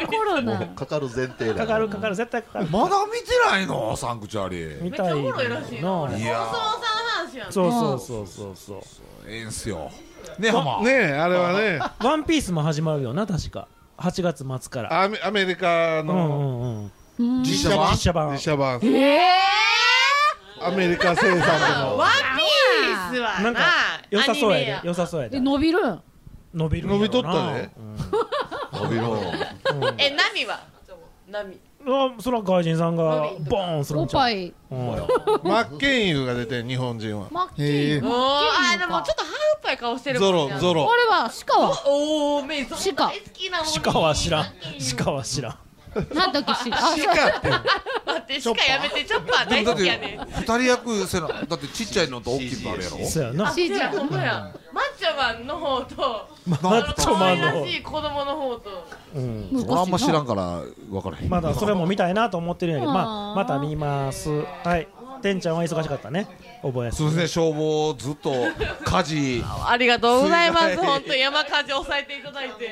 Speaker 5: のコロナ
Speaker 2: かかる前提だ
Speaker 1: かかるかかる絶対かかる
Speaker 4: まだ見てないのサンクチュアリ。
Speaker 1: 見たい
Speaker 8: めっちゃおもろいらしいない
Speaker 1: な
Speaker 4: や
Speaker 1: そうそうそうそうそう
Speaker 4: ええんすよ。ね浜。
Speaker 19: ねえあれはね。
Speaker 1: ワンピースも始まるよな確か8月末から
Speaker 19: アメアメリカ
Speaker 1: うんう
Speaker 19: の
Speaker 1: んうん
Speaker 19: 実写版
Speaker 1: 実写版
Speaker 19: 実写版
Speaker 5: え
Speaker 19: アメリカ 生産
Speaker 8: ワンピースは
Speaker 1: なんか良さそうやで良さそうや
Speaker 5: え
Speaker 1: で
Speaker 5: 伸びるん
Speaker 1: 伸びるんやろな
Speaker 19: 伸びとったね
Speaker 1: うん
Speaker 2: 伸びろ
Speaker 8: え、波は波
Speaker 1: あそれは外人さんがボーンするんちゃう
Speaker 5: おっぱい
Speaker 19: マッケンイルが出て日本人は
Speaker 5: マッ
Speaker 19: ケ
Speaker 8: おーあーでもちょっと半っぱい顔してるもんね
Speaker 19: ゾロゾロ
Speaker 5: これは鹿は
Speaker 8: おおメイさん
Speaker 5: 鹿
Speaker 8: 大好きなもん
Speaker 1: 鹿は知らん鹿は知らん
Speaker 5: なんだっけ鹿
Speaker 8: あ
Speaker 5: 鹿
Speaker 8: 待って鹿やめてチョッパー
Speaker 4: で
Speaker 8: 大
Speaker 4: もだ
Speaker 8: 好
Speaker 4: っ
Speaker 8: きや
Speaker 4: て
Speaker 8: ね
Speaker 4: 二人役せなだってちっちゃいのと大きいのあるやろ
Speaker 1: そうやな
Speaker 8: あそうやほんまやマッチョマンの方と
Speaker 1: マッチョマンの
Speaker 8: 可愛
Speaker 1: 方
Speaker 8: らしい子供の方と
Speaker 1: うん
Speaker 4: 俺あんま知らんから分からへん
Speaker 1: まだそれも見たいなと思ってるんやけど、ま
Speaker 8: あ
Speaker 1: あ、
Speaker 8: ー
Speaker 1: また見ますはいてんちゃんは忙しかったね覚え
Speaker 4: すみません消防ずっと火事
Speaker 8: ありがとうございます
Speaker 4: 水害
Speaker 8: 本当山火事抑えていただいて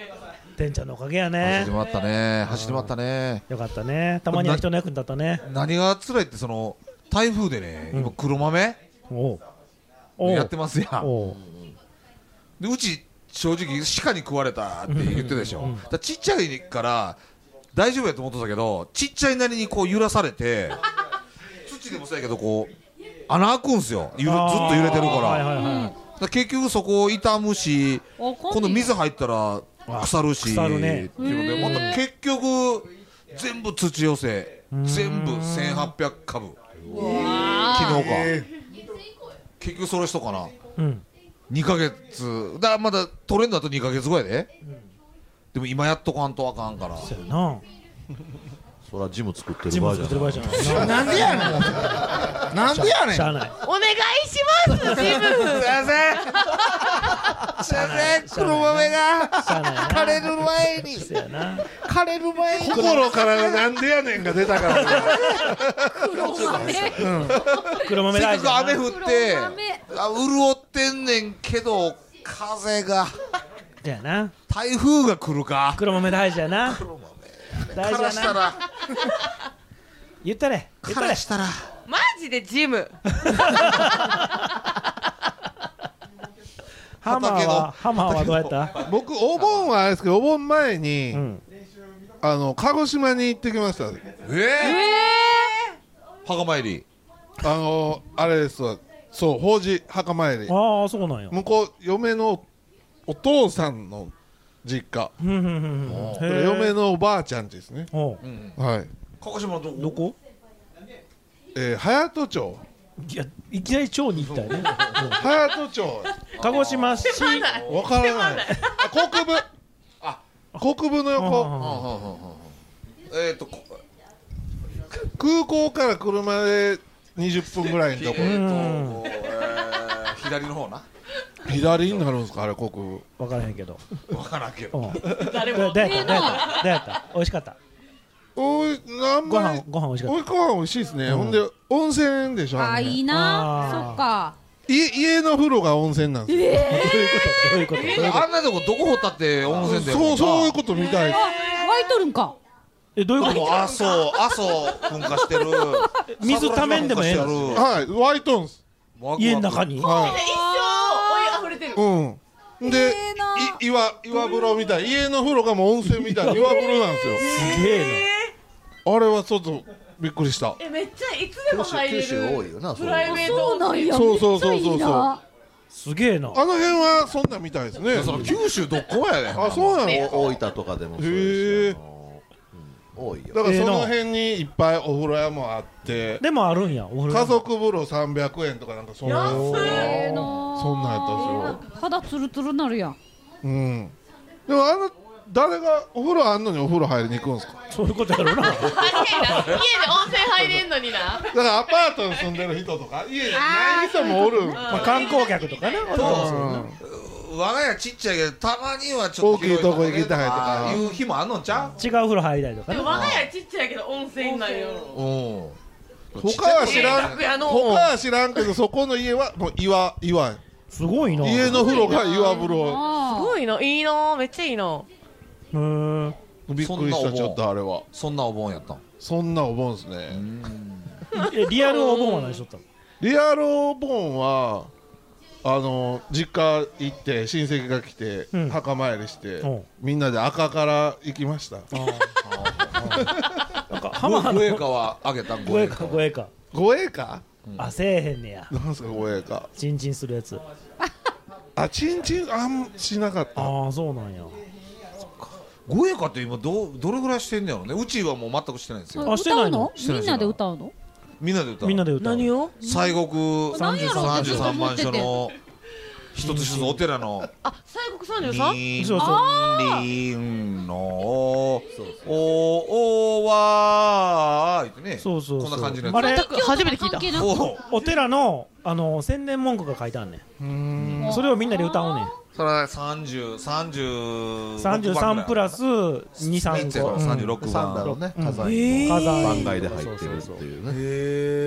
Speaker 1: てんちゃんのおかげやね
Speaker 4: 始まったね走り回ったね
Speaker 1: よかったねたまには人の役に立ったね
Speaker 4: 何が辛いってその台風でね今黒豆
Speaker 1: おうおう
Speaker 4: やってますや
Speaker 1: おうん
Speaker 4: でうち正直鹿に食われたって言ってたでしょだからちっちゃいから大丈夫やと思ってたけどちっちゃいなりにこう揺らされて土でもそうやけどこう穴開くんすよゆるずっ
Speaker 1: あー
Speaker 4: と揺れてるから
Speaker 1: はいはいはい
Speaker 4: だから結局そこ傷むし
Speaker 5: おコンビ
Speaker 4: 今度水入ったら腐るし
Speaker 1: 腐るね
Speaker 4: っていうのでまた結局全部土寄せ全部1800株昨日か結局それしとかな
Speaker 1: うん
Speaker 4: 2ヶ月だからまだ取れんだと2ヶ月後やで、でも今やっとかんとあかんから
Speaker 1: な
Speaker 2: そらジム作って
Speaker 1: ジ
Speaker 2: る場
Speaker 1: ム
Speaker 2: 合じ
Speaker 1: 作
Speaker 2: ゃ
Speaker 1: ってる場合じゃない
Speaker 2: ない
Speaker 20: なんでやねんなんでやねん
Speaker 1: しゃあない
Speaker 8: お願いしますジム
Speaker 19: すいません黒豆が枯れる前に
Speaker 20: 枯れる前に
Speaker 19: 心からなんでやねんが出たからね
Speaker 5: 黒豆
Speaker 1: 黒豆
Speaker 4: せ
Speaker 1: 大
Speaker 4: っ
Speaker 1: 事
Speaker 4: か
Speaker 1: やな
Speaker 4: く雨降って
Speaker 5: 黒豆
Speaker 4: あ潤ってんねんけど風が
Speaker 1: だよな
Speaker 4: 台風が来るか
Speaker 1: 黒豆大事やな大
Speaker 8: 枯
Speaker 1: 事
Speaker 8: らした
Speaker 1: やな
Speaker 8: ら
Speaker 1: 言ったれ言ったれ
Speaker 4: したら
Speaker 8: マジでジム
Speaker 1: ハマーはハマーはどうやった
Speaker 19: 僕お盆はあれですけどお盆前に、あの鹿児島に行ってきました
Speaker 4: ええ墓参り
Speaker 19: あのあれですわそう法事墓参り
Speaker 1: ああそうなんや
Speaker 19: 向こう嫁のお父さんの実家
Speaker 1: うんうんうんうんへえ
Speaker 19: 嫁のおばあちゃんちですね
Speaker 1: おう
Speaker 19: はい
Speaker 4: 鹿児島どこ
Speaker 1: どこ
Speaker 19: えー、隼人町
Speaker 1: いやいきなり町に行ったよね
Speaker 19: 隼人町
Speaker 1: 鹿児島市
Speaker 19: わからないあ国分国分の横
Speaker 4: えっ、ー、とこ
Speaker 19: 空港から車で20分ぐらいのとこ
Speaker 4: うんえー左の方な
Speaker 19: 左になるんですかあれ国分
Speaker 1: 分からへんけど
Speaker 4: 分からんけ
Speaker 1: うん
Speaker 4: ど
Speaker 1: 誰もどうやったどうやったどうやった美味しかった
Speaker 19: おいなん
Speaker 1: ご
Speaker 19: まり
Speaker 1: 飯ご飯美味しか
Speaker 19: お
Speaker 1: っ
Speaker 19: いご飯美味しいですね、
Speaker 1: うん
Speaker 19: ほんで温泉でしょ
Speaker 5: あーいいな
Speaker 19: あの
Speaker 5: そっか
Speaker 19: 家家の風呂が温泉なんですよ、
Speaker 4: どういうことあんなとこどこ掘ったって温泉だよ
Speaker 19: そうそういう
Speaker 4: と
Speaker 19: ことみたい、
Speaker 5: あ湧いとるんか
Speaker 1: えどういうこと
Speaker 4: 阿蘇阿蘇噴火してる
Speaker 1: 水ためんでもええの
Speaker 19: はい湧いとんす
Speaker 1: 家の中に
Speaker 19: は
Speaker 8: 一生お湯溢れてる
Speaker 19: いうんで、い岩岩風呂みたい家の風呂がもう温泉みたいな岩風呂なんですよ
Speaker 1: すげえ
Speaker 19: あれはちょっとびっくりした
Speaker 8: えめっちゃいつでも入れる
Speaker 19: 九州九州多いよなそう
Speaker 8: プライベート
Speaker 5: そうなんや
Speaker 19: そうそうそうそうそう
Speaker 5: めっちゃいいな
Speaker 1: すげえな
Speaker 19: あの辺はそんなみたいですね
Speaker 4: その九州どこやねん
Speaker 19: あそうなの
Speaker 2: お大分とかでもそう
Speaker 19: へえ
Speaker 2: 多いよ
Speaker 19: だからそ
Speaker 2: ええ
Speaker 19: の
Speaker 2: な
Speaker 19: 辺にいっぱいお風呂屋もあって
Speaker 1: でもあるんやお風呂
Speaker 19: 家族風呂300円とかなんかそんなそんなん
Speaker 5: ええ
Speaker 19: や
Speaker 5: な
Speaker 19: ったんですよ
Speaker 5: 肌ツルツルなるやん
Speaker 19: うんでもあの誰がお風呂あんのにお風呂入りに行くんですか
Speaker 1: そういうことやろうなだか
Speaker 8: 確かにな家で温泉入れんのにな
Speaker 19: らアパートに住んでる人とか家にない人もおる
Speaker 1: まあ観光客とかね
Speaker 4: 我が家ちっちゃいけどたまにはちょっと広
Speaker 19: 大きいとこ行きたいとか
Speaker 4: いう日もあんのちゃ
Speaker 1: 違う風呂入りたいとか
Speaker 8: で
Speaker 1: ね
Speaker 8: も我が家ちっちゃいけど温泉なんよ
Speaker 4: ううん
Speaker 19: 他は知らん
Speaker 8: 楽屋の
Speaker 19: 他は知らんけどそこの家はもう岩岩
Speaker 1: すごいな
Speaker 19: 家の風呂が岩風呂
Speaker 8: すごいのいいのめっちゃいいの
Speaker 1: うん
Speaker 19: びっくりしたちょっとあれは
Speaker 4: そんなお盆やったん
Speaker 19: そんなお盆ですね
Speaker 1: えリアルお盆は何しとったの
Speaker 19: リアルお盆はあの実家行って親戚が来て、
Speaker 1: うん
Speaker 19: 墓参りして、
Speaker 1: うん
Speaker 19: みんなで赤から行きました
Speaker 1: なんか
Speaker 4: ご
Speaker 1: 浜
Speaker 4: ご栄
Speaker 1: の
Speaker 4: 華はあげたん
Speaker 1: ごえかごえか
Speaker 19: 護衛か
Speaker 1: あせえへんねや
Speaker 19: なんすか護衛か
Speaker 1: チンチンするやつ
Speaker 19: あちんちんあんしなかった
Speaker 1: ああそうなんや
Speaker 4: 五栄かって今どうどれぐらいしてんだろうねうちはもう全くしてないんですよ
Speaker 5: あ歌うの
Speaker 4: してない
Speaker 5: みんなで歌うの
Speaker 4: みんなで歌う
Speaker 1: みんなで歌う何
Speaker 4: を西国
Speaker 5: 何やろうってずっと
Speaker 4: 33
Speaker 5: 思っ
Speaker 4: 番
Speaker 5: てて
Speaker 4: 所の一つ一つのお寺の
Speaker 16: あ、西国三十
Speaker 4: 三
Speaker 16: 三。
Speaker 4: りんのおおわーいってね
Speaker 1: そうそうそ
Speaker 4: こ
Speaker 1: うん
Speaker 4: な感じのやつ
Speaker 1: あれ
Speaker 16: 初めて聞いた。
Speaker 1: おお寺のあの宣伝文句が書いてあんねんそれをみんなで歌うねん
Speaker 4: それは三十三十
Speaker 1: 33プラス23個
Speaker 4: 三十六番
Speaker 2: だろうね
Speaker 1: うん
Speaker 2: 火山
Speaker 1: へー
Speaker 2: 番外で入ってるっていうね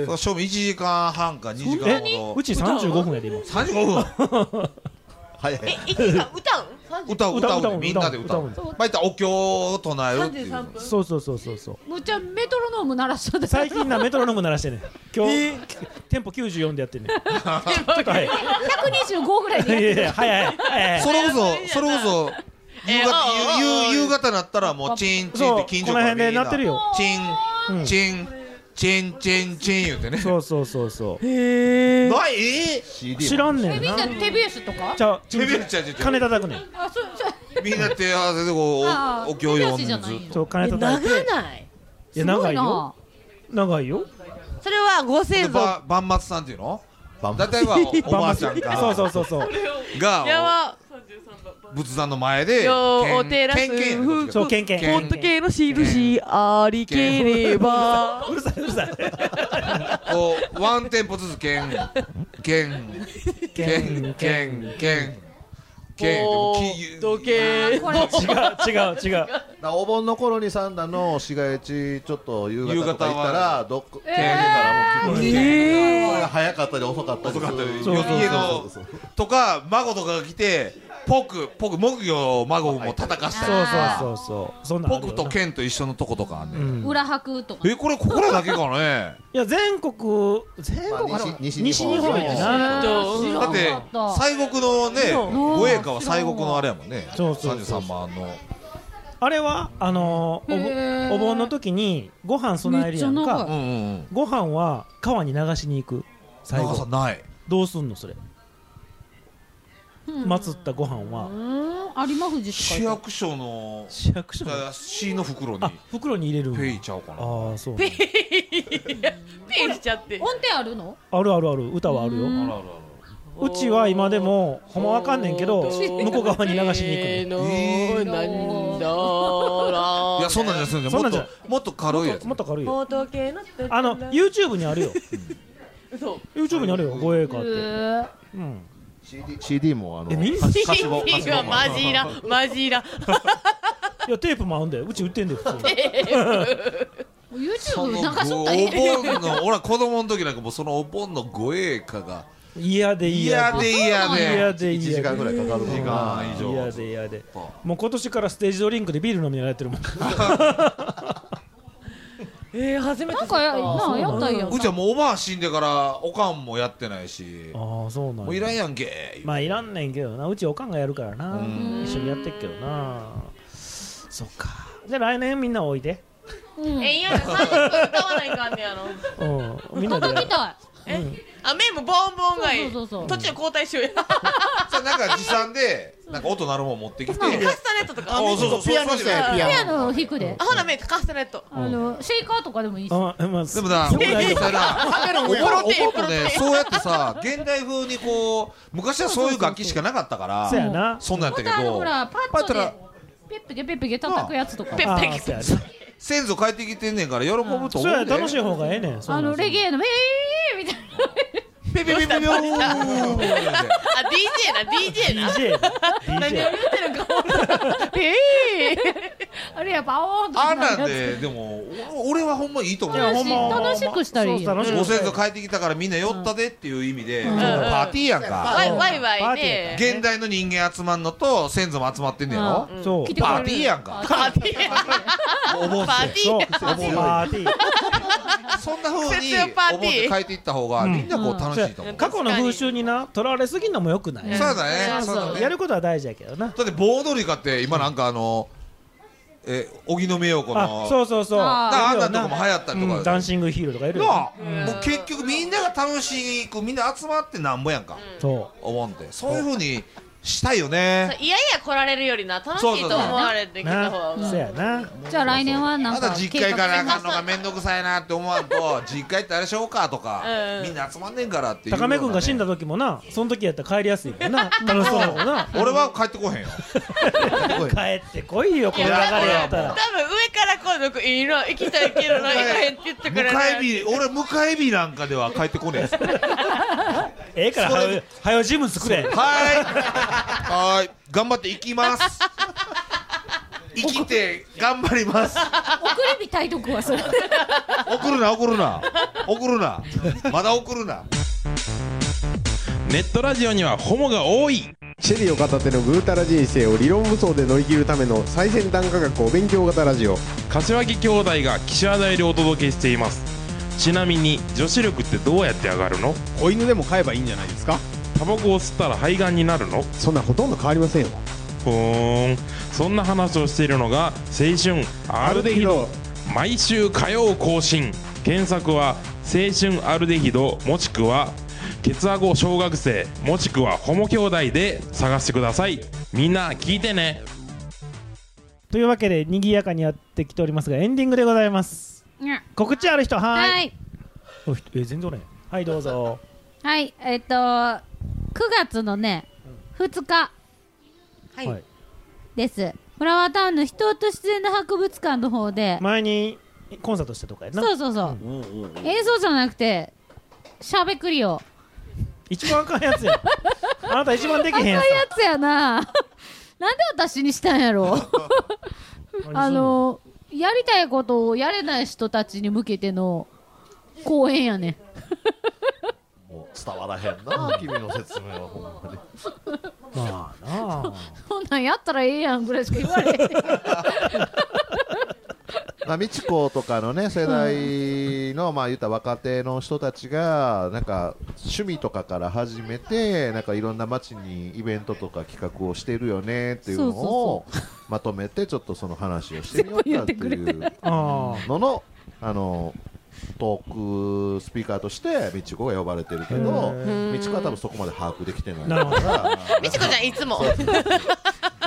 Speaker 4: へえ正味1時間半か2時間
Speaker 1: え
Speaker 4: ほど
Speaker 1: うち35分やで今
Speaker 4: 35分早い
Speaker 16: 一時間歌う？三十。
Speaker 4: 歌う歌う
Speaker 1: 歌う
Speaker 4: ねみんなで歌う
Speaker 1: 歌う
Speaker 4: まあいったらお経を唱えるっていう
Speaker 16: 33分
Speaker 1: そうそうそうそうそう
Speaker 5: むっちゃメトロノーム鳴らしちゃった
Speaker 1: 最近なメトロノーム鳴らして ね今日、テンポ94でやってんねちょっと早い
Speaker 5: 125ぐら い
Speaker 1: いや
Speaker 5: で
Speaker 1: いやい
Speaker 5: やってる
Speaker 1: や早い早い
Speaker 4: それこそそれこそ夕
Speaker 16: えー
Speaker 4: 方
Speaker 16: あーあー
Speaker 4: 夕夕夕方なったらもうチンチンって近所からみん
Speaker 1: そうこの辺で鳴
Speaker 4: な
Speaker 1: ってるよ
Speaker 4: チンチンチンチンチン言うてね
Speaker 1: そうそうそうそう
Speaker 4: へえないえー
Speaker 1: 知らんね
Speaker 5: え
Speaker 1: ん
Speaker 5: みん
Speaker 1: な
Speaker 5: な手拍子とか
Speaker 1: じゃあ
Speaker 4: 手拍子ちゃうちゃうちゃう
Speaker 1: 金叩くねん
Speaker 5: あそうじゃ
Speaker 4: みんな手合わせでこ
Speaker 5: あー
Speaker 4: うおお経読んでずっ
Speaker 1: そう金叩いて
Speaker 16: ない。
Speaker 1: いや長いよ
Speaker 16: な
Speaker 1: 長いよ
Speaker 16: それはご
Speaker 4: と
Speaker 16: 先
Speaker 4: で
Speaker 16: 祖。
Speaker 4: ば万松さんっていうの大 体はおおばあちゃんが
Speaker 1: そうそうそうそう
Speaker 4: が
Speaker 8: ば
Speaker 4: 仏壇の前で
Speaker 8: よお
Speaker 4: けん
Speaker 8: 照ら
Speaker 4: けんけ
Speaker 8: す
Speaker 4: ん
Speaker 8: 夫婦
Speaker 1: そうけんけん
Speaker 8: ホット系の印ありければ
Speaker 1: うるさいうるさい
Speaker 4: こうワンテンポずつけんけんけんけんけんけん
Speaker 8: 時計
Speaker 1: 違う違う違う
Speaker 2: なお盆の頃にサンダの市街地ちょっと夕方とか行ったらどっか
Speaker 4: えー
Speaker 2: 経営からもう聞こえて
Speaker 4: えー
Speaker 2: これが早かったり遅かったり
Speaker 4: 遅かったり
Speaker 2: そうそうそう
Speaker 4: 家のとか孫とかが来てポクポク木魚を孫も叩かしたり
Speaker 1: そうそうそうそうそんなんある
Speaker 4: ポ
Speaker 1: よ
Speaker 4: クと剣と一緒のとことかあんねん
Speaker 5: あ裏拍とか
Speaker 4: えこれここらだけか ね
Speaker 1: いや全国全国かな
Speaker 2: まあ西
Speaker 1: 西日本やな
Speaker 5: 知ら
Speaker 4: だ
Speaker 5: な
Speaker 4: っ
Speaker 5: か
Speaker 4: て
Speaker 5: った
Speaker 4: 西国のね
Speaker 1: うん
Speaker 4: 護衛歌は西国のあれやもんね
Speaker 1: そうそうそう
Speaker 4: 33番の
Speaker 1: あれはあのー
Speaker 5: へー
Speaker 1: おぼお盆の時にご飯備えるやん
Speaker 5: めっちゃ
Speaker 1: か、
Speaker 4: うん
Speaker 5: 長
Speaker 4: うん
Speaker 1: ご飯は川に流しに行く最
Speaker 4: 長
Speaker 1: 後
Speaker 4: さない
Speaker 1: どうすんのそれ
Speaker 5: うん
Speaker 1: 祀ったご飯
Speaker 5: う
Speaker 1: は
Speaker 5: ーん有馬富士とか
Speaker 4: 市役所の市
Speaker 1: 役所
Speaker 4: の袋に
Speaker 1: あ袋に入れるん
Speaker 4: ペイちゃうかな
Speaker 1: ああそう
Speaker 8: ペイしちゃって
Speaker 5: 音程あるの
Speaker 1: あるあるある歌はあるようちは今でもほんまわかんねんけど向こう側に流しに行くの
Speaker 8: のなんだろう
Speaker 4: いやそんなんじゃそんなんじゃもっ
Speaker 1: そんなん
Speaker 4: ともっと軽いやつ
Speaker 1: もっと軽いよ
Speaker 8: ホット系の
Speaker 1: あの YouTube にあるよ
Speaker 8: 嘘
Speaker 1: YouTube にあるよ護衛歌って
Speaker 5: え
Speaker 1: うん
Speaker 2: CD, CD もあの
Speaker 1: えみんな
Speaker 2: 歌詞
Speaker 8: CD
Speaker 2: も歌詞も
Speaker 8: はマジラ マジラ
Speaker 1: いやテープもあんだようち売ってんだよ普通に
Speaker 5: ー YouTube
Speaker 4: その
Speaker 5: 流
Speaker 4: お
Speaker 5: しとったらえ
Speaker 4: 盆の俺は子供の時なんかもうそのお盆の護衛歌が
Speaker 1: 嫌で嫌
Speaker 4: 嫌で嫌
Speaker 1: 嫌
Speaker 4: で
Speaker 1: で嫌で
Speaker 2: 1時間ぐらいかかるの
Speaker 4: 時間以上
Speaker 1: 嫌で嫌でもう今年からステージドリンクでビール飲みながらやってるもん
Speaker 8: えー初めて
Speaker 5: なんかやなあやったんや
Speaker 4: うちはもうおばあ死んでからおかんもやってないし
Speaker 1: ああそうなん
Speaker 4: もういらんやんけ
Speaker 1: まあいらんねんけどなうちおかんがやるからな一緒にやってっけどなそっかじゃあ来年みんなおいで
Speaker 8: えいやな三人と歌わないかんねやろ
Speaker 1: うんみんなでや
Speaker 5: 叩きたい
Speaker 8: えあメイもボンボンがいい
Speaker 5: そうそうそうそ
Speaker 8: 途中交代 しようや
Speaker 4: さなんか持参でなんか音鳴るもん持ってきて
Speaker 8: カスタネットとか
Speaker 4: あそうそう
Speaker 8: ピアノ
Speaker 4: そうそう
Speaker 8: したい
Speaker 5: ピ
Speaker 8: ピ
Speaker 5: アノを弾くで
Speaker 8: あほらメイカスタネット
Speaker 5: あのシェイカーとかでもいいし
Speaker 1: あまあ
Speaker 4: でもな、
Speaker 1: そ
Speaker 4: そう
Speaker 1: だよ
Speaker 4: だな、おぼろ
Speaker 8: プロテイン
Speaker 4: おぼろね、そうやってさ、現代風にこう、昔はそういう楽器しかなかったから、
Speaker 1: そうやな
Speaker 4: そんなんやった
Speaker 5: あ
Speaker 4: け
Speaker 5: の
Speaker 4: ど
Speaker 5: ほ、らパッ
Speaker 4: パ
Speaker 5: と
Speaker 4: ッ
Speaker 5: でペッペケペッペケ叩くやつとか
Speaker 8: ペ
Speaker 1: あ
Speaker 8: ッペ
Speaker 1: ー
Speaker 8: キ
Speaker 1: そうやな
Speaker 4: 先祖帰ってきてんねんから喜ぶ
Speaker 1: そ
Speaker 4: と
Speaker 1: う
Speaker 4: 思
Speaker 1: や
Speaker 4: うで。
Speaker 1: 楽しい方がええねんそう
Speaker 5: あ
Speaker 1: なん
Speaker 5: のレゲエのメイみたい
Speaker 4: ピピピピピピ
Speaker 8: あ DJ な DJ な
Speaker 1: DJ
Speaker 8: 何を言
Speaker 1: DJ
Speaker 8: ってるかえ
Speaker 5: なあれやパオーンと
Speaker 4: あんな
Speaker 5: なる
Speaker 4: ん
Speaker 5: やつ
Speaker 4: で、でも、お俺はほんまいいと思う
Speaker 1: いやほ
Speaker 4: よ
Speaker 1: ん。ま
Speaker 5: 楽しくしたらいいよ
Speaker 1: そう楽し
Speaker 4: ご
Speaker 1: くした
Speaker 4: 先
Speaker 1: らい
Speaker 4: 祖
Speaker 1: い
Speaker 4: 帰ってきたからみんな寄ったでっていう意味で、パーティーやんか。
Speaker 8: わいわいわ
Speaker 1: パー
Speaker 8: い
Speaker 1: テ
Speaker 8: ね
Speaker 4: 現代の人間集まんのと、先祖も集まってんねんろ。
Speaker 1: そう
Speaker 5: 来てくれる
Speaker 4: パーティーやんか。
Speaker 8: パーティー
Speaker 4: お盆っ
Speaker 8: パ
Speaker 4: て
Speaker 8: ーティ
Speaker 1: そう
Speaker 8: ー
Speaker 1: パーティー
Speaker 4: そんな風に
Speaker 8: 節約パー
Speaker 4: 思っ
Speaker 8: ティー
Speaker 4: て帰っていった方がみんなこう楽しいと思う。
Speaker 1: 過去の風習になとらわれすぎんのもよくない
Speaker 4: そうだね。そうだね。
Speaker 1: やることは大事やけどな
Speaker 4: だって盆踊りかって今なんかあのえ荻野目洋子の
Speaker 1: あそうそうそう
Speaker 5: あ
Speaker 4: なあん
Speaker 1: いる
Speaker 4: な
Speaker 1: よ
Speaker 4: んとこも流行ったりと
Speaker 1: うん
Speaker 4: か。
Speaker 1: ダンシングヒーローとかいるよ
Speaker 4: なあもう結局みんなが楽しくみんな集まってなんぼやんか。
Speaker 1: そ
Speaker 4: お盆ってそういう風にしたいよね
Speaker 8: いやいや来られるよりな楽しいと思われてきた方が
Speaker 4: そうやな
Speaker 5: じゃあ来年はなん
Speaker 4: まだ
Speaker 5: か
Speaker 4: 実家行かなあかんの
Speaker 5: 計
Speaker 4: が面倒くさいなって思わんと実家行ってあれしようかとかみんな集まんねんからっていう
Speaker 1: 高め君が死んだ時もなその時やったら帰りやすいもん な楽しそうだもんな
Speaker 4: 俺は帰ってこへんよ
Speaker 1: 帰ってこいよこの流れやったら
Speaker 8: 多分上から今度いいな行きたいけどな行かへんって言ってくれる
Speaker 4: 迎え日俺迎え日なんかでは帰ってこねえです
Speaker 1: ええから
Speaker 4: それ
Speaker 1: はよはよジム作れ
Speaker 4: はいはい頑張って行きます生きて頑張ります
Speaker 5: 送り火いとくわそれ
Speaker 4: 送るな送るな送るなまだ送るな
Speaker 11: ネットラジオにはホモが多い
Speaker 23: シェリーを片手のぐうたら人生を理論武装で乗り切るための最先端科学お勉強型ラジオ
Speaker 11: 柏木兄弟が岸和田よりお届けしていますちなみに女子力ってどうやって上がるの子犬でも飼えばいいんじゃないですかタバコを吸ったら肺がんになるのそんなほとんど変わりませんよふーんそんな話をしているのが青春アルデヒド毎週火曜更新検索は青春アルデヒドもしくはケツアゴ小学生もしくはホモ兄弟で探してくださいみんな聞いてね
Speaker 1: というわけで賑やかにやってきておりますがエンディングでございます告知ある人はーい
Speaker 5: はい
Speaker 1: おひえ全然おれへんはいどうぞ
Speaker 5: はいえっと9月のね2日
Speaker 1: はいはい
Speaker 5: ですフラワータウンの人と自然の博物館の方で
Speaker 1: 前にコンサートしたとかやな
Speaker 5: そうそうそう
Speaker 1: うんうんうん
Speaker 5: 演奏じゃなくてしゃべくりを
Speaker 1: 一番あかんやつ やあなた一番できへん
Speaker 5: 赤い
Speaker 1: や
Speaker 5: や
Speaker 1: つ
Speaker 5: つやな なんで私にしたんや ろあのやりたいことをやれない人たちに向けての公演やね
Speaker 2: もう伝わらへんな君の説明はほんまに
Speaker 1: まあなあ
Speaker 5: そんなんやったらええやんぐらいしか言わ れへん
Speaker 2: まあ、美智子とかのね世代の、まあ、言ったら若手の人たちがなんか趣味とかから始めてなんかいろんな街にイベントとか企画をしてるよねっていうのをまとめてちょっとその話をしてみようかっていう
Speaker 1: あ
Speaker 2: ののあのトークスピーカーとして美智子が呼ばれてるけど
Speaker 8: ー
Speaker 2: 美智子は多分そこまで把握できてない
Speaker 1: なるほ
Speaker 2: から
Speaker 8: みちこちゃんいつも
Speaker 2: な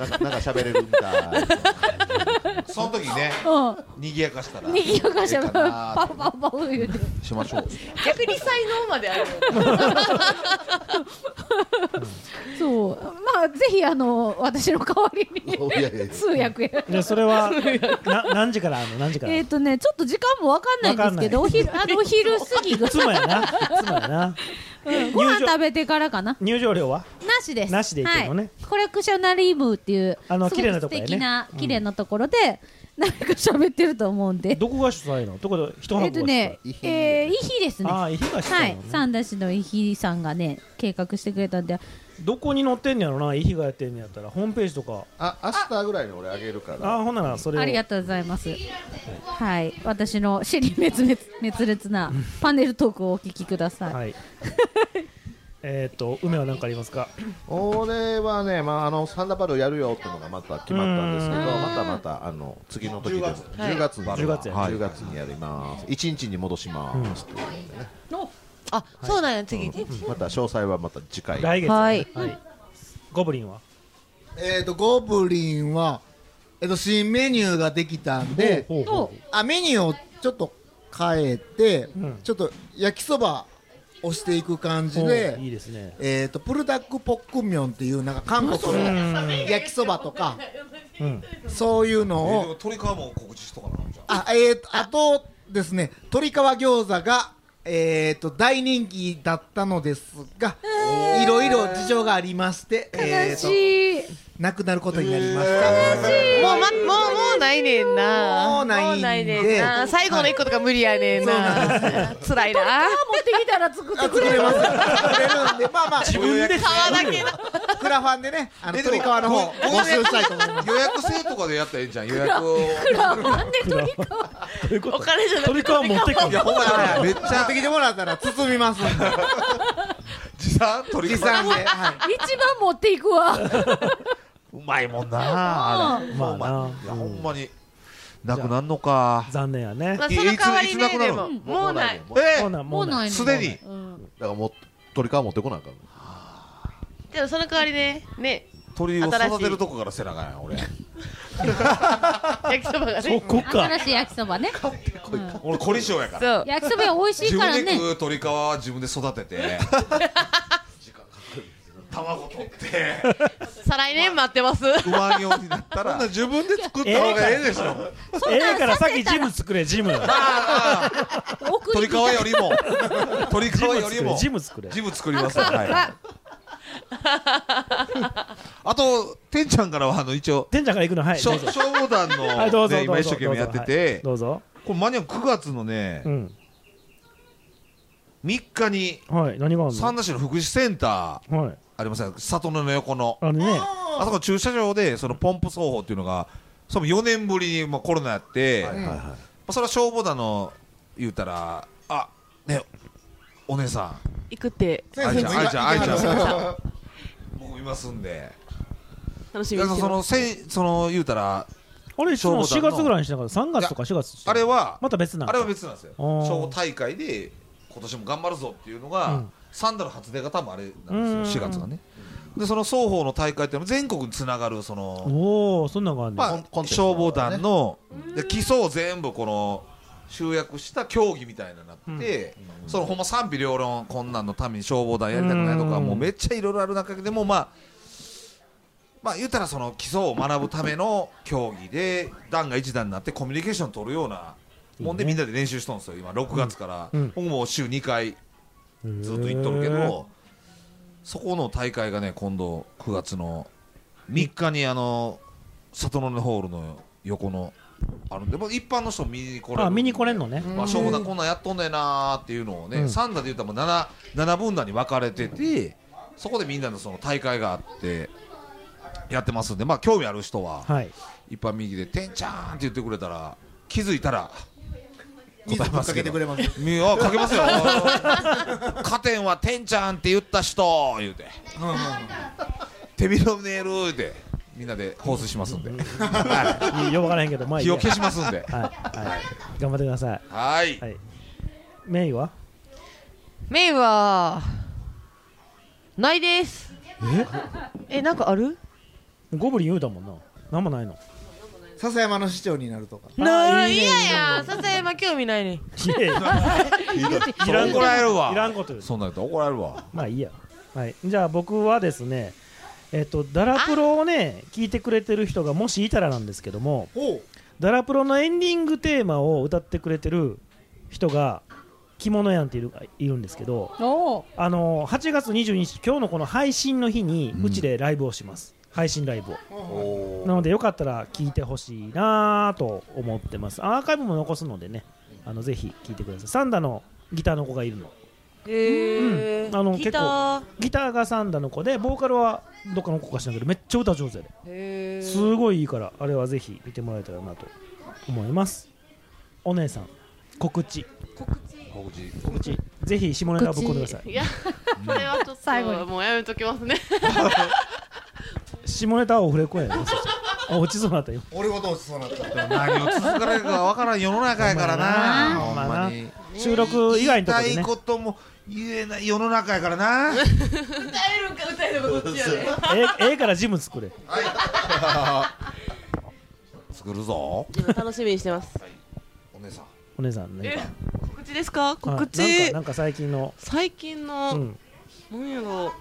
Speaker 2: んかなんか喋れるみたい
Speaker 4: その時ね
Speaker 5: うん
Speaker 4: 賑やかしたら
Speaker 5: にぎやかしゃべ
Speaker 4: ええ
Speaker 5: る
Speaker 4: かな
Speaker 5: パフパフパフ言うて
Speaker 4: しましょう
Speaker 8: 逆に才能まである
Speaker 5: そうまあぜひあの私の代わり
Speaker 2: いやいやい
Speaker 5: に
Speaker 2: や
Speaker 5: 通訳や
Speaker 1: でそれはな何時からあんの何時から
Speaker 5: えっとねちょっと時間もわかんないんですけどお
Speaker 1: わかんない
Speaker 5: 昼 あのお昼過ぎぐ
Speaker 1: いつもやないつもやな
Speaker 5: うん ご飯食べてからかな
Speaker 1: 入場料は
Speaker 5: なしです
Speaker 1: なしでいけるのね
Speaker 5: はいコレクショナリームっていう
Speaker 1: あの
Speaker 5: すご
Speaker 1: 綺麗な
Speaker 5: く
Speaker 1: と
Speaker 5: 素
Speaker 1: こやね
Speaker 5: 敵な
Speaker 1: うん
Speaker 5: 綺麗なところで何か喋ってると思うんで
Speaker 1: どこが主催なのどこで一
Speaker 5: え
Speaker 1: 箱
Speaker 5: っとね
Speaker 1: が主催
Speaker 5: えーイヒですね
Speaker 1: あーイヒが主催なの
Speaker 5: は
Speaker 1: ね
Speaker 5: い三田市のイヒさんがね計画してくれたんで
Speaker 1: どこに載ってんのやろなイヒがやってんのやったらホームページとか
Speaker 2: あ明日ぐらいに俺あげるから
Speaker 1: あほんならそれを
Speaker 5: ありがとうございますはい私のシェリ滅滅滅裂なパネルトークをお聞きください
Speaker 1: はいえっと梅は何かありますか
Speaker 2: 俺はね、まあ、あのサンダーバルやるよってのがまた決まったんですけど、またまたあの次の時でも
Speaker 8: 10
Speaker 2: 10月
Speaker 8: 月
Speaker 2: に、
Speaker 8: はい
Speaker 2: 10月
Speaker 8: 10月やね
Speaker 2: 10月にやります、1日に戻しますっていうのでね、
Speaker 8: あそうなんや次
Speaker 2: また詳細はまた次回、
Speaker 1: 来
Speaker 2: 来
Speaker 1: 月
Speaker 8: はい
Speaker 1: ゴブリンは
Speaker 6: えっ、とゴブリンはえっ、と新メニューができたんで
Speaker 1: ほうほうほ
Speaker 6: あメニューをちょっと変えて、ちょっと焼きそばをしていく感じで
Speaker 1: おいいですね
Speaker 6: えっ、とプルダックポックミョンっていうなんか韓国の焼きそばとかそういうのを
Speaker 4: 鳥皮も告知しとかな
Speaker 6: あえーとあとですね鶏皮餃子がえー、と大人気だったのですが、いろいろ事情がありまして、えーと
Speaker 5: しい
Speaker 6: なくなることになりました。
Speaker 8: もうまもうもうないねんな
Speaker 6: もうないんで
Speaker 8: ねんな最後の一個とか無理やねんな辛いな
Speaker 5: 持ってきたら作って
Speaker 6: くれます作れるんで、まあまあ、
Speaker 8: 自分で買わなきゃ
Speaker 6: クラファンでね、あの、
Speaker 4: えでも
Speaker 6: 鳥皮の方、
Speaker 4: ご
Speaker 6: 募集したいと思います。
Speaker 4: 予約制とかでやったらいいんじゃ ん予約を
Speaker 5: クラファンで取り
Speaker 8: お金じゃな
Speaker 1: 鳥皮持ってく
Speaker 4: いやほんまやめっち
Speaker 6: 買
Speaker 4: ゃ
Speaker 6: ってきてもらったら包みます。
Speaker 4: 持参鳥皮
Speaker 6: 持参ではい
Speaker 5: 一番持っていくわ
Speaker 4: うまいもんなあれ
Speaker 1: まあない
Speaker 4: やほんまになくなんのか
Speaker 1: 残念やね
Speaker 8: まあその代わりねでも
Speaker 4: の
Speaker 8: もうない
Speaker 4: え
Speaker 1: もうない
Speaker 8: もうない
Speaker 4: すでに
Speaker 2: だからもう鳥皮持ってこないから
Speaker 8: ででもその代わりねね
Speaker 4: 鳥を
Speaker 8: 新しい
Speaker 4: 育てるとこからせなあかんやん俺
Speaker 8: 焼きそばが
Speaker 4: そ
Speaker 8: ね
Speaker 4: こか
Speaker 5: 新しい焼きそばね
Speaker 4: 俺凝り性やから
Speaker 5: そう焼きそば屋美味しいからね
Speaker 4: 自分で食う鶏皮は自分で育てて卵取って
Speaker 8: 再来年待ってます
Speaker 4: 不安用になったら自分で作
Speaker 1: った方がええでしょええからさっきジム作れジム
Speaker 4: 鳥皮より も鳥皮よりも
Speaker 1: ジム作れ
Speaker 4: ジム作りますはい あとてんちゃんからはあの一応
Speaker 1: てんちゃんから行くのはい
Speaker 4: 消
Speaker 1: どうぞ
Speaker 4: 消防団の、
Speaker 1: はいどうぞどうぞ
Speaker 4: ね今一生懸命やってて
Speaker 1: どうぞ
Speaker 4: これ間に合う9月のね、3日に
Speaker 1: はい何があるの
Speaker 4: 三田市の福祉センター、
Speaker 1: はい
Speaker 4: ありません里の横の
Speaker 1: あのね
Speaker 4: あそこ駐車場でそのポンプ奏法っていうのがそれも4年ぶりにまあコロナやって、まあ、それは消防団の言うたらあねお姉さん
Speaker 7: 行くって
Speaker 4: 愛ちゃん愛ちゃん愛ちゃ
Speaker 7: は
Speaker 4: ん僕いますんで
Speaker 7: 楽しみにしてます
Speaker 4: そのせんその言うた
Speaker 1: あ
Speaker 4: ら
Speaker 1: れいつも
Speaker 4: 消
Speaker 1: 4
Speaker 4: 防団の
Speaker 1: 月ぐらいにしなかった3月とか4月
Speaker 4: あれは
Speaker 1: また別なん
Speaker 4: あれは別なんですよ
Speaker 1: あー
Speaker 4: 消防大会で今年も頑張るぞっていうのが、
Speaker 1: うん
Speaker 4: サンダル発電が多分あれ
Speaker 1: うんうん
Speaker 4: なん
Speaker 1: うん
Speaker 4: ですよ4月がねでその双方の大会っていうのは全国につながるその、
Speaker 1: おおそんなんがあるね
Speaker 4: まあ、消防団の、で基礎を全部この集約した競技みたいなのになって、そのほんま賛否両論こんなんのために消防団やりたくないとか
Speaker 1: うん
Speaker 4: もうめっちゃいろいろある中でもまあまあ言ったらその基礎を学ぶための競技で団が一団になってコミュニケーション取るようなもんでみんなで練習しとんですよ今6月から、
Speaker 1: うんうん
Speaker 4: 僕も週2回ずっと行っとるけ
Speaker 1: へ
Speaker 4: ど
Speaker 1: ー
Speaker 4: そこの大会がね今度9月の3日にあの里の根ホールの横のあるんでもう一般の人も見に来れる
Speaker 1: あ見に来れんのね
Speaker 4: まあ、消防団こんなんやっとんねんなーっていうのをね、
Speaker 1: うん
Speaker 4: 三段で言ったらもう 7, 7分団に分かれててそこでみんなのその大会があってやってますんでまあ興味ある人は、
Speaker 1: はい
Speaker 4: 一般右で「てんちゃん」って言ってくれたら気づいたら答えますけど
Speaker 20: 水ぶっかけてく
Speaker 4: みあかけますよ加点は「てんちゃん」って言った人言うて「手びろねる」言うてみんなで放水しますんで、
Speaker 1: いいよくわからへんけどまあいい
Speaker 4: 火
Speaker 1: や
Speaker 4: を消しますんで
Speaker 1: はいはい頑張ってください
Speaker 4: はい
Speaker 1: メイは
Speaker 8: メイはないですえなんかある
Speaker 1: ゴブリン言うたもんななんもないの
Speaker 20: 笹山の市長になるとか
Speaker 8: ない嫌やん笹山興味ないね
Speaker 1: い やい
Speaker 4: いらん怒られるわ
Speaker 1: いらんこと言う
Speaker 4: そんなんやったら怒られるわ
Speaker 1: まあいいやはいじゃあ僕はですねえっとダラプロをね聞いてくれてる人がもしいたらなんですけどもダラプロのエンディングテーマを歌ってくれてる人が着物やんっているいるんですけど あの8月22日今日のこの配信の日にうちでライブをします、配信ライブをなのでよかったら聞いてほしいなぁと思ってますアーカイブも残すのでねあのぜひ聞いてくださいサンダのギターの子がいるの
Speaker 8: へえ
Speaker 1: あの
Speaker 8: ギ
Speaker 1: 結
Speaker 8: ター
Speaker 1: 構ギターがサンダの子でボーカルはどっかの子か知らんけどめっちゃ歌上手やで
Speaker 8: へ
Speaker 1: すごいいいからあれはぜひ見てもらえたらなと思いますお姉さん告知
Speaker 4: 告知
Speaker 1: 告知ぜひ下ネタぶっ込んでくださ
Speaker 7: い
Speaker 1: い
Speaker 7: やそれはちょっと
Speaker 5: 最後に
Speaker 7: もうやめときますね
Speaker 1: 下ネタはオフレコやねあ落ちそうになったよ
Speaker 20: 俺ごと落ちそうなった
Speaker 4: 何を続かれるかわからん世の中やからな
Speaker 1: ほんまやな
Speaker 4: ほんまに
Speaker 1: 収録以外のとこ
Speaker 4: 言
Speaker 1: で
Speaker 4: いた
Speaker 1: ね
Speaker 4: いことも言えない世の中やからな
Speaker 7: 歌えるか歌えるかこっちやね
Speaker 1: えええからジム作れ
Speaker 4: 作るぞ
Speaker 7: 自分楽しみにしてます
Speaker 4: お姉さん
Speaker 1: お姉さんね
Speaker 7: え告知ですか告知、
Speaker 1: はいなんかなんか最近の
Speaker 7: 最近
Speaker 1: う
Speaker 7: の
Speaker 1: ん、
Speaker 7: 何やろ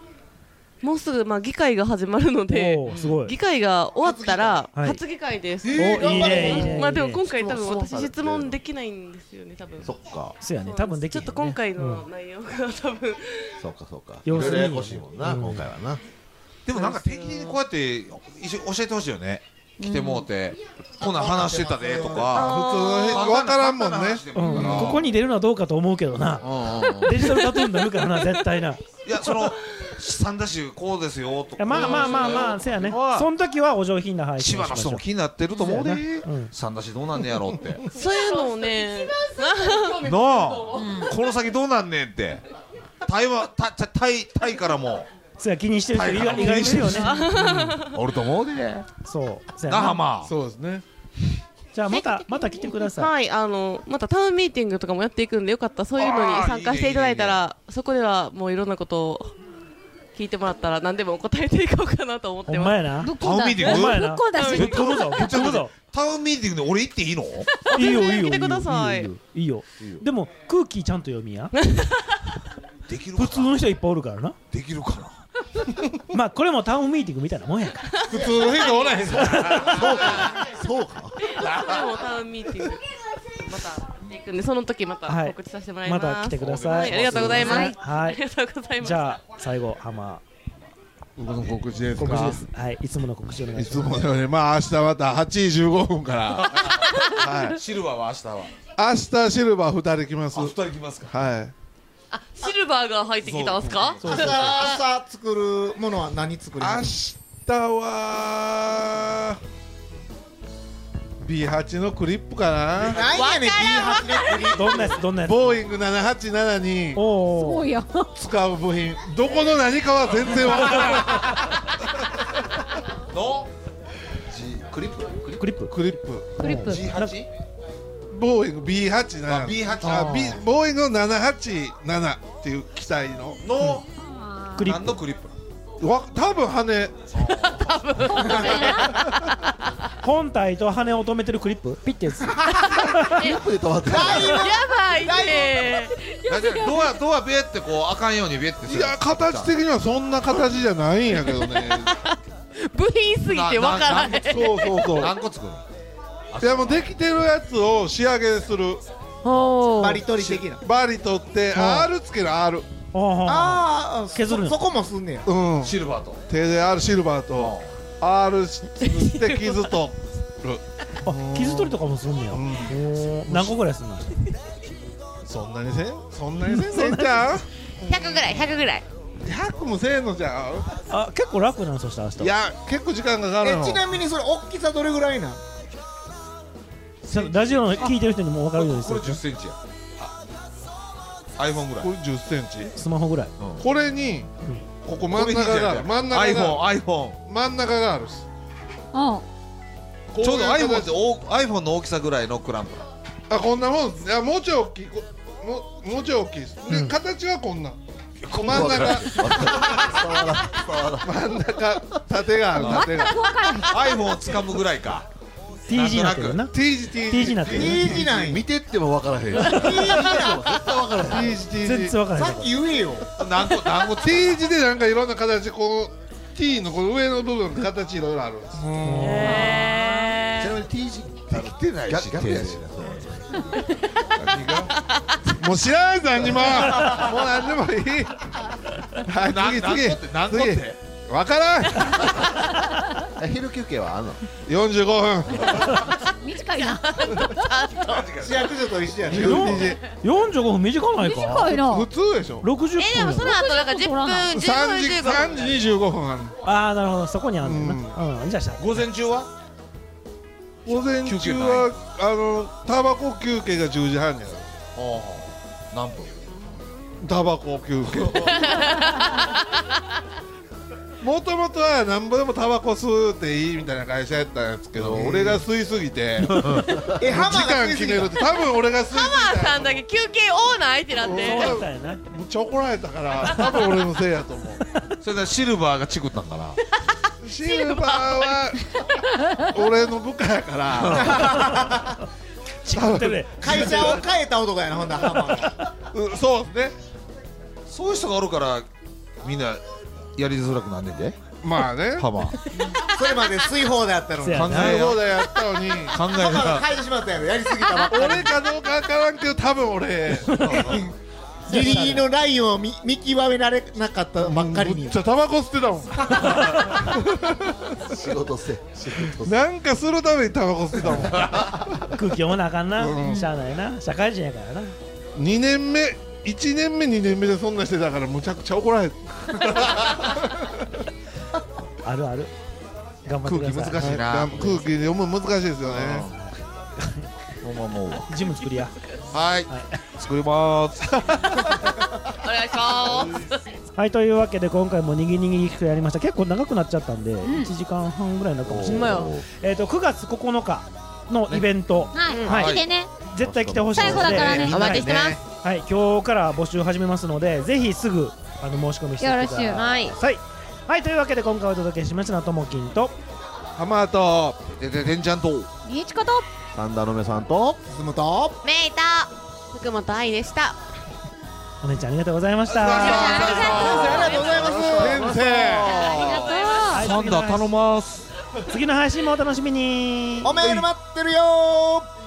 Speaker 7: もうすぐまあ議会が始まるので
Speaker 1: おーすごい
Speaker 7: 議会が終わったら
Speaker 1: はい
Speaker 7: 初議会です、
Speaker 1: えーおいいねいいね
Speaker 7: まあでも今回
Speaker 1: そ
Speaker 7: 多
Speaker 1: う
Speaker 7: 分
Speaker 1: そう
Speaker 7: 私質問できないんですよね多分
Speaker 2: そっか
Speaker 1: そうやね多分でき
Speaker 7: ち
Speaker 1: へ
Speaker 7: ょ
Speaker 1: ん
Speaker 7: っ
Speaker 1: ね
Speaker 7: と今回の内容が多分、
Speaker 2: そうかそうか
Speaker 1: 様子見に
Speaker 2: いろいろややこしいもんな、
Speaker 1: うん
Speaker 2: 今回はな
Speaker 4: でもなんか定期的にこうやって一緒教えてほしいよね来てもうて、こんなん話してたでとか
Speaker 19: 普通わからんもんね
Speaker 1: うんここに出るのはどうかと思うけどなデジタルタトゥーになるからな絶対ない
Speaker 4: いやその三田市こうですよとか
Speaker 1: やまあまあまあまあせやね
Speaker 4: は
Speaker 1: その時はお上品な配信
Speaker 4: 千
Speaker 1: を
Speaker 4: 葉
Speaker 1: しまし
Speaker 4: の人
Speaker 1: ょ
Speaker 4: も
Speaker 1: う
Speaker 4: 気になってると思う
Speaker 1: そ
Speaker 4: で
Speaker 1: う
Speaker 4: 三田市どうなんねやろうってな
Speaker 7: そういうのをね
Speaker 4: あこの先どうなんねんってタイはタタタイタイからも
Speaker 1: そうや気にしてる人意外意外にいるよね
Speaker 4: おると思うで
Speaker 1: そうせや
Speaker 4: 那
Speaker 1: な
Speaker 4: 覇ま
Speaker 19: そうですね
Speaker 1: じゃあまたまた来てください
Speaker 7: はいあのまたタウンミーティングとかもやっていくんでよかったらそういうのに参加していただいたらそこではもういろんなことを聞いてもらったら何でも答えていこうかなと思ってます。
Speaker 1: ほんまやなぶっこんだタウンミーティングほんまやなぶっこんだしぶっこむぞぶっこむぞ
Speaker 4: タウンミーティングで俺行っていいの
Speaker 1: いいよいいよいいよ
Speaker 7: 来てください
Speaker 1: いいよいいよでも空気ちゃんと読みや
Speaker 4: できる
Speaker 1: 普通の人いっぱいおるからな
Speaker 4: できるかな
Speaker 1: まあこれもタウンミーティングみたいなもんやから
Speaker 4: 普通の人おらへんぞ
Speaker 1: そうか
Speaker 7: もうタウンミーティングまたやっていくんでその時また
Speaker 1: はい
Speaker 7: 告知させてもらいます。
Speaker 1: また来てください
Speaker 7: はいありがとうございます。
Speaker 1: はい
Speaker 7: ありがとうございます。
Speaker 1: じゃあ最後ハマ
Speaker 19: 僕の告知ですか
Speaker 1: 告知ですはいいつもの告知お願い
Speaker 19: い
Speaker 1: し
Speaker 19: つ
Speaker 1: ま
Speaker 19: も
Speaker 1: す
Speaker 19: のようにまあ明日また8時15分からはい
Speaker 4: シルバーは明日は
Speaker 19: 明日シルバー2人来ます
Speaker 4: あ二人来ます
Speaker 19: かはい
Speaker 7: シルバーが入ってきたんすか？
Speaker 20: 明日作るものは何作り
Speaker 19: ます明日は B8 のクリップかな
Speaker 20: 何やねんわからん B8 のクリップ
Speaker 1: どんなやつどんなやつ
Speaker 19: ボーイング787に
Speaker 1: ご
Speaker 20: いや
Speaker 19: 使う部品どこの何かは全然わからない
Speaker 4: のじクリップ
Speaker 1: クリップ
Speaker 19: クリップ
Speaker 4: クリップ
Speaker 19: G8 ボーイング B87
Speaker 4: あ B8
Speaker 19: あ B ボーイングの787っていう機体の
Speaker 4: の
Speaker 1: クリップ
Speaker 4: 何のクリップ
Speaker 19: わ多分羽
Speaker 1: 本体と羽を止めてるクリップピッてやつクリ
Speaker 2: ップで止まってる
Speaker 7: ばいね
Speaker 4: だってドアドアベってこうあかんようにベってす
Speaker 19: い
Speaker 4: る
Speaker 19: や形的にはそんな形じゃないんやけどね
Speaker 7: 部品すぎてわからない。
Speaker 19: そうそうそう
Speaker 4: 何個作るの
Speaker 19: いやもうできてるやつを仕上げする
Speaker 20: バリ取り的な
Speaker 19: バリ取って
Speaker 20: は
Speaker 19: R つける R
Speaker 20: ああ
Speaker 19: 削るの
Speaker 20: そそこもすんねや
Speaker 19: うん
Speaker 4: シルバーと
Speaker 19: 手で R シルバーと R して傷取る
Speaker 1: あ傷取りとかもすんねやへー何個ぐらいすんの
Speaker 19: そんなにせんそんなにせんせんちゃう
Speaker 8: 100ぐらい100ぐらい
Speaker 19: 100もせんのじゃう
Speaker 1: あ結構楽なんそしたら明日
Speaker 19: いや結構時間がかかる
Speaker 20: え
Speaker 19: の
Speaker 20: ちなみにそれ大きさどれぐらいなん
Speaker 1: さラジオの聞いてる人にも分かるようにす
Speaker 4: これ
Speaker 1: る
Speaker 4: 10センチやあ iPhone ぐらい
Speaker 19: これ10センチ
Speaker 1: スマホぐらい
Speaker 19: これにここ真ん中がある真ん中が
Speaker 4: iPhone
Speaker 19: 真ん中があるし
Speaker 4: ちょうど iPhone って大 iPhone の大きさぐらいのクランプな
Speaker 19: あこんなもんいやもうちょい大きいこもうもうちょい大きいです、で形はこんなん真ん中 真ん中 縦がある縦が
Speaker 4: iPhone を掴むぐらいか
Speaker 1: T 字になってるな
Speaker 19: T 字 T 字
Speaker 1: T 字になってる
Speaker 20: T 字なんや
Speaker 2: 見てっても分からへん
Speaker 19: T 字 T 字
Speaker 1: 全然分からへん
Speaker 20: さっき言えよ
Speaker 4: 何個何個
Speaker 19: T 字でなんかいろんな形こう T のこの上の部分の形いろいろあるんです
Speaker 2: ちなみに T 字できてないし逆やし
Speaker 19: もう知らん何 にももう何でもいいはい
Speaker 4: な
Speaker 19: 次
Speaker 4: 何個って何個っ
Speaker 19: 次
Speaker 4: て
Speaker 19: 次分からん
Speaker 2: 昼休憩はあんの
Speaker 19: 45分
Speaker 5: 短いな。
Speaker 20: 市役所と一緒やね
Speaker 1: 45分短ないか
Speaker 5: 短いな
Speaker 19: 普通でしょ
Speaker 1: 60分
Speaker 8: えでもその後なんか10分
Speaker 5: 3
Speaker 8: 10分15分
Speaker 19: 3時25分ある
Speaker 1: ああなるほどそこにあんねんなうんじゃあした
Speaker 4: 午前中は
Speaker 19: 午前
Speaker 4: 休
Speaker 19: 中
Speaker 4: 憩ない
Speaker 19: はあのタバコ休憩が10時半やから
Speaker 4: ほうほう何分
Speaker 19: タバコ休 憩もともとはなんぼでもタバコ吸うていいみたいな会社やったんですけど、俺が吸いすぎて
Speaker 20: え浜
Speaker 19: 時間決めるって多分俺が吸いすぎ
Speaker 7: ハマーさんだけ休憩オーナーってなって。
Speaker 19: そう
Speaker 1: たんやな
Speaker 19: むっちゃ怒られたから多分俺のせいやと思
Speaker 4: それでシルバーがチクったんかな
Speaker 19: うシルバーは俺の部下やから
Speaker 1: チクってね
Speaker 20: 会社を変えた男やなほんだら浜田
Speaker 19: うんそうですね
Speaker 4: そういう人がおるからみんなやりづらくなんねんで
Speaker 19: まあね
Speaker 4: ハマー
Speaker 20: それまで水放でやったの
Speaker 4: せ
Speaker 20: に
Speaker 4: やな
Speaker 20: 浜
Speaker 19: そういうことやったの
Speaker 4: 考
Speaker 19: に
Speaker 4: え
Speaker 20: 田
Speaker 4: な
Speaker 20: 変えてしまったやろやりすぎたばっか
Speaker 19: 俺かどうかわからんけど多分俺
Speaker 20: りギリギリのラインを見見極められなかったばっかりに
Speaker 19: じゃあタバコ吸ってたもん
Speaker 2: 仕事せ仕事せ
Speaker 19: なんかするためにタバコ吸ってたもん
Speaker 1: 空気読まなあかんなしゃあないな社会人やからな
Speaker 19: 2年目1年目2年目でそんなしてたからむちゃくちゃ怒られて
Speaker 1: あるある頑張っ
Speaker 4: 空
Speaker 1: て
Speaker 4: 気
Speaker 1: ください
Speaker 4: 難しいな
Speaker 19: 空気読むの難しいですよね
Speaker 4: ほんま思うわ
Speaker 1: ジム作りや
Speaker 4: はい作りまーす
Speaker 7: お願いします。
Speaker 1: はいというわけで今回もにぎにぎきくやりました結構長くなっちゃったんで1時間半ぐらいになるかもしれない
Speaker 7: ほんまや
Speaker 1: えっと9月9日のイベント
Speaker 12: はい、
Speaker 1: はい
Speaker 12: 来てね。
Speaker 1: 絶対来てほしいので
Speaker 12: 最後だからねお待ちしてます
Speaker 1: はい、今日から募集始めますので、ぜひすぐあの申し込みしてください
Speaker 5: よろしゅうはい
Speaker 1: はい、はい、というわけで今回お届けしましたのはともきんと
Speaker 4: 浜マとでででんちゃんと
Speaker 5: いいちこと
Speaker 2: 三田の目さんと進むと
Speaker 8: メイと福本愛でした
Speaker 1: お姉ちゃんありがとうございました
Speaker 8: ありがとうござい
Speaker 1: ます先
Speaker 4: ありがとうサンダー頼ます
Speaker 1: 次の配信もお楽しみに
Speaker 6: おメール待ってるよー